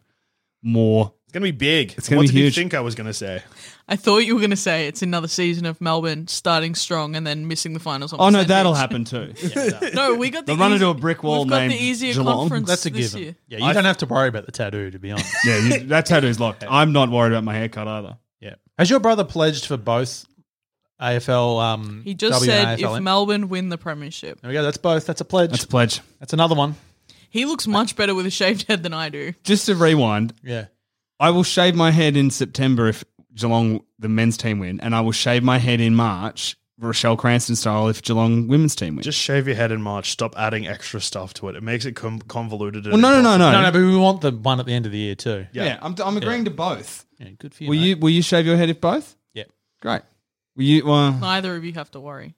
Speaker 5: more.
Speaker 3: it's going to be big. It's
Speaker 5: gonna
Speaker 3: what
Speaker 5: be
Speaker 3: did
Speaker 5: huge.
Speaker 3: you think I was going to say?
Speaker 4: I thought you were going to say it's another season of Melbourne starting strong and then missing the finals. On
Speaker 5: Oh no,
Speaker 4: percentage.
Speaker 5: that'll happen too.
Speaker 4: No, we got the
Speaker 5: They'll run
Speaker 4: easy-
Speaker 5: into a brick wall
Speaker 4: We've got
Speaker 5: named
Speaker 4: the easier
Speaker 5: Geelong.
Speaker 4: conference.
Speaker 1: That's a
Speaker 4: this
Speaker 1: given.
Speaker 4: Year.
Speaker 1: Yeah, you don't have to worry about the tattoo, to be honest.
Speaker 5: Yeah, you, that tattoo's locked. I'm not worried about my haircut either.
Speaker 1: yeah. Has your brother pledged for both AFL? Um,
Speaker 4: He just
Speaker 1: W and
Speaker 4: said
Speaker 1: AFL?
Speaker 4: if Melbourne win the premiership,
Speaker 1: there we go. That's both. That's a pledge.
Speaker 5: That's a
Speaker 1: That's,
Speaker 5: pledge.
Speaker 1: another one.
Speaker 4: he looks much better with a shaved head than I do.
Speaker 5: Just to rewind,
Speaker 1: Yeah.
Speaker 5: I will shave my head in September if Geelong the men's team win, and I will shave my head in March, Rochelle Cranston style, if Geelong women's team win.
Speaker 3: Just shave your head in March. Stop adding extra stuff to it. It makes it com- convoluted. and
Speaker 5: well, no, no, no, no,
Speaker 1: No, no, but we want the one at the end of the year too.
Speaker 5: Yeah, I'm, I'm agreeing to both.
Speaker 1: Yeah, good for you.
Speaker 5: Will
Speaker 1: mate.
Speaker 5: you will you shave your head if both?
Speaker 1: Yeah.
Speaker 5: Great. Will you? Well,
Speaker 4: Neither of you have to worry,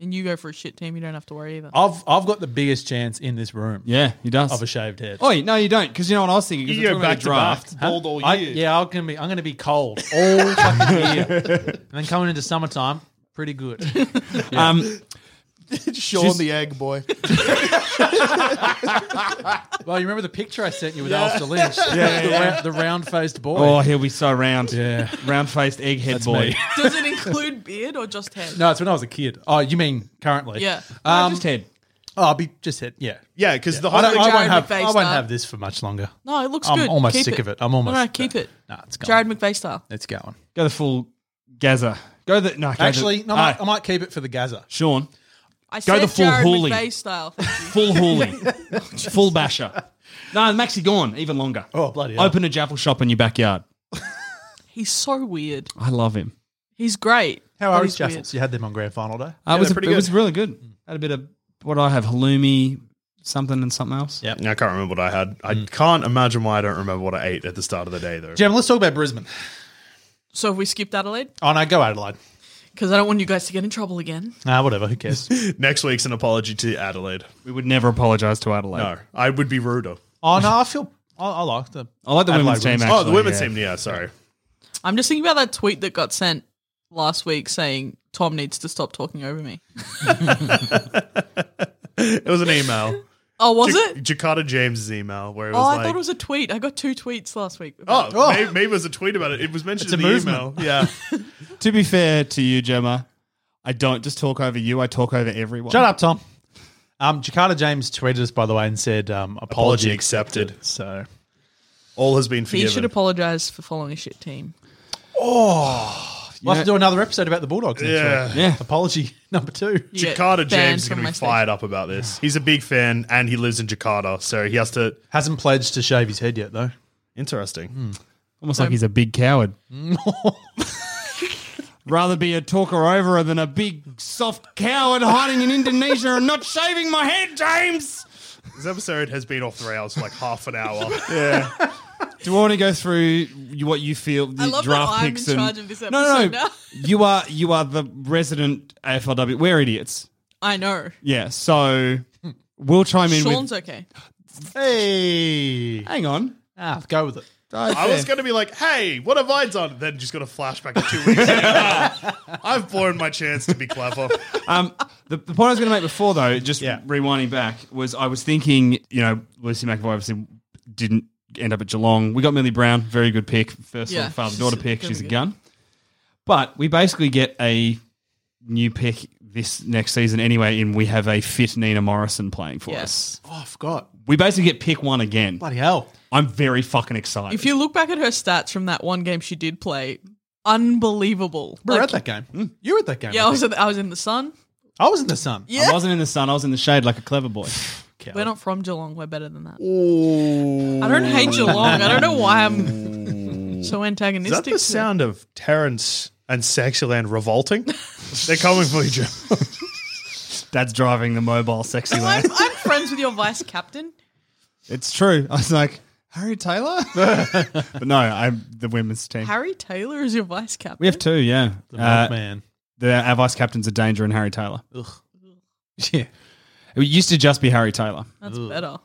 Speaker 4: and you go for a shit team. You don't have to worry either.
Speaker 1: I've I've got the biggest chance in this room
Speaker 5: yeah, he
Speaker 1: of
Speaker 5: does.
Speaker 1: a shaved head.
Speaker 5: Oh no, you don't, because you know what I was thinking. 'cause
Speaker 3: You
Speaker 5: we're
Speaker 3: go
Speaker 5: talking about
Speaker 3: back
Speaker 5: the
Speaker 3: to draft.
Speaker 5: draft.
Speaker 3: Bald all year.
Speaker 1: I, yeah, I'm gonna be I'm gonna be cold all fucking year, and then coming into summertime, pretty good.
Speaker 5: Um,
Speaker 3: Sean the egg boy.
Speaker 1: Well, you remember the picture I sent you with Alistair Lynch, the, ra- the round-faced boy.
Speaker 5: oh, he'll be so round.
Speaker 1: Yeah.
Speaker 5: round faced egghead boy.
Speaker 1: me.
Speaker 4: Does it include beard or just head?
Speaker 1: No, it's when I was a kid. Oh, you mean currently?
Speaker 4: Yeah.
Speaker 5: Um, just head.
Speaker 1: Oh, I'll be just hit. Yeah.
Speaker 3: Yeah, because the
Speaker 1: I,
Speaker 3: whole
Speaker 1: don't,
Speaker 3: thing.
Speaker 1: I
Speaker 4: Jared
Speaker 1: won't have.
Speaker 4: McVeigh
Speaker 1: I won't
Speaker 4: style.
Speaker 1: have this for much longer.
Speaker 4: No, it looks
Speaker 1: I'm
Speaker 4: good.
Speaker 1: almost
Speaker 4: Keep
Speaker 1: sick of it. I'm almost
Speaker 4: No, no
Speaker 1: sick of
Speaker 4: keep
Speaker 1: it.
Speaker 4: it.
Speaker 1: Nah, it's gone.
Speaker 4: Jared McVeigh style.
Speaker 1: It's going.
Speaker 5: Go the full Gaza. Go the no. Go
Speaker 1: Actually,
Speaker 5: the,
Speaker 1: no, I, might,
Speaker 5: Ah,
Speaker 1: I might keep it for the Gaza.
Speaker 5: Sean,
Speaker 4: I
Speaker 5: Go
Speaker 4: said
Speaker 5: the full
Speaker 4: Jared
Speaker 5: Hooley.
Speaker 4: McVeigh style.
Speaker 5: full hauling, full basher. No, Maxi gone even longer.
Speaker 1: Oh, bloody hell.
Speaker 5: Open a jaffle shop in your backyard.
Speaker 4: He's so weird.
Speaker 5: I love him.
Speaker 4: He's great.
Speaker 1: How
Speaker 4: but
Speaker 1: are his
Speaker 4: he's weird.
Speaker 1: jaffles? You had them on grand final day.
Speaker 5: Uh, it was
Speaker 3: they're
Speaker 5: a, it
Speaker 3: pretty
Speaker 5: was
Speaker 3: good.
Speaker 5: really good. Had a bit of what do I have halloumi, something and something else.
Speaker 1: Yeah.
Speaker 3: I can't remember what I had.
Speaker 4: Hmm.
Speaker 3: I can't imagine why I don't remember what I ate at the start of the day though.
Speaker 1: Jim, let's talk about Brisbane.
Speaker 4: So have we skipped Adelaide?
Speaker 1: Oh no, go Adelaide.
Speaker 4: Because I don't want you guys to get in trouble again.
Speaker 1: Ah, whatever. Who cares?
Speaker 3: Next week's an apology to Adelaide.
Speaker 5: We would never apologise to
Speaker 4: Oh.
Speaker 5: Adelaide.
Speaker 3: No, I would be ruder.
Speaker 1: oh no, I feel. I, I like the.
Speaker 5: I like the
Speaker 1: Adelaide
Speaker 5: women's team.
Speaker 1: wins.
Speaker 5: Actually,
Speaker 3: oh, the women's
Speaker 5: yeah.
Speaker 3: team. Yeah, sorry.
Speaker 4: I'm just thinking about that tweet that got sent last week saying Tom needs to stop talking over me.
Speaker 3: It was an email.
Speaker 4: Oh, was
Speaker 3: Ja-
Speaker 4: it?
Speaker 3: Jakarta James's email where it
Speaker 4: Oh,
Speaker 3: was
Speaker 4: I
Speaker 3: like,
Speaker 4: thought it was a tweet. I got two tweets last week.
Speaker 3: oh,
Speaker 1: Oh.
Speaker 3: Maybe, maybe it was a tweet about it. It was mentioned
Speaker 1: It's
Speaker 3: in
Speaker 1: a
Speaker 3: the
Speaker 1: movement.
Speaker 3: email. Yeah,
Speaker 5: To be fair to you, Gemma, I don't just talk over you. I talk over everyone.
Speaker 1: Shut up, Tom. Um, Jakarta James tweeted us by the way and said, um, "Apology
Speaker 3: Apology accepted.
Speaker 1: accepted." So
Speaker 3: all has been
Speaker 4: he should
Speaker 3: forgiven.
Speaker 4: apologize for following a shit team.
Speaker 1: We'll have to do another episode about the Bulldogs next
Speaker 3: Yeah.
Speaker 1: week.
Speaker 5: Yeah.
Speaker 1: Apology number two.
Speaker 4: You get
Speaker 3: Jakarta
Speaker 4: banned
Speaker 3: James is
Speaker 4: from
Speaker 3: going to
Speaker 4: my
Speaker 3: be
Speaker 4: station.
Speaker 3: fired up about this. He's a big fan and he lives in Jakarta, so he has to.
Speaker 1: Hasn't pledged to shave his head yet, though.
Speaker 3: Interesting.
Speaker 4: Hmm.
Speaker 5: Almost like he's a big coward. Rather be a talker over than a big soft coward hiding in Indonesia and not shaving my head, James.
Speaker 3: This episode has been off the rails for like half an hour.
Speaker 5: Do you want to go through what you feel the
Speaker 4: I love that
Speaker 5: draft
Speaker 4: I'm in
Speaker 5: picks and
Speaker 4: charge of this
Speaker 5: no, no,
Speaker 4: episode
Speaker 5: no.
Speaker 4: now.
Speaker 5: you are you are the resident AFLW. We're idiots.
Speaker 4: I know.
Speaker 5: Yeah, so we'll chime in
Speaker 4: Sean's
Speaker 5: with.
Speaker 4: okay.
Speaker 1: Hey,
Speaker 5: Hang on.
Speaker 1: ah, go with it.
Speaker 3: I was going to be like, hey, what are Vines on? Then just got a flashback to two weeks ago. Ah, I've blown my chance to be clever.
Speaker 5: Um, the, the point I was going to make before, though, just
Speaker 1: Yeah.
Speaker 5: rewinding back, was I was thinking, you know, Lucy McAvoy obviously didn't end up at Geelong. We got Millie Brown, very good pick, first
Speaker 4: Yeah,
Speaker 5: father
Speaker 4: she's
Speaker 5: daughter
Speaker 4: gonna
Speaker 5: pick.
Speaker 4: be
Speaker 5: She's a
Speaker 4: good.
Speaker 5: gun, but we basically get a new pick this next season anyway. And we have a fit Nina Morrison playing for us.
Speaker 4: Yes.
Speaker 1: Oh, I forgot.
Speaker 5: We basically get pick one again.
Speaker 1: Bloody hell.
Speaker 5: I'm very fucking excited.
Speaker 4: If you look back at her stats from that one game she did play, unbelievable.
Speaker 1: We were
Speaker 4: Like-
Speaker 1: at that game. You were at that game.
Speaker 4: Yeah, I
Speaker 1: Hmm. I
Speaker 4: was,
Speaker 1: think.
Speaker 4: at the, I was in the sun.
Speaker 1: I was in the sun.
Speaker 5: I wasn't in the sun. I was in the shade like a clever boy.
Speaker 4: We're not from Geelong. We're better than that. I don't hate Geelong. I don't know why I'm so
Speaker 3: Is Mm. that
Speaker 4: antagonistic.
Speaker 3: the
Speaker 4: to-
Speaker 3: sound of Terrence and Sexyland revolting? They're coming for you, Jim.
Speaker 5: Dad's driving the mobile sexy
Speaker 4: I'm,
Speaker 5: land.
Speaker 4: I'm friends with your vice captain.
Speaker 5: It's true. I was like, Harry Taylor? but no, I'm the women's team.
Speaker 4: Harry Taylor is your vice captain.
Speaker 5: we have two, yeah.
Speaker 1: The
Speaker 5: Uh,
Speaker 1: Oh, man.
Speaker 5: the, our vice captains are Danger and Harry Taylor.
Speaker 1: Yeah.
Speaker 5: It used to just be Harry Taylor.
Speaker 4: That's better.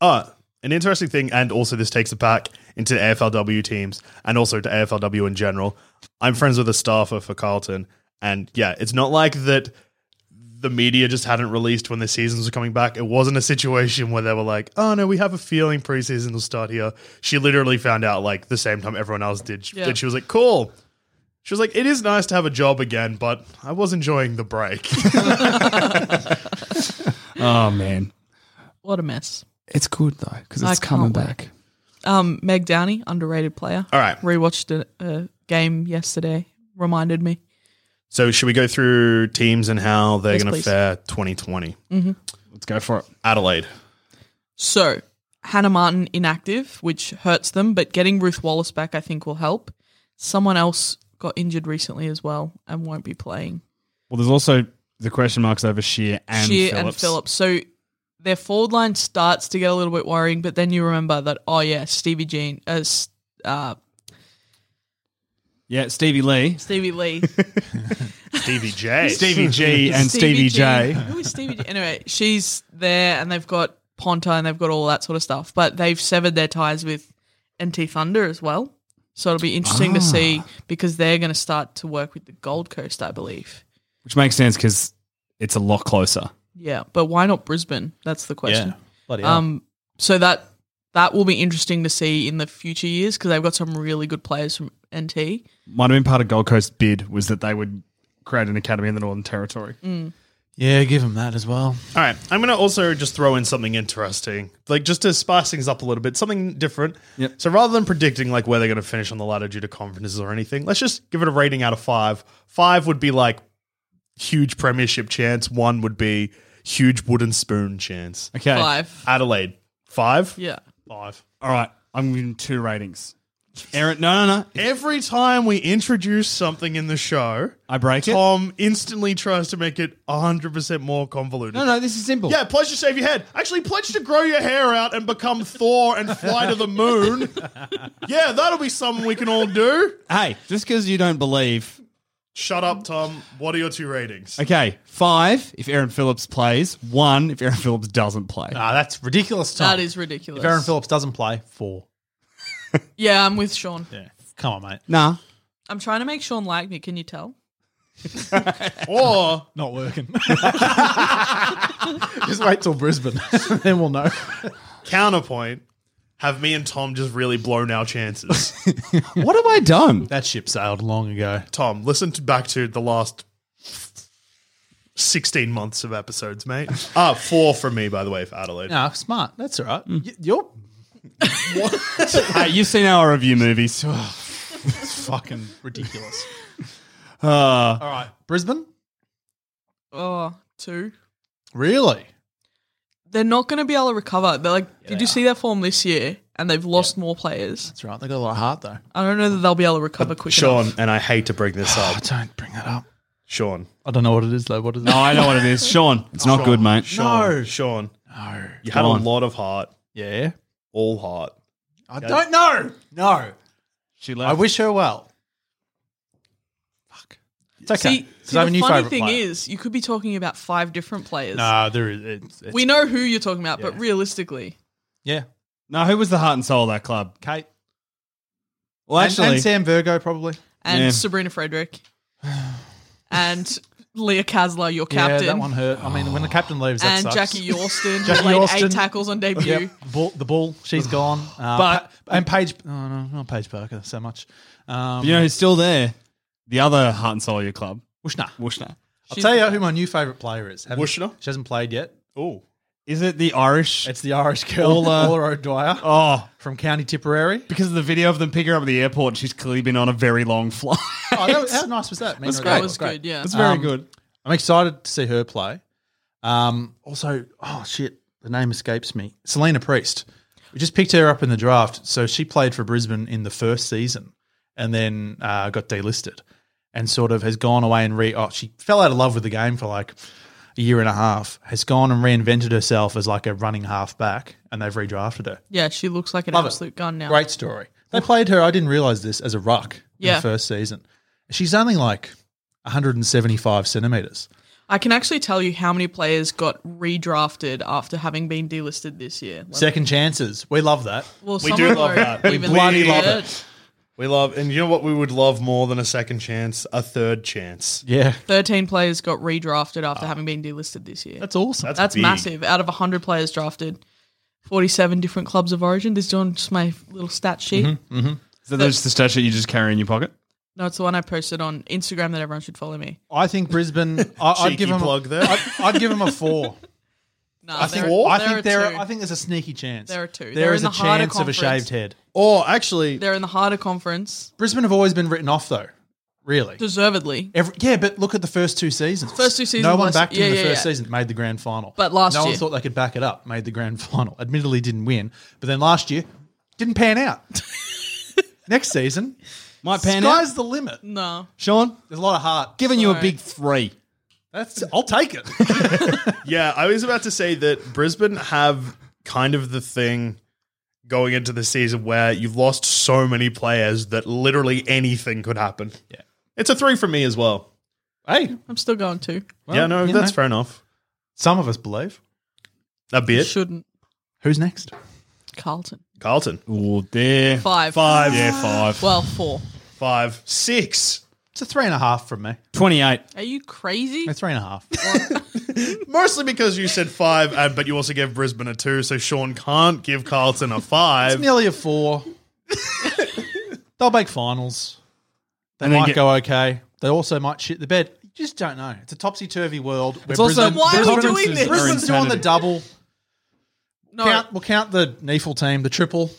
Speaker 3: Ah, an interesting thing, and also this takes it back into AFLW teams and also to AFLW in general. I'm friends with a staffer for Carlton, and yeah, it's not like that. The media just hadn't released when the seasons were coming back. It wasn't a situation where they were like, "Oh no, we have a feeling preseason will start here." She literally found out like the same time everyone else did,
Speaker 4: Yeah.
Speaker 3: and she was like, "Cool." She was like, "It is nice to have a job again, but I was enjoying the break."
Speaker 5: Oh, man.
Speaker 4: What a mess.
Speaker 5: It's good, though, because
Speaker 4: I can't wait. Um, Meg Downey, underrated player.
Speaker 3: All right.
Speaker 4: Rewatched a, a game yesterday. Reminded me.
Speaker 3: so, should we go through teams and how they're
Speaker 4: Yes,
Speaker 3: going to
Speaker 4: please.
Speaker 3: fare 2020?
Speaker 5: Let's go for it.
Speaker 3: Adelaide.
Speaker 4: So Hannah Martin inactive, which hurts them, but getting Ruth Wallace back, I think, will help. Someone else got injured recently as well and won't be playing.
Speaker 5: Well, there's also the question marks over Sheer and
Speaker 4: Shear
Speaker 5: Phillips.
Speaker 4: and Phillips. So their forward line starts to get a little bit worrying, but then you remember that oh yeah, Stevie Jean as uh,
Speaker 5: Yeah, Stevie Lee.
Speaker 4: Stevie Lee,
Speaker 3: Stevie J.
Speaker 5: Stevie G and Stevie, J.
Speaker 4: Jean- Who is Stevie? J? Anyway, she's there, and they've got Ponta, and they've got all that sort of stuff. But they've severed their ties with NT Thunder as well. So it'll be interesting
Speaker 5: Ah.
Speaker 4: to see because they're going to start to work with the Gold Coast, I believe.
Speaker 5: Which makes sense because it's a lot closer.
Speaker 4: Yeah, but why not Brisbane? That's the question.
Speaker 1: Bloody hell.
Speaker 4: Um, so that that will be interesting to see in the future years because they've got some really good players from NT.
Speaker 5: Might have been part of Gold Coast bid was that they would create an academy in the Northern Territory.
Speaker 1: yeah, give him that as well.
Speaker 3: All right. I'm going to also just throw in something interesting, like just to spice things up a little bit, something different.
Speaker 5: Yep.
Speaker 3: So rather than predicting like where they're going to finish on the ladder due to conferences or anything, let's just give it a rating out of five. Five would be like huge premiership chance, one would be huge wooden spoon chance.
Speaker 5: Okay.
Speaker 4: Five.
Speaker 3: Adelaide, five?
Speaker 4: Yeah.
Speaker 3: Five.
Speaker 5: All right, I'm giving two ratings. Aaron, no, no, no.
Speaker 3: Every time we introduce something in the show,
Speaker 5: I break it.
Speaker 1: Oh.
Speaker 3: Tom instantly tries to make it 100% more convoluted.
Speaker 5: No, no, this is simple.
Speaker 3: Yeah, pledge to shave your head. Actually, pledge to grow your hair out and become Thor and fly to the moon. Yeah, that'll be something we can all do.
Speaker 5: Hey, just because you don't believe.
Speaker 3: Shut up, Tom. What are your two ratings?
Speaker 5: Okay, five if Aaron Phillips plays, one if Aaron Phillips doesn't play.
Speaker 1: Ah, that's ridiculous, Tom.
Speaker 4: That is ridiculous.
Speaker 1: If Aaron Phillips doesn't play, four.
Speaker 4: yeah, I'm with Sean.
Speaker 1: Yeah. Come on, mate.
Speaker 5: Nah.
Speaker 4: I'm trying to make Sean like me. Can you tell?
Speaker 3: Or
Speaker 1: Not working. Just wait till Brisbane, then we'll know.
Speaker 3: counterpoint, have me and Tom just really blown our chances.
Speaker 5: What have I done?
Speaker 1: That ship sailed long ago.
Speaker 3: Tom, listen to, back to the last 16 months of episodes, mate. Ah, four from me, by the way, for Adelaide.
Speaker 1: No, smart. That's all right. Y- you're
Speaker 5: Mm. hey, you've seen our review movies.
Speaker 1: fucking ridiculous.
Speaker 5: Uh,
Speaker 1: All right, Brisbane.
Speaker 4: Oh, two.
Speaker 1: Really?
Speaker 4: They're not going to be able to recover. They're like, did you see their form this year? And they've lost more players.
Speaker 1: That's right. They got a lot of heart though.
Speaker 4: I don't know that they'll be able to recover quick
Speaker 3: Sean,
Speaker 4: enough.
Speaker 3: and I hate to bring this up.
Speaker 1: Don't bring that up.
Speaker 3: Sean.
Speaker 1: I don't know what it is though. What is
Speaker 5: no, I know what it is. Sean, it's not good, mate.
Speaker 3: Sean.
Speaker 5: Oh.
Speaker 3: Sean.
Speaker 1: No.
Speaker 3: You had a
Speaker 5: Sean.
Speaker 3: lot of heart,
Speaker 1: Yeah.
Speaker 3: all heart.
Speaker 1: I don't know. No.
Speaker 5: She
Speaker 1: I
Speaker 5: left.
Speaker 1: wish her well. It's okay.
Speaker 4: See,
Speaker 1: 'Cause
Speaker 4: see,
Speaker 1: I have
Speaker 4: the
Speaker 1: a new
Speaker 4: funny
Speaker 1: favourite
Speaker 4: thing
Speaker 1: player.
Speaker 4: is, you could be talking about five different players.
Speaker 1: no, Ah, there is. It's, it's,
Speaker 4: we know who you're talking about, but realistically,
Speaker 1: yeah,
Speaker 5: Now, who was the heart and soul of that club?
Speaker 1: Kate
Speaker 5: Well,
Speaker 1: And-
Speaker 5: actually,
Speaker 1: and, Sam Virgo probably.
Speaker 4: and
Speaker 5: Yeah.
Speaker 4: Sabrina Frederick, and Leah Kasler, your captain,
Speaker 1: Yeah, that one hurt. I mean, when the captain leaves, that
Speaker 4: and
Speaker 1: sucks.
Speaker 4: Jackie Yorston,
Speaker 1: Jackie
Speaker 4: who laid
Speaker 1: Yorston.
Speaker 4: eight tackles on debut.
Speaker 1: Yep. Ball, the ball, she's gone. Uh,
Speaker 5: But-
Speaker 1: Pa- and Paige, oh, no, not Paige Parker so much. Um,
Speaker 5: you know who's still there? The other heart and soul of your club,
Speaker 1: Wushna.
Speaker 5: Wushner.
Speaker 1: I'll tell you who my new favorite player is. Haven't-
Speaker 3: Wushna?
Speaker 1: She hasn't played yet.
Speaker 3: Oh,
Speaker 5: Is it the Irish?
Speaker 1: It's the Irish girl,
Speaker 5: Orla-
Speaker 1: Ola, O'Dwyer
Speaker 5: oh,
Speaker 1: from County Tipperary.
Speaker 5: because of the video of them picking her up at the airport, she's clearly been on a very long flight.
Speaker 1: Oh, that was, how nice was that? That's
Speaker 4: That was good. Yeah,
Speaker 5: It's very
Speaker 1: Um,
Speaker 5: good.
Speaker 1: I'm excited to see her play. Um, also, oh shit, the name escapes me. Selena Priest. We just picked her up in the draft, so she played for Brisbane in the first season, and then uh, got delisted, and sort of has gone away and re. Oh, she fell out of love with the game for like a year and a half. Has gone and reinvented herself as like a running half back, and they've redrafted her.
Speaker 4: yeah, she looks like an
Speaker 1: Love it.
Speaker 4: absolute gun now.
Speaker 1: Great story. They played her. I didn't realize this as a ruck in
Speaker 4: Yeah.
Speaker 1: the first season. She's only like 175 centimeters.
Speaker 4: I can actually tell you how many players got redrafted after having been delisted this year. Like,
Speaker 1: Second chances. We love that.
Speaker 4: well,
Speaker 3: we
Speaker 4: some
Speaker 3: do
Speaker 4: of
Speaker 3: love
Speaker 4: them
Speaker 3: that.
Speaker 4: don't
Speaker 3: We
Speaker 4: even
Speaker 3: bloody love
Speaker 4: get
Speaker 3: it. we love, and you know what? We would love more than a second chance, a third chance.
Speaker 1: Yeah.
Speaker 4: Thirteen players got redrafted after having been delisted this year.
Speaker 1: Ah. That's awesome.
Speaker 3: That's,
Speaker 4: That's
Speaker 3: big.
Speaker 4: massive. Out of 100 players drafted, 47 different clubs of origin. This is on just my little stat
Speaker 1: Mm-hmm.
Speaker 4: sheet.
Speaker 5: So that's the statue you just carry in your pocket.
Speaker 4: No, it's the one I posted on Instagram that everyone should follow me.
Speaker 1: I think Brisbane. I, I'd
Speaker 3: Cheeky
Speaker 1: give them.
Speaker 3: plug
Speaker 1: a,
Speaker 3: there.
Speaker 1: I'd, I'd give them a four.
Speaker 4: No,
Speaker 1: I
Speaker 4: there
Speaker 1: think.
Speaker 4: are,
Speaker 1: I
Speaker 4: there
Speaker 1: think there.
Speaker 4: two.
Speaker 1: Are, I think there's a sneaky chance.
Speaker 4: There are two.
Speaker 1: there
Speaker 4: They're
Speaker 1: is
Speaker 4: in
Speaker 1: a
Speaker 4: the harder
Speaker 1: chance of a
Speaker 4: conference.
Speaker 1: shaved head.
Speaker 3: Or actually,
Speaker 4: They're in the harder conference,
Speaker 1: Brisbane have always been written off though. Really.
Speaker 4: deservedly.
Speaker 1: Every, yeah, but look at the first two seasons.
Speaker 4: First two seasons
Speaker 1: no one
Speaker 4: last-
Speaker 1: backed
Speaker 4: yeah,
Speaker 1: them in the
Speaker 4: yeah,
Speaker 1: first
Speaker 4: yeah.
Speaker 1: season. Made the grand final,
Speaker 4: But last
Speaker 1: no one
Speaker 4: year-
Speaker 1: thought they could back it up. Made the grand final. Admittedly, didn't win, but then last year didn't pan out. Next season,
Speaker 5: Might pan out.
Speaker 1: sky's the limit.
Speaker 4: No.
Speaker 5: Sean,
Speaker 1: There's a lot of heart.
Speaker 5: giving you a big three.
Speaker 1: That's. I'll take it.
Speaker 3: Yeah, I was about to say that Brisbane have kind of the thing going into the season where you've lost so many players that literally anything could happen. Yeah. It's a three for me as well.
Speaker 1: hey,
Speaker 4: I'm still going two.
Speaker 3: yeah, no,
Speaker 1: you
Speaker 3: that's
Speaker 1: know.
Speaker 3: fair enough.
Speaker 1: some of us believe.
Speaker 3: A bit.
Speaker 4: Shouldn't.
Speaker 1: Who's next?
Speaker 4: Carlton.
Speaker 3: Carlton.
Speaker 5: Oh, there.
Speaker 4: Five.
Speaker 5: Five.
Speaker 3: Ah.
Speaker 5: Yeah, five.
Speaker 4: Well, four.
Speaker 3: Five. Six.
Speaker 1: It's a three and a half from me.
Speaker 5: 28.
Speaker 4: Are you crazy?
Speaker 1: A three and a half.
Speaker 3: Mostly because you said five, and, but you also gave Brisbane a two, so Sean can't give Carlton a five.
Speaker 1: Nearly a four. They'll make finals. They
Speaker 5: And then
Speaker 1: might
Speaker 5: get-
Speaker 1: go okay. They also might shit the bed. You just don't know. It's a topsy turvy world. It's
Speaker 5: also-
Speaker 4: Why are we doing this?
Speaker 1: Brisbane's doing the
Speaker 5: insanity.
Speaker 1: double.
Speaker 4: no.
Speaker 1: Count, we'll count the Neefel team, the triple.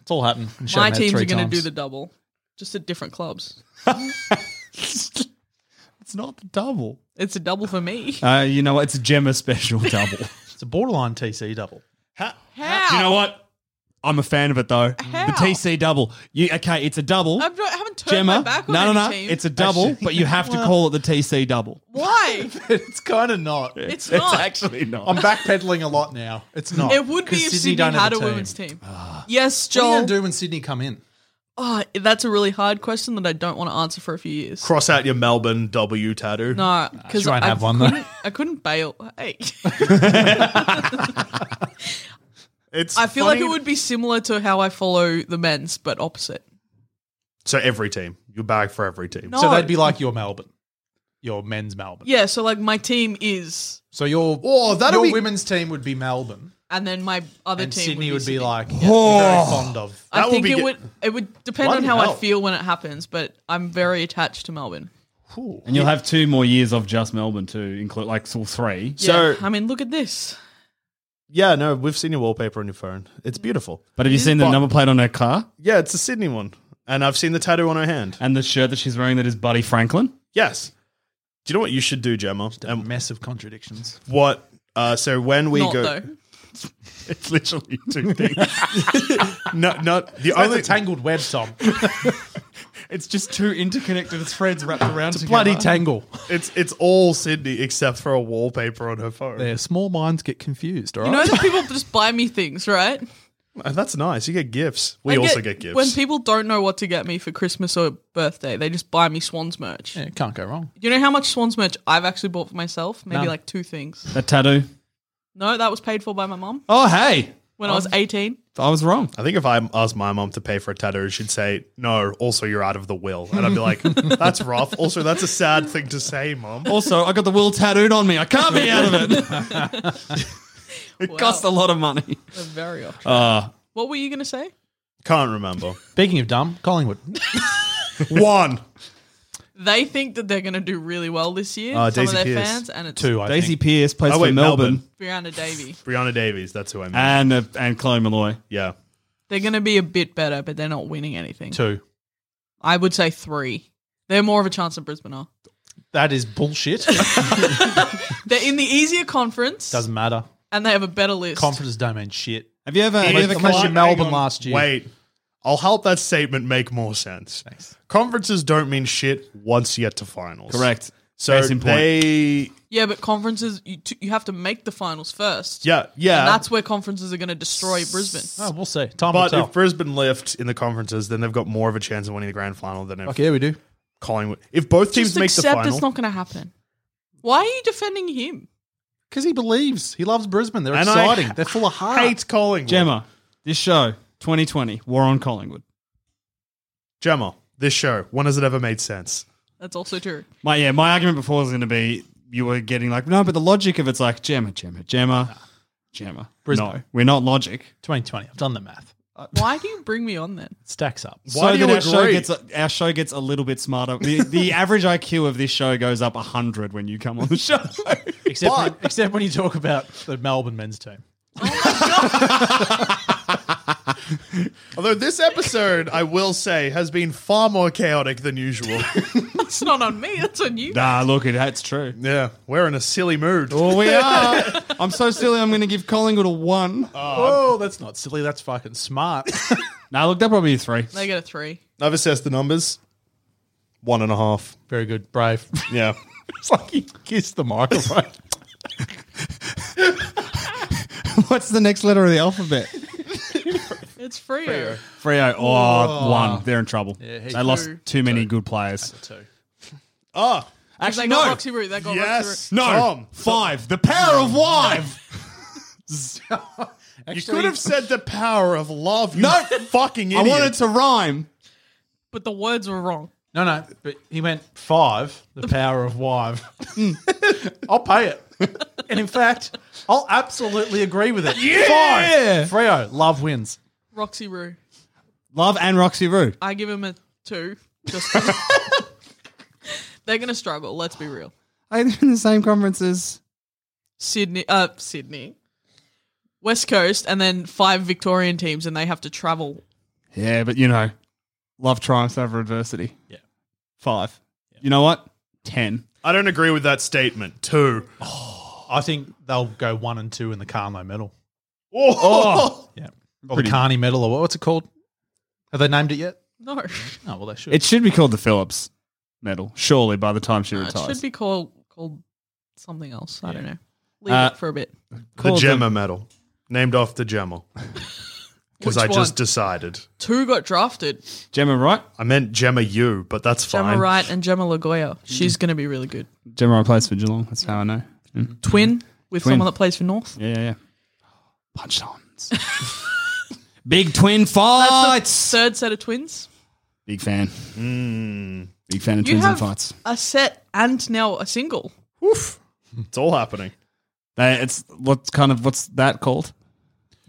Speaker 1: It's all happening. And show
Speaker 4: my
Speaker 1: them that
Speaker 4: teams
Speaker 1: three
Speaker 4: are going to
Speaker 1: times.
Speaker 4: do the double, just at different clubs.
Speaker 5: It's not the double.
Speaker 4: It's a double for me.
Speaker 5: Uh, you know what? It's a Gemma special double.
Speaker 1: It's a borderline TC double.
Speaker 4: How?
Speaker 5: You know what? I'm a fan of it though. The TC double. You okay? It's a double.
Speaker 4: I've not- I haven't turned
Speaker 5: Gemma.
Speaker 4: my back on
Speaker 5: no, no,
Speaker 4: any
Speaker 5: no.
Speaker 4: team.
Speaker 5: It's a double, but you have to call it the TC double.
Speaker 4: Why?
Speaker 1: it's kind of not.
Speaker 4: It's not.
Speaker 5: not.
Speaker 1: I'm backpedaling a lot now. It's not.
Speaker 4: It would be if
Speaker 1: 'Cause
Speaker 4: Sydney,
Speaker 1: don't have
Speaker 4: had a,
Speaker 1: team.
Speaker 4: women's team. yes,
Speaker 1: Ah. What are you
Speaker 4: Joel.
Speaker 1: going to do when Sydney come in?
Speaker 4: Oh, that's a really hard question that I don't want to answer for a few years.
Speaker 3: Cross out your Melbourne W tattoo.
Speaker 4: No, because
Speaker 1: She won't
Speaker 4: I,
Speaker 1: have one, though.
Speaker 4: couldn't- I couldn't bail. Hey,
Speaker 3: It's
Speaker 4: I feel like
Speaker 3: funny.
Speaker 4: it would be similar to how I follow the men's, but opposite.
Speaker 3: So every team. You're back for every team.
Speaker 4: No,
Speaker 1: So they'd be like your Melbourne, your men's Melbourne.
Speaker 4: Oh. yeah. So like my team is,
Speaker 1: So your
Speaker 3: Oh, that'll
Speaker 1: your
Speaker 3: be-
Speaker 1: women's team would be Melbourne,
Speaker 4: and then my other
Speaker 1: and
Speaker 4: team
Speaker 1: Sydney
Speaker 4: would be, Sydney. Oh.
Speaker 1: like yeah, very fond of.
Speaker 4: I
Speaker 3: That would
Speaker 4: think
Speaker 3: be
Speaker 4: it
Speaker 3: good.
Speaker 4: would it would depend on
Speaker 3: Bloody
Speaker 4: how
Speaker 3: hell.
Speaker 4: I feel when it happens, but I'm very attached to Melbourne.
Speaker 5: and you'll have two more years of just Melbourne to include like so three.
Speaker 3: So-
Speaker 4: yeah, I mean, look at this.
Speaker 3: Yeah, no, we've seen your wallpaper on your phone. It's beautiful.
Speaker 5: But have you seen the number plate on her car
Speaker 3: Yeah, it's the Sydney one. And I've seen the tattoo on her hand.
Speaker 5: and the shirt that she's wearing that is Buddy Franklin?
Speaker 3: Yes. Do you know what you should do, Gemma? And
Speaker 1: Massive contradictions.
Speaker 3: what? Uh, so when we
Speaker 4: Not
Speaker 3: go,
Speaker 4: though.
Speaker 3: it's literally two things. no, not the
Speaker 1: Only
Speaker 3: only
Speaker 1: a tangled web, Tom.
Speaker 5: It's just two interconnected threads wrapped around
Speaker 1: It's a bloody tangle.
Speaker 3: It's it's all Sydney except for a wallpaper on her phone.
Speaker 1: Their small minds get confused. All
Speaker 4: You
Speaker 1: right.
Speaker 4: know that people just buy me things, right?
Speaker 3: Uh, That's nice. You get gifts. We
Speaker 4: I
Speaker 3: also get, gifts.
Speaker 4: When people don't know what to get me for Christmas or birthday, they just buy me Swans merch.
Speaker 1: Yeah, it can't go wrong.
Speaker 4: You know how much Swans merch I've actually bought for myself? Maybe
Speaker 1: None.
Speaker 4: like two things.
Speaker 5: That tattoo.
Speaker 4: No, that was paid for by my mum
Speaker 5: Oh, hey.
Speaker 4: when I
Speaker 5: Oh.
Speaker 4: was 18.
Speaker 5: I was wrong.
Speaker 3: I think if I asked my mom to pay for a tattoo, she'd say, "No." Also, you're out of the will, and I'd be like, "That's rough." Also, that's a sad thing to say, mom.
Speaker 5: Also, I got the will tattooed on me. I can't be out of it. it cost a lot of money.
Speaker 4: They're very off.
Speaker 5: Uh,
Speaker 4: What were you going to say?
Speaker 3: Can't remember.
Speaker 1: Speaking of dumb, Collingwood.
Speaker 3: One.
Speaker 4: They think that they're going to do really well this year.
Speaker 3: Uh,
Speaker 4: some
Speaker 3: Daisy
Speaker 4: of their
Speaker 3: Pearce.
Speaker 4: fans, and it's
Speaker 1: Two, I
Speaker 5: Daisy
Speaker 1: think.
Speaker 5: Pierce plays
Speaker 3: Oh,
Speaker 5: for
Speaker 3: wait,
Speaker 5: Melbourne,
Speaker 3: Melbourne.
Speaker 4: Brianna Davy.
Speaker 3: Brianna Davies. That's who I meant.
Speaker 5: and uh, and Chloe Malloy.
Speaker 3: yeah.
Speaker 4: They're going to be a bit better, but they're not winning anything.
Speaker 1: Two.
Speaker 4: I would say three. They're more of a chance than Brisbane are.
Speaker 1: That is bullshit.
Speaker 4: They're in the easier conference,
Speaker 1: Doesn't matter.
Speaker 4: and they have a better list.
Speaker 1: Confidence don't mean shit.
Speaker 5: Have you ever? Have you
Speaker 1: Unless-
Speaker 5: ever
Speaker 1: unless
Speaker 5: come-
Speaker 1: you're Melbourne last year.
Speaker 3: Wait. I'll help that statement make more sense. Conferences don't mean shit once you get to finals.
Speaker 5: correct?
Speaker 3: So
Speaker 5: Case in point.
Speaker 3: they,
Speaker 4: Yeah, but conferences, you, t- you have to make the finals first.
Speaker 3: yeah, yeah.
Speaker 4: And that's where conferences are going to destroy Brisbane.
Speaker 1: Oh, we'll see.
Speaker 3: but
Speaker 1: Time will
Speaker 3: if
Speaker 1: tell.
Speaker 3: Brisbane lift in the conferences, then they've got more of a chance of winning the grand final than if
Speaker 1: okay, yeah, we do.
Speaker 3: Collingwood. If both teams
Speaker 4: Just
Speaker 3: make the
Speaker 4: accept
Speaker 3: final,
Speaker 4: it's not going to happen. Why are you defending him?
Speaker 1: Because he believes. He loves Brisbane. They're
Speaker 3: And I
Speaker 1: exciting. They're full of heart.
Speaker 3: hate Collingwood.
Speaker 5: Gemma, this show 2020 War on Collingwood.
Speaker 3: Gemma, this show. When has it ever made sense?
Speaker 4: That's also true.
Speaker 5: My yeah, my argument before was going to be you were getting like no, but the logic of it's like Gemma, Gemma, Gemma, Gemma.
Speaker 1: Brisbane.
Speaker 5: No, we're not logic.
Speaker 1: 2020. I've done the math.
Speaker 3: Uh,
Speaker 4: Why do you bring me on then?
Speaker 1: It stacks up.
Speaker 5: so
Speaker 3: Why do
Speaker 5: that
Speaker 3: you
Speaker 5: our show
Speaker 3: agree?
Speaker 5: gets a, our show gets a little bit smarter. The, the average IQ of this show goes up hundred when you come on the show.
Speaker 1: Except when, except when you talk about the Melbourne men's team.
Speaker 3: Although this episode, I will say, has been far more chaotic than usual.
Speaker 4: That's not on me. That's on you.
Speaker 5: nah, look, it that's true.
Speaker 3: yeah, we're in a silly mood.
Speaker 5: Well, we are. I'm so silly. I'm going to give Collingwood a one.
Speaker 1: Oh, that's not silly. That's fucking smart.
Speaker 5: Uh, nah, look, that probably a three.
Speaker 4: They get a three.
Speaker 3: I've assessed the numbers. One and a half.
Speaker 1: Very good. Brave.
Speaker 3: Yeah.
Speaker 1: it's like he kissed the microphone.
Speaker 5: What's the next letter of the alphabet?
Speaker 4: It's Frio.
Speaker 5: Frio. Oh, one. They're in trouble. they lost
Speaker 4: Two.
Speaker 5: too many good players.
Speaker 1: Two.
Speaker 3: Ah,
Speaker 4: They
Speaker 5: Actually,
Speaker 4: got
Speaker 5: no.
Speaker 4: Roxy Root. They got
Speaker 3: yes.
Speaker 4: Roxy
Speaker 5: No.
Speaker 3: Tom.
Speaker 5: Five. The power of five.
Speaker 3: You could have said the power of love. You
Speaker 5: No.
Speaker 3: fucking
Speaker 5: I
Speaker 3: idiot.
Speaker 5: wanted to rhyme.
Speaker 4: Root. But the words were wrong.
Speaker 1: No, no. But he went five, the power of wive. I'll pay it. And in fact, I'll absolutely agree with it.
Speaker 5: Yeah!
Speaker 1: Five. Frio, love wins.
Speaker 4: Roxy Roo.
Speaker 5: Love and Roxy Roo.
Speaker 4: I give him a two. Just They're going to struggle. Let's be real.
Speaker 5: Are they in the same conferences?
Speaker 4: Sydney, uh, Sydney, West Coast, and then five Victorian teams, and they have to travel.
Speaker 5: Yeah, but you know, love triumphs over adversity.
Speaker 1: Yeah.
Speaker 5: Five. You know what? Ten.
Speaker 3: I don't agree with that statement. Two.
Speaker 1: Oh. I think they'll go one and two in the Carlo medal.
Speaker 3: Oh.
Speaker 1: Yeah. Or the Carney medal or what- what's it called? Have they named it yet?
Speaker 4: No, it
Speaker 1: Oh, well, they should.
Speaker 5: It should be called the Phillips Medal, surely, by the time she retires.
Speaker 4: should be called called something else. I don't know. Leave
Speaker 5: Uh,
Speaker 4: it for a bit.
Speaker 3: The
Speaker 5: Called
Speaker 3: Gemma medal. Named off the Gemma.
Speaker 4: Which
Speaker 3: Because I just
Speaker 4: one?
Speaker 3: decided.
Speaker 4: Two got drafted:
Speaker 5: Gemma Wright.
Speaker 3: I meant Gemma you, but that's
Speaker 4: Gemma
Speaker 3: fine.
Speaker 4: Wright and Gemma Lagoya. She's going to be really good.
Speaker 5: Gemma Wright plays for Geelong. That's how I know.
Speaker 4: Twin with
Speaker 5: Twin.
Speaker 4: someone that plays for North.
Speaker 5: Yeah, yeah, yeah. Punchlines. Big twin fights.
Speaker 4: Third set of twins.
Speaker 5: Big fan. Big fan of
Speaker 4: You
Speaker 5: twins
Speaker 4: have
Speaker 5: and fights.
Speaker 4: a set and now a single.
Speaker 3: Oof. It's all happening.
Speaker 5: They, it's what's kind of what's that called?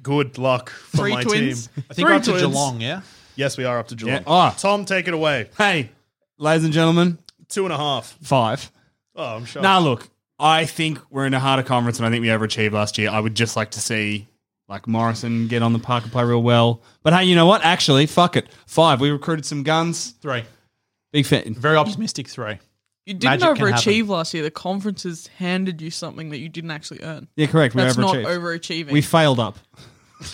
Speaker 3: Good luck for
Speaker 4: Three
Speaker 3: my
Speaker 4: twins.
Speaker 3: team.
Speaker 1: I think
Speaker 3: Three
Speaker 1: up to
Speaker 3: twins.
Speaker 1: Geelong, yeah?
Speaker 3: Yes, we are up to Geelong.
Speaker 5: Yeah. Ah.
Speaker 3: Tom, take it away.
Speaker 5: Hey, ladies and gentlemen,
Speaker 3: Two and a half.
Speaker 5: five.
Speaker 3: Oh, I'm sure.
Speaker 5: Now look, I think we're in a harder conference, and I think we overachieved last year. I would just like to see like Morrison get on the park and play real well. But hey, you know what? Actually, fuck it. Five. We recruited some guns.
Speaker 1: Three.
Speaker 5: Big fan.
Speaker 1: Very optimistic three.
Speaker 4: You didn't
Speaker 1: Magic can
Speaker 4: overachieve
Speaker 1: happen.
Speaker 4: last year. The conferences handed you something that you didn't actually earn.
Speaker 5: Yeah, correct. We
Speaker 4: That's not
Speaker 5: overachieved.
Speaker 4: overachieving.
Speaker 5: we failed up.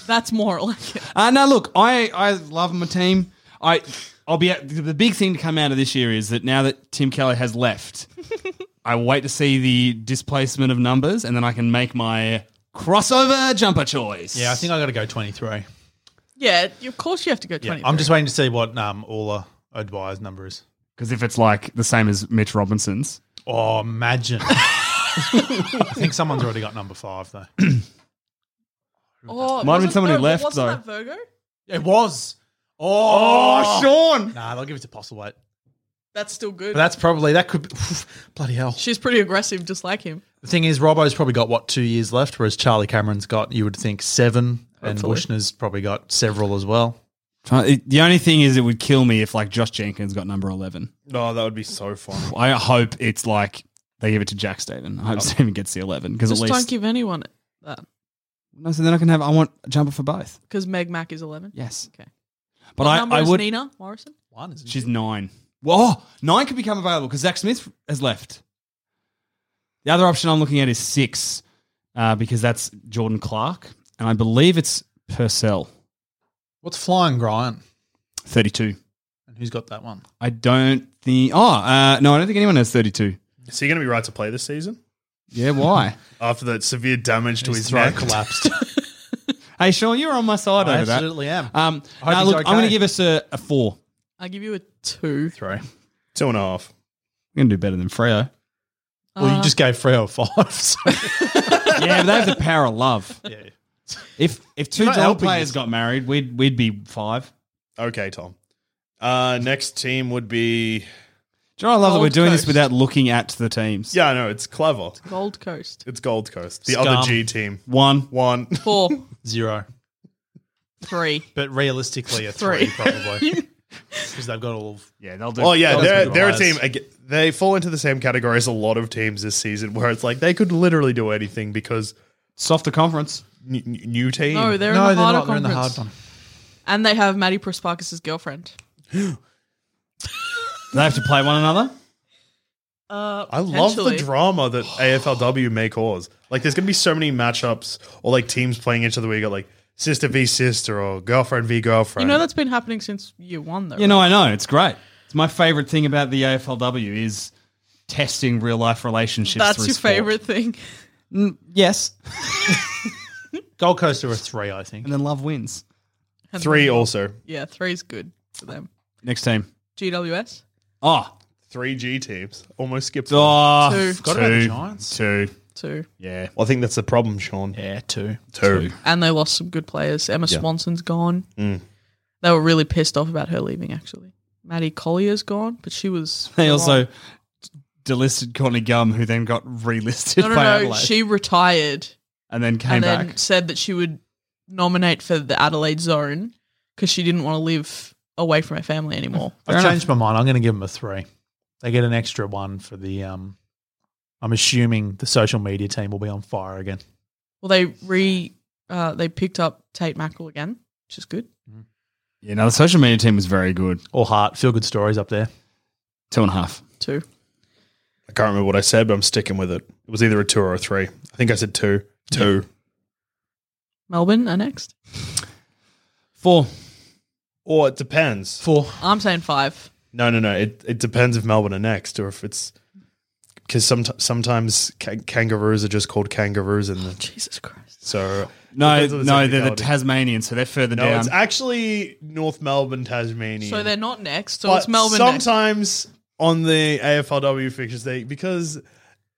Speaker 4: That's more like it.
Speaker 5: Uh, now look, I I love my team. I I'll be the big thing to come out of this year is that now that Tim Kelly has left, I wait to see the displacement of numbers, and then I can make my crossover jumper choice.
Speaker 1: Yeah, I think I got to go 23.
Speaker 4: Yeah, of course you have to go 20.
Speaker 1: I'm just waiting to see what um Ola Odwire's number is.
Speaker 5: Because if it's like the same as Mitch Robinson's,
Speaker 1: Oh, imagine. I think someone's already got number five though.
Speaker 5: Might have
Speaker 4: Oh,
Speaker 5: been
Speaker 4: wasn't-
Speaker 5: someone who
Speaker 4: no,
Speaker 5: left,
Speaker 4: wasn't
Speaker 5: though.
Speaker 4: that Virgo?
Speaker 1: It was. Oh,
Speaker 5: Sean.
Speaker 1: Nah, they'll give it to Postlewaite.
Speaker 4: That's still good.
Speaker 1: But that's probably that could be, bloody hell.
Speaker 4: She's pretty aggressive, just like him.
Speaker 1: The thing is, Robbo's probably got what two years left, whereas Charlie Cameron's got you would think seven, and Bushner's probably got several as well.
Speaker 5: The only thing is, it would kill me if like Josh Jenkins got number eleven.
Speaker 3: Oh, that would be so fun.
Speaker 5: I hope it's like they give it to Jack Staven. I
Speaker 3: Oh.
Speaker 5: hope Staven gets the eleven because at
Speaker 4: Just don't
Speaker 5: least
Speaker 4: give anyone that
Speaker 5: no, so then I can have I want a jumper for both.
Speaker 4: because Meg Mac is 11.
Speaker 5: Yes.
Speaker 4: Okay.
Speaker 5: But
Speaker 4: What
Speaker 5: I,
Speaker 4: number
Speaker 5: I
Speaker 4: is
Speaker 5: would.
Speaker 4: Nina Morrison?
Speaker 1: One is
Speaker 5: She's nine. Well, oh, nine could become available because Zach Smith has left. The other option I'm looking at is six uh, because that's Jordan Clark, and I believe it's Purcell,
Speaker 1: What's Flying Brian?
Speaker 5: thirty-two.
Speaker 1: And who's got that one?
Speaker 5: I don't think. Oh uh, no, I don't think anyone has thirty-two.
Speaker 3: Is he going to be right to play this season
Speaker 5: Yeah, why?
Speaker 3: after that severe damage to his,
Speaker 1: His
Speaker 3: neck?
Speaker 1: throat collapsed.
Speaker 5: hey, Sean, you were on my side
Speaker 1: I Uh,
Speaker 5: over that.
Speaker 1: absolutely am.
Speaker 5: Um,
Speaker 1: I hope
Speaker 5: now,
Speaker 1: he's
Speaker 5: look,
Speaker 1: okay.
Speaker 5: I'm going to give us a, a four.
Speaker 4: I give you a two.
Speaker 1: Three.
Speaker 3: Two and a half.
Speaker 5: We're going to do better than Freo.
Speaker 1: Well, you just gave Freo a five. So.
Speaker 5: yeah, but they have the power of love.
Speaker 1: yeah.
Speaker 5: If if two
Speaker 1: not
Speaker 5: dollar
Speaker 1: helping
Speaker 5: players
Speaker 1: this.
Speaker 5: got married, we'd we'd be five.
Speaker 3: Okay, Tom. Uh, next team would be.
Speaker 5: Do you know, I love that we're
Speaker 4: Gold
Speaker 5: doing this
Speaker 4: Coast.
Speaker 5: without looking at the teams.
Speaker 3: Yeah, I know. It's clever.
Speaker 4: Gold Coast.
Speaker 3: It's Gold Coast. The
Speaker 1: Scum.
Speaker 3: other G team.
Speaker 5: One.
Speaker 3: One.
Speaker 4: Four,
Speaker 1: Zero.
Speaker 4: three.
Speaker 1: But realistically, a
Speaker 4: Three.
Speaker 1: three, probably. Because they've got all of.
Speaker 5: Yeah, they'll do.
Speaker 3: Oh yeah,
Speaker 1: Those
Speaker 3: they're,
Speaker 1: good
Speaker 3: they're a
Speaker 1: guys.
Speaker 3: team. ag- They fall into the same category as a lot of teams this season, where it's like they could literally do anything because
Speaker 5: softer conference.
Speaker 3: n- n- new team.
Speaker 4: No, they're
Speaker 1: no,
Speaker 4: in the
Speaker 1: they're
Speaker 4: harder
Speaker 1: not. They're in
Speaker 4: conference.
Speaker 1: the hard one.
Speaker 4: And they have Maddie Prosparkis' girlfriend.
Speaker 5: They have to play one another.
Speaker 4: Uh,
Speaker 3: I love the
Speaker 4: potentially.
Speaker 3: drama that AFLW may cause. Like, there's gonna be so many matchups or like teams playing each other where you got like sister v sister or girlfriend v
Speaker 4: You
Speaker 3: girlfriend.
Speaker 4: know that's been happening since year one, though.
Speaker 5: You know, I know it's great. It's my favorite thing about the AFLW is testing real life relationships.
Speaker 4: that's
Speaker 5: through
Speaker 4: your
Speaker 5: sport. Mm,
Speaker 4: favorite thing.
Speaker 5: Yes,
Speaker 1: Gold Coast are a three, I
Speaker 4: Mm.
Speaker 1: think.
Speaker 5: and then love wins.
Speaker 3: three also
Speaker 4: Yeah, three's good for them.
Speaker 5: Next team.
Speaker 4: GWS.
Speaker 5: Oh,
Speaker 3: three G teams almost skipped. one.
Speaker 5: oh
Speaker 4: Two.
Speaker 1: Forgot about the Giants.
Speaker 5: two.
Speaker 4: Two.
Speaker 5: Yeah,
Speaker 3: Well, I think that's the problem, Sean.
Speaker 1: Yeah, two.
Speaker 3: Two.
Speaker 4: And they lost some good players. Emma Swanson's gone.
Speaker 5: Mm.
Speaker 4: They were really pissed off about her leaving, actually. Maddie Collier's gone, but she was.
Speaker 5: They also delisted Courtney Gum, who then got relisted
Speaker 4: No, no,
Speaker 5: by
Speaker 4: no.
Speaker 5: Adelaide,
Speaker 4: She retired
Speaker 5: and then came
Speaker 4: and then
Speaker 5: back.
Speaker 4: said that she would nominate for the Adelaide zone because she didn't want to live away from her family anymore.
Speaker 1: I've changed my mind. I'm going to give them a three. They get an extra one for the. Um, I'm assuming the social media team will be on fire again.
Speaker 4: Well, they re uh, they picked up Tate Mackerel again, which is good.
Speaker 5: Yeah, no, the social media team was very good.
Speaker 1: All heart, feel good stories up there.
Speaker 5: Two and a half.
Speaker 4: Too.
Speaker 3: I can't remember what I said, but I'm sticking with it. It was either a two or a three. I think I said two. Two.
Speaker 4: Melbourne are next.
Speaker 5: Four.
Speaker 3: Or it depends.
Speaker 1: Four.
Speaker 4: I'm saying five.
Speaker 3: No, no, no. It it depends if Melbourne are next or if it's because some, sometimes ca- kangaroos are just called kangaroos, and
Speaker 4: Jesus Christ.
Speaker 3: so
Speaker 5: No,
Speaker 3: Depends on the
Speaker 5: no, they're the
Speaker 3: technicality.
Speaker 5: Tasmanians, so they're further
Speaker 3: no,
Speaker 5: down.
Speaker 3: it's actually North Melbourne, Tasmania.
Speaker 4: So they're not next. So
Speaker 3: But
Speaker 4: it's Melbourne. next.
Speaker 3: Sometimes on the AFLW fixtures, they because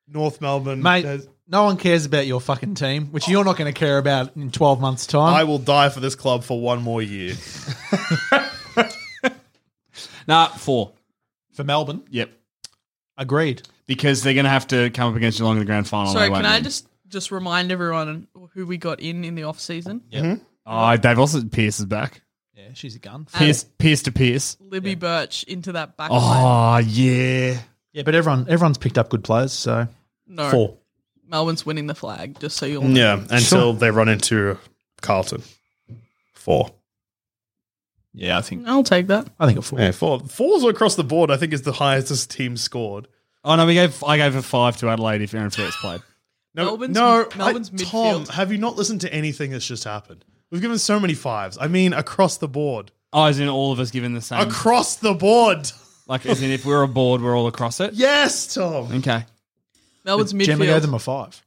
Speaker 3: North Melbourne,
Speaker 1: Mate,
Speaker 3: has-
Speaker 1: no one cares about your fucking team, which you're not going to care about in 12 months'
Speaker 3: I
Speaker 1: time.
Speaker 3: will die for this club for one more year.
Speaker 5: nah, four.
Speaker 1: for Melbourne.
Speaker 5: Yep.
Speaker 1: Agreed.
Speaker 5: Because they're going to have to come up against Geelong in the grand final.
Speaker 4: Sorry,
Speaker 5: they Oh, won't
Speaker 4: can I
Speaker 5: win.
Speaker 4: just just remind everyone who we got in in the off season?
Speaker 5: Oh, they've also Pierce is back.
Speaker 1: Yeah, she's a gun.
Speaker 5: Pierce, Pierce to Pierce.
Speaker 4: Libby Birch into that back line.
Speaker 5: Oh yeah.
Speaker 1: Yeah, but everyone everyone's picked up good players, so
Speaker 4: No,
Speaker 1: four.
Speaker 4: Melbourne's winning the flag. Just so you all know.
Speaker 3: yeah, until they run into Carlton. Four.
Speaker 1: Yeah, I think
Speaker 4: I'll take that.
Speaker 1: I think a four.
Speaker 3: Yeah, four. Fours across the board, I think, is the highest this team scored.
Speaker 5: Oh no, we gave I gave a five to Adelaide if Aaron Phillips played.
Speaker 3: No,
Speaker 4: Melbourne's-
Speaker 3: no,
Speaker 4: Melbourne's
Speaker 3: I, Tom,
Speaker 4: midfield.
Speaker 3: have you not listened to anything that's just happened? We've given so many fives. I mean, across the board,
Speaker 5: Oh, as in all of us given the same.
Speaker 3: across the board.
Speaker 5: like as in if we're aboard, we're all across it.
Speaker 3: Yes, Tom.
Speaker 5: Okay.
Speaker 4: Melbourne's
Speaker 1: Gemma gave them
Speaker 4: midfield.
Speaker 1: a five.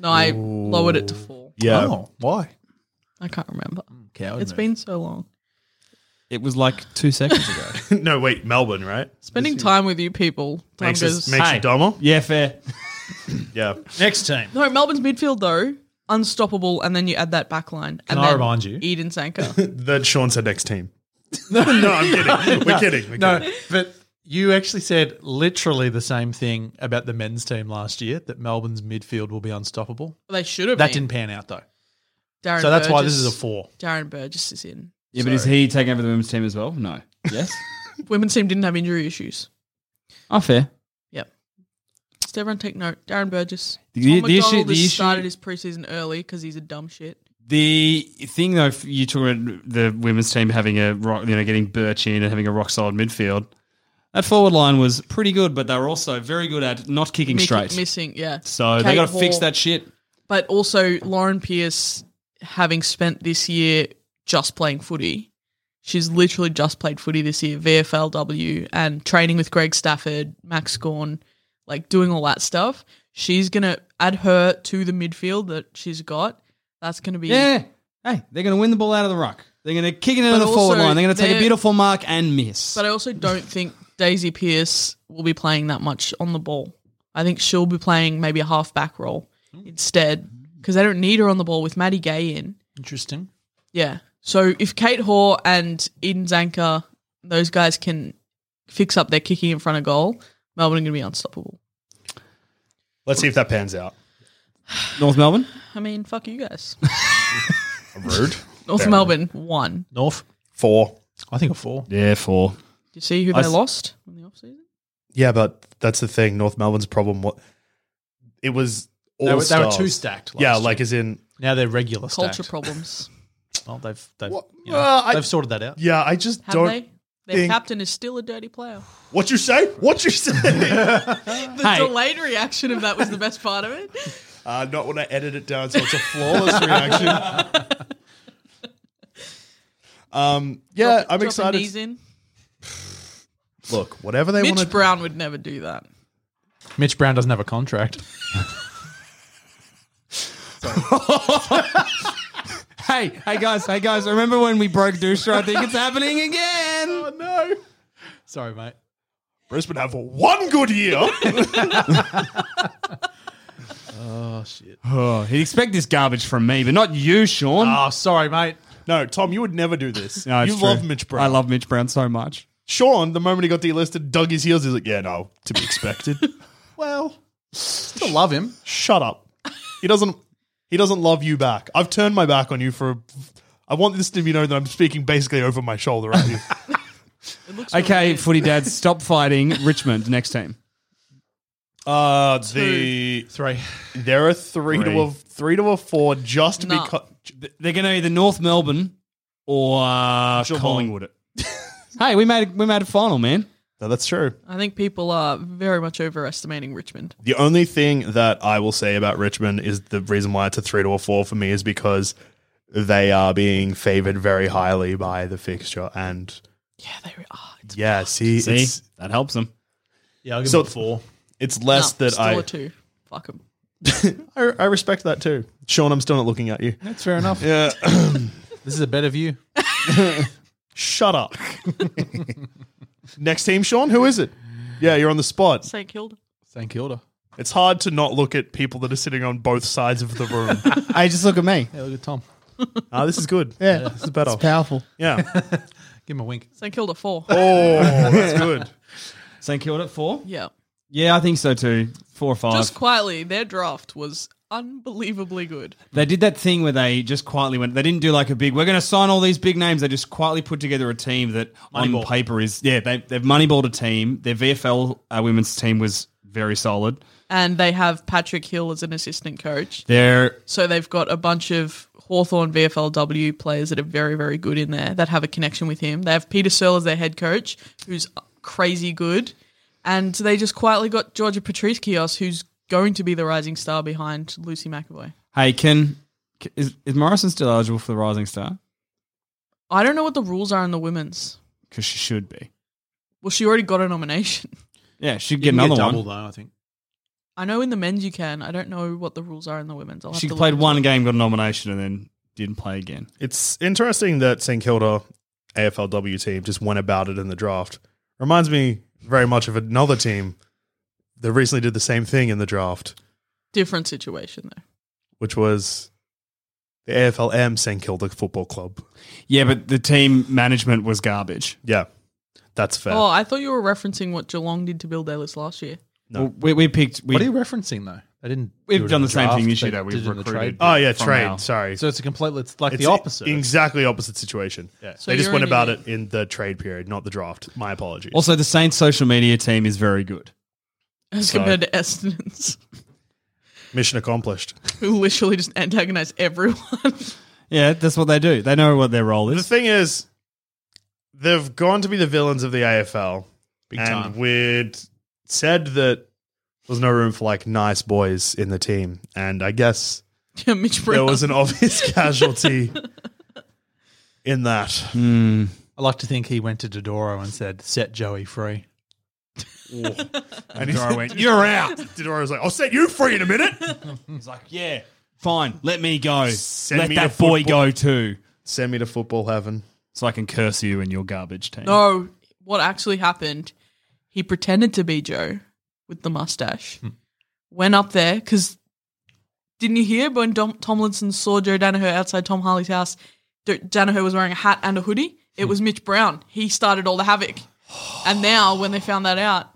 Speaker 4: No, I lowered it to four.
Speaker 3: Yeah,
Speaker 1: Oh, why?
Speaker 4: I can't remember.
Speaker 1: Coward
Speaker 4: It's
Speaker 1: move.
Speaker 4: been so long.
Speaker 5: It was like two seconds ago.
Speaker 3: no, wait, Melbourne, right?
Speaker 4: Spending time with you people. Time
Speaker 3: Makes, us,
Speaker 4: goes.
Speaker 3: makes you dumber.
Speaker 5: yeah, fair.
Speaker 3: Yeah.
Speaker 1: next team.
Speaker 4: no, Melbourne's midfield though unstoppable, and then you add that back line.
Speaker 1: Can
Speaker 4: and
Speaker 1: I
Speaker 4: then
Speaker 1: remind you?
Speaker 4: Eden Sanka.
Speaker 3: That Sean said next team. no, I'm kidding. We're kidding. We're
Speaker 1: No,
Speaker 3: kidding.
Speaker 1: but you actually said literally the same thing about the men's team last year that Melbourne's midfield will be unstoppable.
Speaker 4: they should have.
Speaker 1: That
Speaker 4: been.
Speaker 1: didn't pan out though.
Speaker 4: Darren
Speaker 1: So that's why this is a
Speaker 4: Burgess-
Speaker 1: four.
Speaker 4: Darren Burgess is in.
Speaker 5: Yeah, but is he taking over the women's team as well? No. Yes.
Speaker 4: Women's team didn't have injury issues.
Speaker 5: oh, fair.
Speaker 4: Yep. Just everyone take note. Darren Burgess.
Speaker 5: The-
Speaker 4: Tom
Speaker 5: the issue-
Speaker 4: McDonald
Speaker 5: the
Speaker 4: has
Speaker 5: issue-
Speaker 4: started his preseason early because he's a dumb shit.
Speaker 5: The thing though, if you talk about the women's team having a rock, you know, getting Birch in and having a rock solid midfield. That forward line was pretty good, but they were also very good at not kicking
Speaker 4: Mick-
Speaker 5: straight.
Speaker 4: Missing, yeah.
Speaker 5: so they
Speaker 4: Kate
Speaker 5: got to fix
Speaker 4: Hall.
Speaker 5: that shit.
Speaker 4: But also, Lauren Pierce, having spent this year just playing footy, she's literally just played footy this year, VFLW, and training with Greg Stafford, Max Gorn, like doing all that stuff. She's going to add her to the midfield that she's got. That's going to be.
Speaker 5: Yeah. Hey, they're going to win the ball out of the rock. They're going to kick it into
Speaker 4: But
Speaker 5: the forward
Speaker 4: also
Speaker 5: line. They're going to take a
Speaker 4: they're-
Speaker 5: beautiful mark and miss.
Speaker 4: But I also don't think Daisy Pierce will be playing that much on the ball. I think she'll be playing maybe a half back role instead because they don't need her on the ball with Maddie Gay in.
Speaker 1: Interesting.
Speaker 4: Yeah. So if Kate Hoare and Eden Zanka, those guys can fix up their kicking in front of goal, Melbourne are going to be unstoppable.
Speaker 3: Let's see if that pans out.
Speaker 5: North Melbourne?
Speaker 4: I mean, fuck you guys.
Speaker 3: Rude.
Speaker 4: North
Speaker 3: Fair
Speaker 4: Melbourne won.
Speaker 1: North.
Speaker 3: Four.
Speaker 1: I think a four.
Speaker 5: Yeah, four.
Speaker 4: Do you see who
Speaker 3: I
Speaker 4: they
Speaker 3: s-
Speaker 4: lost in the offseason?
Speaker 3: Yeah, but that's the thing. North Melbourne's problem. What it was. All
Speaker 1: They were, they were
Speaker 3: stars.
Speaker 1: too stacked. Last
Speaker 3: Yeah,
Speaker 1: year.
Speaker 3: like as in.
Speaker 1: now they're regular.
Speaker 4: Culture
Speaker 1: stacked.
Speaker 4: problems.
Speaker 1: Well, they've they've,
Speaker 3: What?
Speaker 1: you know,
Speaker 3: Uh, I-
Speaker 1: they've sorted that out.
Speaker 3: Yeah, I just
Speaker 4: Have
Speaker 3: don't.
Speaker 4: they? Their
Speaker 3: think-
Speaker 4: captain is still a dirty player.
Speaker 3: What you say? What you say?
Speaker 4: The delayed reaction of that was the best part of it.
Speaker 3: uh, not when I edit it down, so it's a flawless reaction. um. Yeah, I'm
Speaker 4: Dropping
Speaker 3: excited.
Speaker 4: knees in.
Speaker 3: Look, whatever they
Speaker 4: Mitch
Speaker 3: want to
Speaker 4: Brown would never do that.
Speaker 1: Mitch Brown doesn't have a contract.
Speaker 5: Hey, hey guys, hey guys, remember when we broke Dooster? I think it's happening again.
Speaker 1: oh no. Sorry, mate.
Speaker 3: Brisbane have one good year.
Speaker 5: Oh, he'd expect this garbage from me, but not you, Sean.
Speaker 1: Oh, sorry, mate.
Speaker 3: no, Tom, you would never do this.
Speaker 5: No, it's
Speaker 3: you
Speaker 5: true.
Speaker 3: love Mitch Brown.
Speaker 5: I Ah, love Mitch Brown so much.
Speaker 3: Sean. The moment he got delisted, dug his heels. He's like, "Yeah, no, to be expected."
Speaker 1: Well, still love him.
Speaker 3: Shut up. He doesn't. He doesn't love you back. I've turned my back on you for. A, I want this to be known that I'm speaking basically over my shoulder at you.
Speaker 4: It looks really
Speaker 5: Okay,
Speaker 4: good.
Speaker 5: footy dads, stop fighting. Richmond next team.
Speaker 3: Uh, the
Speaker 1: Three.
Speaker 3: there are three, to a three to a four just
Speaker 4: Nah.
Speaker 3: because
Speaker 5: They're going to either North Melbourne or uh,
Speaker 3: Geelong.
Speaker 5: Collingwood. It. hey, we made we made a final, man.
Speaker 3: no, that's true.
Speaker 4: I think people are very much overestimating Richmond.
Speaker 3: The only thing that I will say about Richmond is the reason why it's a three to a four for me is because they are being favored very highly by the fixture and
Speaker 4: Yeah, they are. It's
Speaker 3: yeah, see,
Speaker 5: See,
Speaker 3: it's
Speaker 5: that helps them.
Speaker 1: Yeah, I'll give
Speaker 3: So-
Speaker 1: him a four.
Speaker 3: it's less
Speaker 4: nah,
Speaker 3: that
Speaker 4: still
Speaker 3: I,
Speaker 4: a two. Fuck 'em.
Speaker 3: I I respect that too. Sean, I'm still not looking at you.
Speaker 1: That's fair enough.
Speaker 3: Yeah,
Speaker 1: This is a better view.
Speaker 3: shut up. Next team, Sean, who is it? Yeah, you're on the spot.
Speaker 4: St Kilda.
Speaker 1: St Kilda.
Speaker 3: It's hard to not look at people that are sitting on both sides of the room.
Speaker 5: Hey, just look at me.
Speaker 1: Hey, look at Tom.
Speaker 3: Ah, this is good. Yeah, this is better.
Speaker 5: Powerful.
Speaker 3: Yeah.
Speaker 1: Give him a wink.
Speaker 4: St Kilda four.
Speaker 3: Oh, that's good.
Speaker 5: St Kilda at four.
Speaker 4: Yeah.
Speaker 5: Yeah, I think so too. Four or five.
Speaker 4: Just quietly, their draft was unbelievably good.
Speaker 5: They did that thing where they just quietly went. They didn't do like a big. We're going to sign all these big names. They just quietly put together a team that on
Speaker 1: Moneyball.
Speaker 5: paper is yeah. They, they've moneyballed a team. Their VFL uh, women's team was very solid.
Speaker 4: And they have Patrick Hill as an assistant coach.
Speaker 5: They're
Speaker 4: So they've got a bunch of Hawthorn VFLW players that are very, very good in there that have a connection with him. They have Peter Searle as their head coach, who's crazy good. And they just quietly got Georgia Patricios, who's going to be the rising star behind Lucy McAvoy.
Speaker 5: hey, can is, is Morrison still eligible for the Rising Star?
Speaker 4: I don't know what the rules are in the women's.
Speaker 5: Because she should be.
Speaker 4: Well, she already got a nomination.
Speaker 5: Yeah, she'd
Speaker 1: You
Speaker 5: get
Speaker 1: can
Speaker 5: another
Speaker 1: double
Speaker 5: one.
Speaker 1: though. I think.
Speaker 4: I know in the men's you can. I don't know what the rules are in the women's. I'll have
Speaker 5: She
Speaker 4: to look
Speaker 5: played
Speaker 4: into it.
Speaker 5: one game, got a nomination, and then didn't play again.
Speaker 3: It's interesting that St Kilda AFLW team just went about it in the draft. Reminds me very much of another team that recently did the same thing in the draft,
Speaker 4: Different situation though.
Speaker 3: which was the AFLM St Kilda Football Club.
Speaker 5: Yeah, but the team management was garbage.
Speaker 3: Yeah, that's fair.
Speaker 4: Oh, I thought you were referencing what Geelong did to Bill Dalis last year.
Speaker 3: No.
Speaker 5: Well, we, we picked. We,
Speaker 1: what are you referencing though? They didn't.
Speaker 5: We've
Speaker 1: do it
Speaker 5: done
Speaker 1: in
Speaker 5: the same
Speaker 1: draft,
Speaker 5: thing this
Speaker 1: they
Speaker 5: year, though. We've
Speaker 1: did it in the
Speaker 5: recruited-
Speaker 1: trade.
Speaker 3: oh yeah,
Speaker 5: From
Speaker 3: trade.
Speaker 5: now.
Speaker 3: Sorry,
Speaker 1: So it's a complete. It's like
Speaker 3: It's e-
Speaker 1: the opposite.
Speaker 3: Exactly opposite situation. Yeah.
Speaker 4: So
Speaker 3: they just
Speaker 4: you're
Speaker 3: went
Speaker 4: an
Speaker 3: about
Speaker 4: idiot.
Speaker 3: it in the trade period, not the draft. My apologies.
Speaker 5: also, the Saints' social media team is very good.
Speaker 4: As
Speaker 3: So-
Speaker 4: compared to Essendon's,
Speaker 3: Mission accomplished.
Speaker 4: who literally just antagonize everyone.
Speaker 5: Yeah, that's what they do. They know what their role
Speaker 3: The
Speaker 5: is.
Speaker 3: thing is, they've gone to be the villains of the AFL,
Speaker 1: Big
Speaker 3: and
Speaker 1: time.
Speaker 3: we'd said that there's no room for like nice boys in the team, and I guess
Speaker 4: Yeah, Mitch
Speaker 3: there
Speaker 4: Brown.
Speaker 3: was an obvious casualty in that.
Speaker 1: Mm. I like to think he went to Dodoro and said, "Set Joey free."
Speaker 3: And he
Speaker 5: Dora
Speaker 3: said-
Speaker 5: went, "You're out."
Speaker 3: Dora was like, "I'll set you free in a minute."
Speaker 5: He's like, "Yeah, fine. Let me go.
Speaker 3: Send
Speaker 5: let
Speaker 3: me
Speaker 5: that
Speaker 3: to
Speaker 5: boy
Speaker 3: football."
Speaker 5: go too,
Speaker 3: Send me to football heaven.
Speaker 5: so I can curse you and your garbage team."
Speaker 4: No, what actually happened? He pretended to be Joe with the mustache. Went up there because didn't you hear when Dom, Tomlinson saw Joe Danaher outside Tom Harley's house? D- Danaher was wearing a hat and a hoodie. It was Mitch Brown. He started all the havoc, and now when they found that out,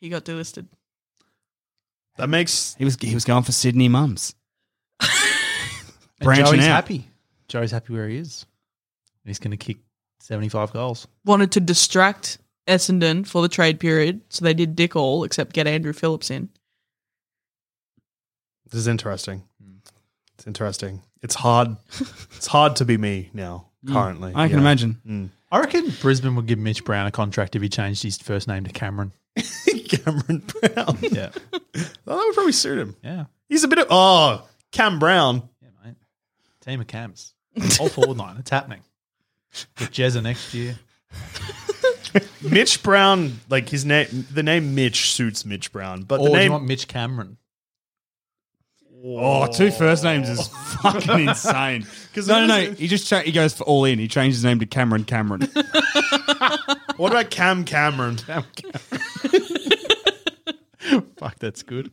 Speaker 4: he got delisted.
Speaker 3: That makes
Speaker 5: he was he was going for Sydney mums.
Speaker 1: And
Speaker 5: Branching
Speaker 1: Joey's
Speaker 5: out.
Speaker 1: happy. Joey's happy where he is. And he's going to kick seventy-five goals.
Speaker 4: Wanted to distract Essendon for the trade period, so they did dick all except get Andrew Phillips in.
Speaker 3: this is interesting.
Speaker 1: Mm.
Speaker 3: It's interesting. It's hard. it's hard to be me now.
Speaker 1: Mm.
Speaker 3: Currently,
Speaker 5: I can
Speaker 3: Yeah.
Speaker 5: imagine.
Speaker 1: I reckon Brisbane would give Mitch Brown a contract if he changed his first name to Cameron.
Speaker 3: Cameron Brown.
Speaker 1: Yeah,
Speaker 3: Oh, that would probably suit him.
Speaker 1: yeah,
Speaker 3: He's a bit of oh Cam Brown.
Speaker 1: yeah, mate. Team of camps, all forward line. It's happening. With Jezza next year.
Speaker 3: Mitch Brown, like his name, the name Mitch suits Mitch Brown, but
Speaker 1: Or
Speaker 3: the
Speaker 1: do you
Speaker 3: name
Speaker 1: want Mitch Cameron?
Speaker 5: Oh, two first names is fucking insane.
Speaker 3: 'Cause
Speaker 5: no, no,
Speaker 3: it
Speaker 5: no.
Speaker 3: was-
Speaker 5: He just cha- he goes for all in. He changed his name to Cameron Cameron.
Speaker 3: what about Cam Cameron?
Speaker 1: Fuck, that's good.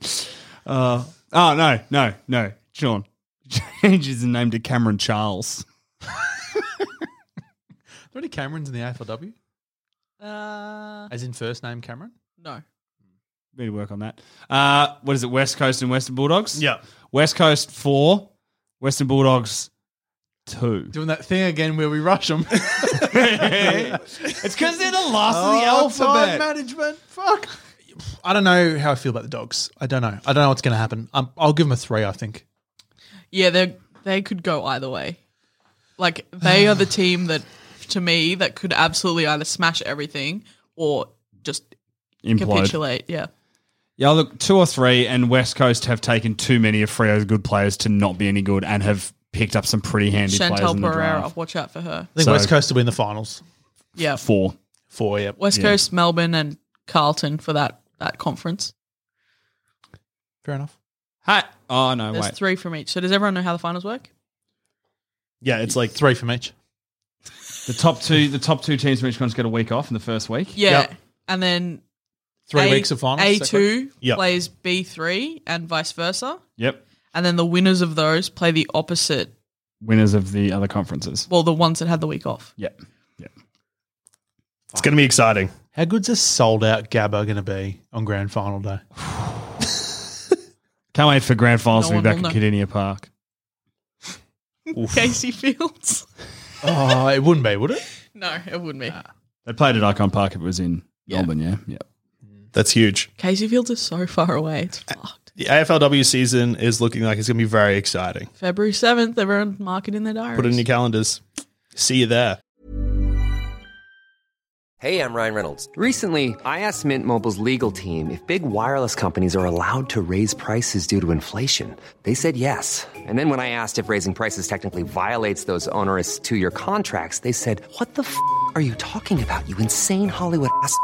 Speaker 5: Uh, oh no, no, no, Sean changes his name to Cameron Charles.
Speaker 1: Are there any Camerons in the AFLW?
Speaker 4: Uh,
Speaker 1: As in first name Cameron?
Speaker 4: no.
Speaker 5: Need to work on that. Uh, what is it? West Coast and Western Bulldogs.
Speaker 3: yeah,
Speaker 5: West Coast four, Western Bulldogs two.
Speaker 1: Doing that thing again where we rush them.
Speaker 5: it's because they're the last of
Speaker 3: Oh,
Speaker 5: the
Speaker 1: Time
Speaker 5: alphabet.
Speaker 1: management. Fuck. I don't know how I feel about the dogs. I don't know. I don't know what's going to happen. Um, I'll give them a three, I think.
Speaker 4: Yeah, they they could go either way. Like they are the team that, to me, that could absolutely either smash everything or just
Speaker 5: Implode.
Speaker 4: capitulate. Yeah,
Speaker 5: Yeah, look, two or three, and West Coast have taken too many of Frio's good players to not be any good, and have picked up some pretty handy players
Speaker 4: Chantel
Speaker 5: in the
Speaker 4: Pereira,
Speaker 5: draft.
Speaker 4: watch out for her.
Speaker 1: I think
Speaker 5: So-
Speaker 1: West Coast will win the finals.
Speaker 4: Yeah,
Speaker 5: Four.
Speaker 1: Four, yeah.
Speaker 4: West Coast, Melbourne, and Carlton for that that conference.
Speaker 1: Fair enough.
Speaker 5: Hey. Oh no,
Speaker 4: There's
Speaker 5: wait.
Speaker 4: three from each. So does everyone know how the finals work?
Speaker 3: yeah. It's like
Speaker 1: Three from each.
Speaker 5: The top two, the top two teams from each conference get a week off in the first week.
Speaker 4: Yeah,
Speaker 3: Yep.
Speaker 4: and then
Speaker 1: Three
Speaker 4: A-
Speaker 1: weeks of finals.
Speaker 4: A
Speaker 1: is that correct?
Speaker 4: two
Speaker 3: Yep.
Speaker 4: plays B three, and vice versa.
Speaker 5: Yep.
Speaker 4: And then the winners of those play the opposite.
Speaker 5: Winners of the other conferences.
Speaker 4: Well, the ones that had the week off.
Speaker 5: Yep. Yep.
Speaker 3: it's going to be exciting.
Speaker 1: How good's a sold out Gabba going to be on grand final day?
Speaker 5: Can't wait for grand finals
Speaker 4: No
Speaker 5: to
Speaker 4: one
Speaker 5: be back
Speaker 4: will
Speaker 5: at
Speaker 4: know.
Speaker 5: Cadinia Park.
Speaker 4: Casey Fields.
Speaker 1: oh, it wouldn't be, would it?
Speaker 4: No, it wouldn't be.
Speaker 5: They played at Icon Park. It was in
Speaker 4: Yeah.
Speaker 5: Melbourne. Yeah. Yep.
Speaker 3: That's huge.
Speaker 4: Casey Fields is so far away. It's fucked.
Speaker 3: The AFLW season is looking like it's going to be very exciting.
Speaker 4: February 7th, everyone mark it in their diaries.
Speaker 3: Put it in your calendars. See you there.
Speaker 7: Hey, I'm Ryan Reynolds. Recently, I asked Mint Mobile's legal team if big wireless companies are allowed to raise prices due to inflation. They said yes. And then when I asked if raising prices technically violates those onerous two year contracts, they said, What the f are you talking about, you insane Hollywood ass? f-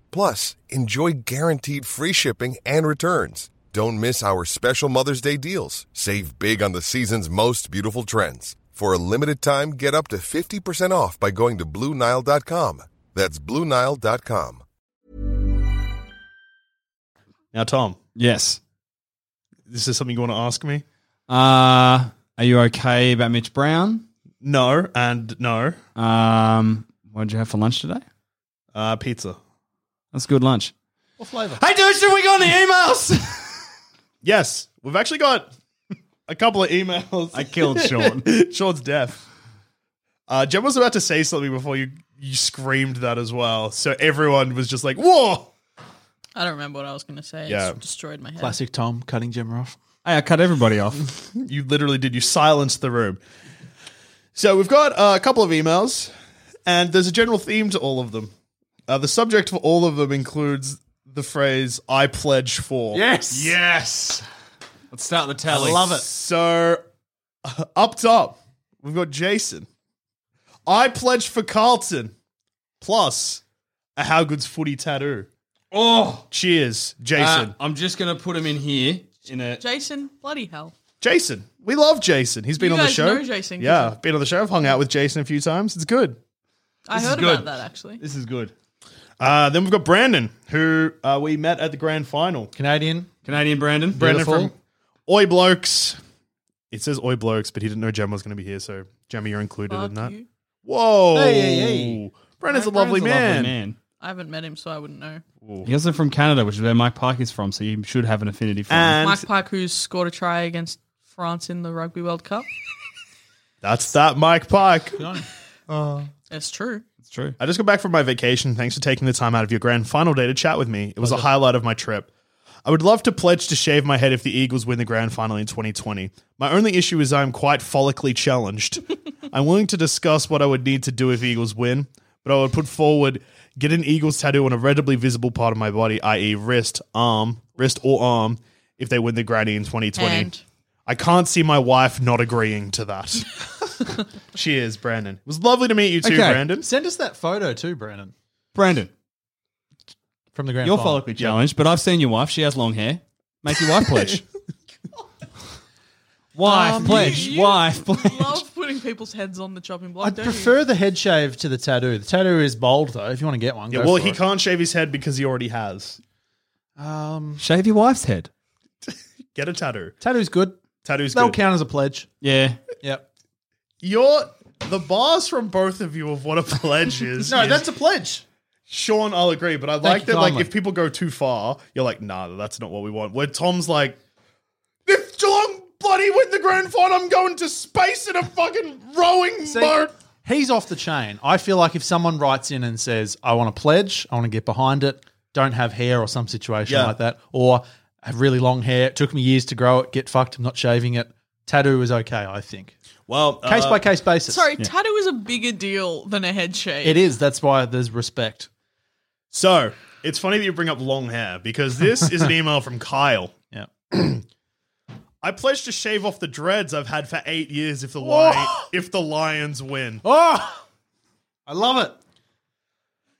Speaker 6: Plus, enjoy guaranteed free shipping and returns. Don't miss our special Mother's Day deals. Save big on the season's most beautiful trends. For a limited time, get up to 50% off by going to Blue Nile.com. That's Blue Nile.com.
Speaker 3: Now, Tom,
Speaker 5: Yes.
Speaker 3: is there something you want to ask me?
Speaker 5: Uh, are you okay about Mitch Brown?
Speaker 3: No, and no.
Speaker 5: Um, what did you have for lunch today?
Speaker 3: Uh, pizza.
Speaker 5: That's good lunch.
Speaker 1: What flavour?
Speaker 5: Hey, dude, should we go on the emails?
Speaker 3: Yes, we've actually got a couple of emails.
Speaker 5: I killed Sean.
Speaker 3: Sean's deaf. Uh, Jem was about to say something before you you screamed that as well. So everyone was just like, "Whoa!"
Speaker 4: I don't remember what I was going to say.
Speaker 3: Yeah.
Speaker 4: It's destroyed my head.
Speaker 1: Classic Tom cutting Jim off.
Speaker 5: hey, I cut everybody off.
Speaker 3: You literally did. You silenced the room. So we've got uh, a couple of emails, and there's a general theme to all of them. Uh, the subject for all of them includes the phrase "I pledge for."
Speaker 5: Yes. Yes. Let's start the tally.
Speaker 3: So, uh, up top, we've got Jason. I pledge for Carlton, plus a How Good's footy tattoo.
Speaker 5: Oh,
Speaker 3: Cheers,
Speaker 5: uh,
Speaker 3: Jason.
Speaker 5: I'm just gonna put him in here. In a
Speaker 4: Jason, bloody hell.
Speaker 3: Jason, we love Jason. He's been
Speaker 4: You
Speaker 3: on the
Speaker 4: guys
Speaker 3: show.
Speaker 4: know Jason, 'cause
Speaker 3: yeah, been on the show. I've hung out with Jason a few times. It's good.
Speaker 4: I
Speaker 5: is
Speaker 4: heard
Speaker 5: good.
Speaker 4: about that actually.
Speaker 5: this is good.
Speaker 3: Uh, then we've got Brandon, who uh, we met at the grand final.
Speaker 1: Canadian.
Speaker 5: Canadian Brandon.
Speaker 3: Brandon
Speaker 1: Beautiful.
Speaker 3: from Oi Blokes. It says Oi Blokes, but he didn't know Gemma was going to be here, so Gemma, you're included
Speaker 4: Fuck
Speaker 3: in that.
Speaker 4: you.
Speaker 3: Whoa!
Speaker 1: Hey, hey, hey.
Speaker 3: Brandon's a
Speaker 5: Brandon's
Speaker 3: lovely man.
Speaker 4: I haven't met him, so I wouldn't know.
Speaker 5: He's also from Canada, which is where Mike Pike is from, so you should have an affinity for him.
Speaker 3: And
Speaker 4: Mike Pike, who scored a try against France in the Rugby World Cup.
Speaker 3: That's that, Mike Pike.
Speaker 4: It's true.
Speaker 5: It's true.
Speaker 3: I just got back from my vacation. Thanks for taking the time out of your grand final day to chat with me. It was a highlight of my trip. I would love to pledge to shave my head if the Eagles win the grand final in 2020. My only issue is I'm quite follically challenged. I'm willing to discuss what I would need to do if Eagles win, but I would put forward get an Eagles tattoo on a readily visible part of my body, i.e., wrist, arm, wrist or arm, if they win the granny in 2020.
Speaker 4: And
Speaker 3: I can't see my wife not agreeing to that. Cheers, Brandon. It was lovely to meet you too,
Speaker 5: Okay.
Speaker 3: Brandon.
Speaker 1: Send us that photo too, Brandon.
Speaker 5: Brandon,
Speaker 1: From the grand.
Speaker 5: you're
Speaker 1: final.
Speaker 5: follically challenged, but I've seen your wife. She has long hair. Make your wife pledge. wife pledge.
Speaker 4: you-
Speaker 5: wife pledge.
Speaker 4: love putting people's heads on the chopping block.
Speaker 1: I'd
Speaker 4: don't
Speaker 1: prefer the head shave to the tattoo. The tattoo is bold though. If you want to get one,
Speaker 3: Yeah,
Speaker 1: go
Speaker 3: well,
Speaker 1: for
Speaker 3: he
Speaker 1: it.
Speaker 3: can't shave his head because he already has.
Speaker 1: Um,
Speaker 5: Shave your wife's head.
Speaker 3: Get a tattoo.
Speaker 1: tattoo's good.
Speaker 3: Tattoo's
Speaker 1: That'll
Speaker 3: good.
Speaker 1: count as a pledge.
Speaker 5: Yeah.
Speaker 1: Yep.
Speaker 3: You're the bars from both of you of what a pledge is.
Speaker 1: No,
Speaker 3: is-
Speaker 1: that's a pledge.
Speaker 3: Sean. I'll agree, but I like
Speaker 1: you
Speaker 3: that. Like,
Speaker 1: kindly.
Speaker 3: if people go too far, you're like, nah, that's not what we want. Where Tom's like, if Geelong bloody win the grand final, I'm going to space in a fucking rowing
Speaker 1: See,
Speaker 3: boat.
Speaker 1: he's off the chain. I feel like if someone writes in and says, "I want to pledge. I want to get behind it. Don't have hair or some situation
Speaker 3: Yeah.
Speaker 1: like that, or I have really long hair. It took me years to grow it. Get fucked. I'm not shaving it. Tattoo is okay. I think
Speaker 3: Well,
Speaker 1: case by case basis.
Speaker 4: Sorry, tattoo is a bigger deal than a head shave.
Speaker 1: it is. That's why there's respect.
Speaker 3: So it's funny that you bring up long hair because this is an email from Kyle.
Speaker 1: Yeah.
Speaker 3: I pledge to shave off the dreads I've had for eight years if the lion, if the Lions win.
Speaker 1: Oh, I love it.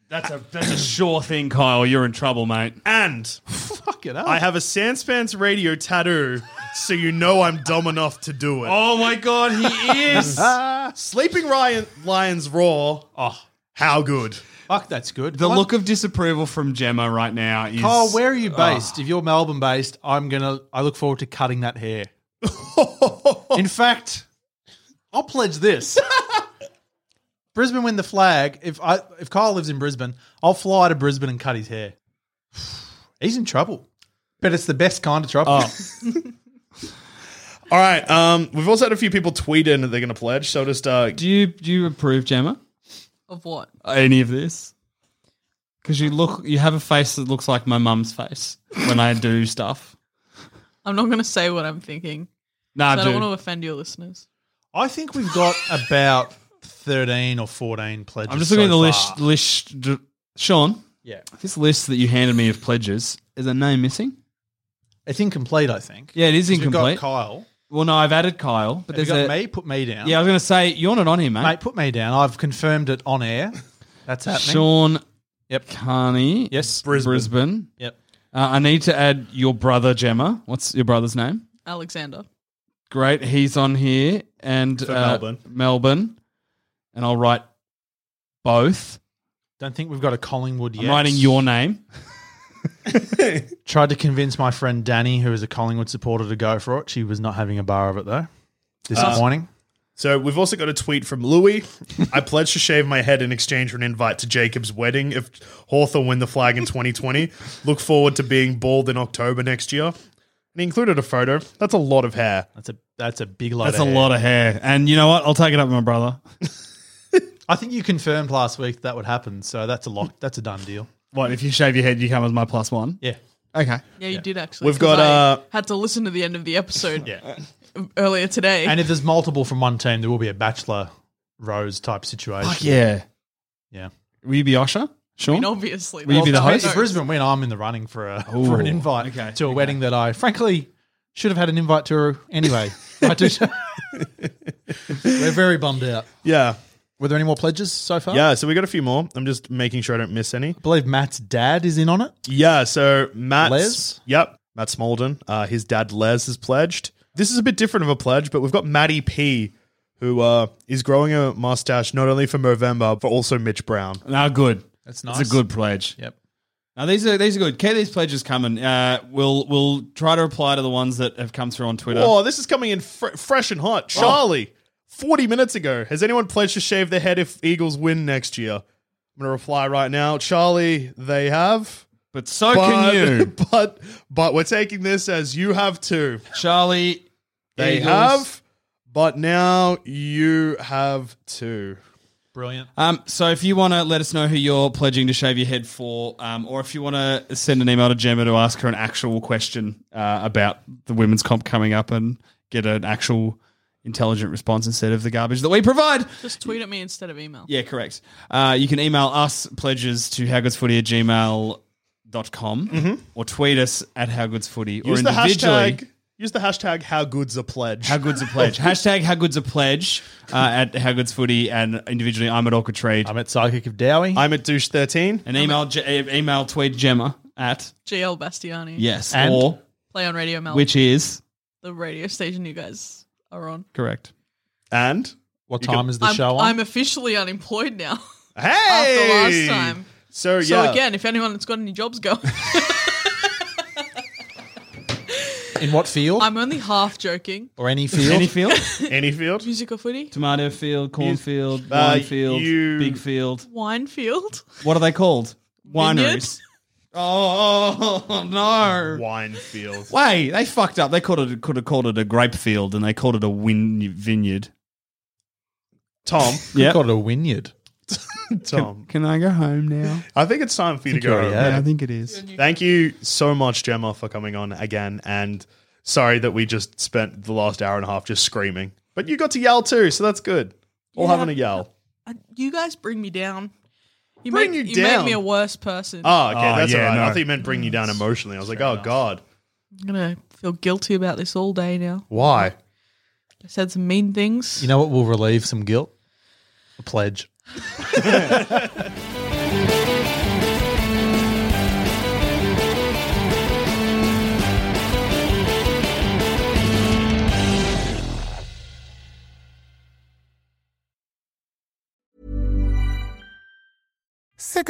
Speaker 5: That's a that's a sure thing, Kyle. You're in trouble, mate.
Speaker 3: And
Speaker 1: Fuck it up.
Speaker 3: I have a Sanspants radio tattoo, so you know I'm dumb enough to do it.
Speaker 5: Oh my god, he is.
Speaker 3: Sleeping Ryan, Lions roar. Oh, how good!
Speaker 1: Fuck, that's good.
Speaker 5: the
Speaker 1: What-
Speaker 5: look of disapproval from Gemma right now is
Speaker 1: Kyle, where are you based? If you're Melbourne based, I'm gonna. I look forward to cutting that hair. In fact, I'll pledge this. Brisbane win the flag. If I if Kyle lives in Brisbane, I'll fly to Brisbane and cut his hair. He's in trouble, Oh. but it's the best kind of trouble.
Speaker 3: All right, um, we've also had a few people tweet in that they're going to pledge. So just uh,
Speaker 5: Do you do you approve, Gemma?
Speaker 4: Of what?
Speaker 5: Any of this? Because you look, you have a face that looks like my mum's face when I do stuff.
Speaker 4: I'm not going to say what I'm thinking. 'cause
Speaker 5: Nah,
Speaker 4: I
Speaker 5: dude.
Speaker 4: don't want to offend your listeners.
Speaker 1: I think we've got about 13 or 14 pledges.
Speaker 5: I'm just looking
Speaker 1: so
Speaker 5: at
Speaker 1: far.
Speaker 5: the list. List, d- Sean.
Speaker 1: Yeah.
Speaker 5: This list that you handed me of pledges is a name missing.
Speaker 1: It's incomplete, I think.
Speaker 5: Yeah, it is
Speaker 1: 'Cause
Speaker 5: incomplete.
Speaker 1: We've got Kyle.
Speaker 5: well, no, I've added Kyle, but
Speaker 1: Have you
Speaker 5: there's
Speaker 1: got
Speaker 5: a
Speaker 1: me? Put me down.
Speaker 5: yeah. I was going to say you're not on here, mate.
Speaker 1: Mate, put me down. I've confirmed it on air. That's happening.
Speaker 5: Sean
Speaker 1: Yep.
Speaker 5: Carney.
Speaker 1: Yes.
Speaker 5: Brisbane.
Speaker 1: Yep.
Speaker 5: Uh, I need to add your brother Gemma. What's your brother's name?
Speaker 4: Alexander.
Speaker 5: Great, he's on here and
Speaker 3: For
Speaker 5: uh,
Speaker 3: Melbourne.
Speaker 5: Melbourne, and I'll write both.
Speaker 1: Don't think we've got a Collingwood yet.
Speaker 5: I'm writing your name.
Speaker 1: Tried to convince my friend Danny, who is a Collingwood supporter, to go for it. She was not having a bar of it though. Disappointing.
Speaker 3: So we've also got a tweet from Louis. I pledge to shave my head in exchange for an invite to Jacob's wedding if Hawthorn win the flag in 2020. Look forward to being bald in October next year. And he included a photo. That's a lot of hair.
Speaker 1: that's a that's a big load.
Speaker 5: That's a
Speaker 1: of hair.
Speaker 5: lot of hair, and you know what? I'll take it up with my brother.
Speaker 1: I think you confirmed last week that would happen. So that's a lock. That's a done deal.
Speaker 5: What if you shave your head? You come as my plus one.
Speaker 1: Yeah.
Speaker 5: Okay.
Speaker 4: Yeah, you did actually.
Speaker 3: We've
Speaker 4: 'cause
Speaker 3: got,
Speaker 4: I
Speaker 3: uh,
Speaker 4: had to listen to the end of the episode
Speaker 1: Yeah.
Speaker 4: earlier today.
Speaker 1: And if there's multiple from one team, there will be a bachelor rose type situation.
Speaker 5: Fuck yeah.
Speaker 1: Yeah.
Speaker 5: Will you be Osha? Sure.
Speaker 4: I mean, obviously,
Speaker 5: Will you be the
Speaker 1: Well,
Speaker 5: host?
Speaker 1: If Brisbane win, I'm in the running for a for an
Speaker 5: Ooh,
Speaker 1: invite
Speaker 5: okay,
Speaker 1: to a wedding that I frankly should have had an invite to anyway. I do. We're very bummed out.
Speaker 3: Yeah.
Speaker 1: Were there any more pledges so far?
Speaker 3: Yeah. So we got a few more. I'm just making sure I don't miss any.
Speaker 1: I believe Matt's dad is in on it.
Speaker 3: Yeah, so Matt
Speaker 1: Les?
Speaker 3: Yep. Matt Smolden. Uh, his dad Les has pledged. This is a bit different of a pledge, but we've got Matty P, who uh, is growing a mustache not only for Movember, but also Mitch Brown.
Speaker 5: No, good.
Speaker 1: That's
Speaker 5: It's a good pledge.
Speaker 1: Yep.
Speaker 5: Now these are these are good. Keep these pledges coming. Uh, we'll we'll try to reply to the ones that have come through on Twitter.
Speaker 3: Oh, this is coming in fr- fresh and hot.
Speaker 5: Oh.
Speaker 3: Charlie, 40 minutes ago. Has anyone pledged to shave their head if Eagles win next year? I'm going to reply right now. Charlie, they have.
Speaker 5: but so
Speaker 3: But,
Speaker 5: can you,
Speaker 3: but but we're taking this as you have too.
Speaker 5: Charlie.
Speaker 3: They
Speaker 5: Eagles.
Speaker 3: have, but now you have too.
Speaker 1: Brilliant.
Speaker 5: Um, so if you want to let us know who you're pledging to shave your head for, um, or if you want to send an email to Gemma to ask her an actual question uh, about the women's comp coming up and get an actual intelligent response instead of the garbage that we provide.
Speaker 4: just tweet at me instead of email.
Speaker 5: Yeah, correct. Uh, you can email us pledges to howgoodsfooty at gmail.com or tweet us at howgoodsfooty or
Speaker 3: Mm-hmm. Use the
Speaker 5: individually.
Speaker 3: hashtag. Use the hashtag. How good's a pledge?
Speaker 5: How good's a pledge? Hashtag how good's a pledge uh, at how good's footy and individually I'm at Orchid Trade.
Speaker 1: I'm at Psychic of Dowie.
Speaker 3: I'm at douche thirteen.
Speaker 5: And email J- e- email tweet Gemma at
Speaker 4: GL Bastiani.
Speaker 5: yes
Speaker 1: And-
Speaker 5: or
Speaker 4: Play on Radio Mel.
Speaker 5: which is
Speaker 4: the radio station you guys are on.
Speaker 5: correct.
Speaker 3: And
Speaker 1: what time is the
Speaker 4: I'm,
Speaker 1: show on?
Speaker 4: I'm officially unemployed now.
Speaker 3: hey,
Speaker 4: After last time.
Speaker 3: So yeah,
Speaker 4: So again, if anyone that's got any jobs going,
Speaker 1: in what field?
Speaker 4: I'm only half joking.
Speaker 1: or any field?
Speaker 5: Any field,
Speaker 3: any field.
Speaker 4: Musical footy,
Speaker 5: tomato field, cornfield,
Speaker 3: Uh,
Speaker 5: wine field,
Speaker 3: you-
Speaker 5: big field.
Speaker 4: Winefield,
Speaker 5: What are they called?
Speaker 4: Vineyard.
Speaker 5: Wineries. Oh no!
Speaker 3: Wine field.
Speaker 5: Wait, they fucked up. They called it could have called it a grape field, and they called it a win vineyard.
Speaker 3: Tom,
Speaker 5: Yeah.
Speaker 1: Got a vineyard.
Speaker 3: Tom.
Speaker 5: Can I go home now?
Speaker 3: I think it's time for you to
Speaker 1: you
Speaker 3: go.
Speaker 1: already had
Speaker 3: man.
Speaker 5: I think it is.
Speaker 3: Thank you so much, Gemma, for coming on again. And sorry that we just spent the last hour and a half just screaming, but you got to yell too, so that's good. All
Speaker 4: Yeah.
Speaker 3: having a yell.
Speaker 4: Uh, You guys bring me down. You
Speaker 3: Bring
Speaker 4: make
Speaker 3: you
Speaker 4: you
Speaker 3: down.
Speaker 4: make me a worse person.
Speaker 3: Oh, okay,
Speaker 5: Oh,
Speaker 3: that's
Speaker 5: yeah,
Speaker 3: all right. I
Speaker 5: no.
Speaker 3: thought you meant bring you down emotionally. I was like, oh god,
Speaker 4: I'm gonna feel guilty about this all day now.
Speaker 3: why?
Speaker 4: I said some mean things.
Speaker 1: You know what will relieve some guilt? A pledge.
Speaker 8: Sick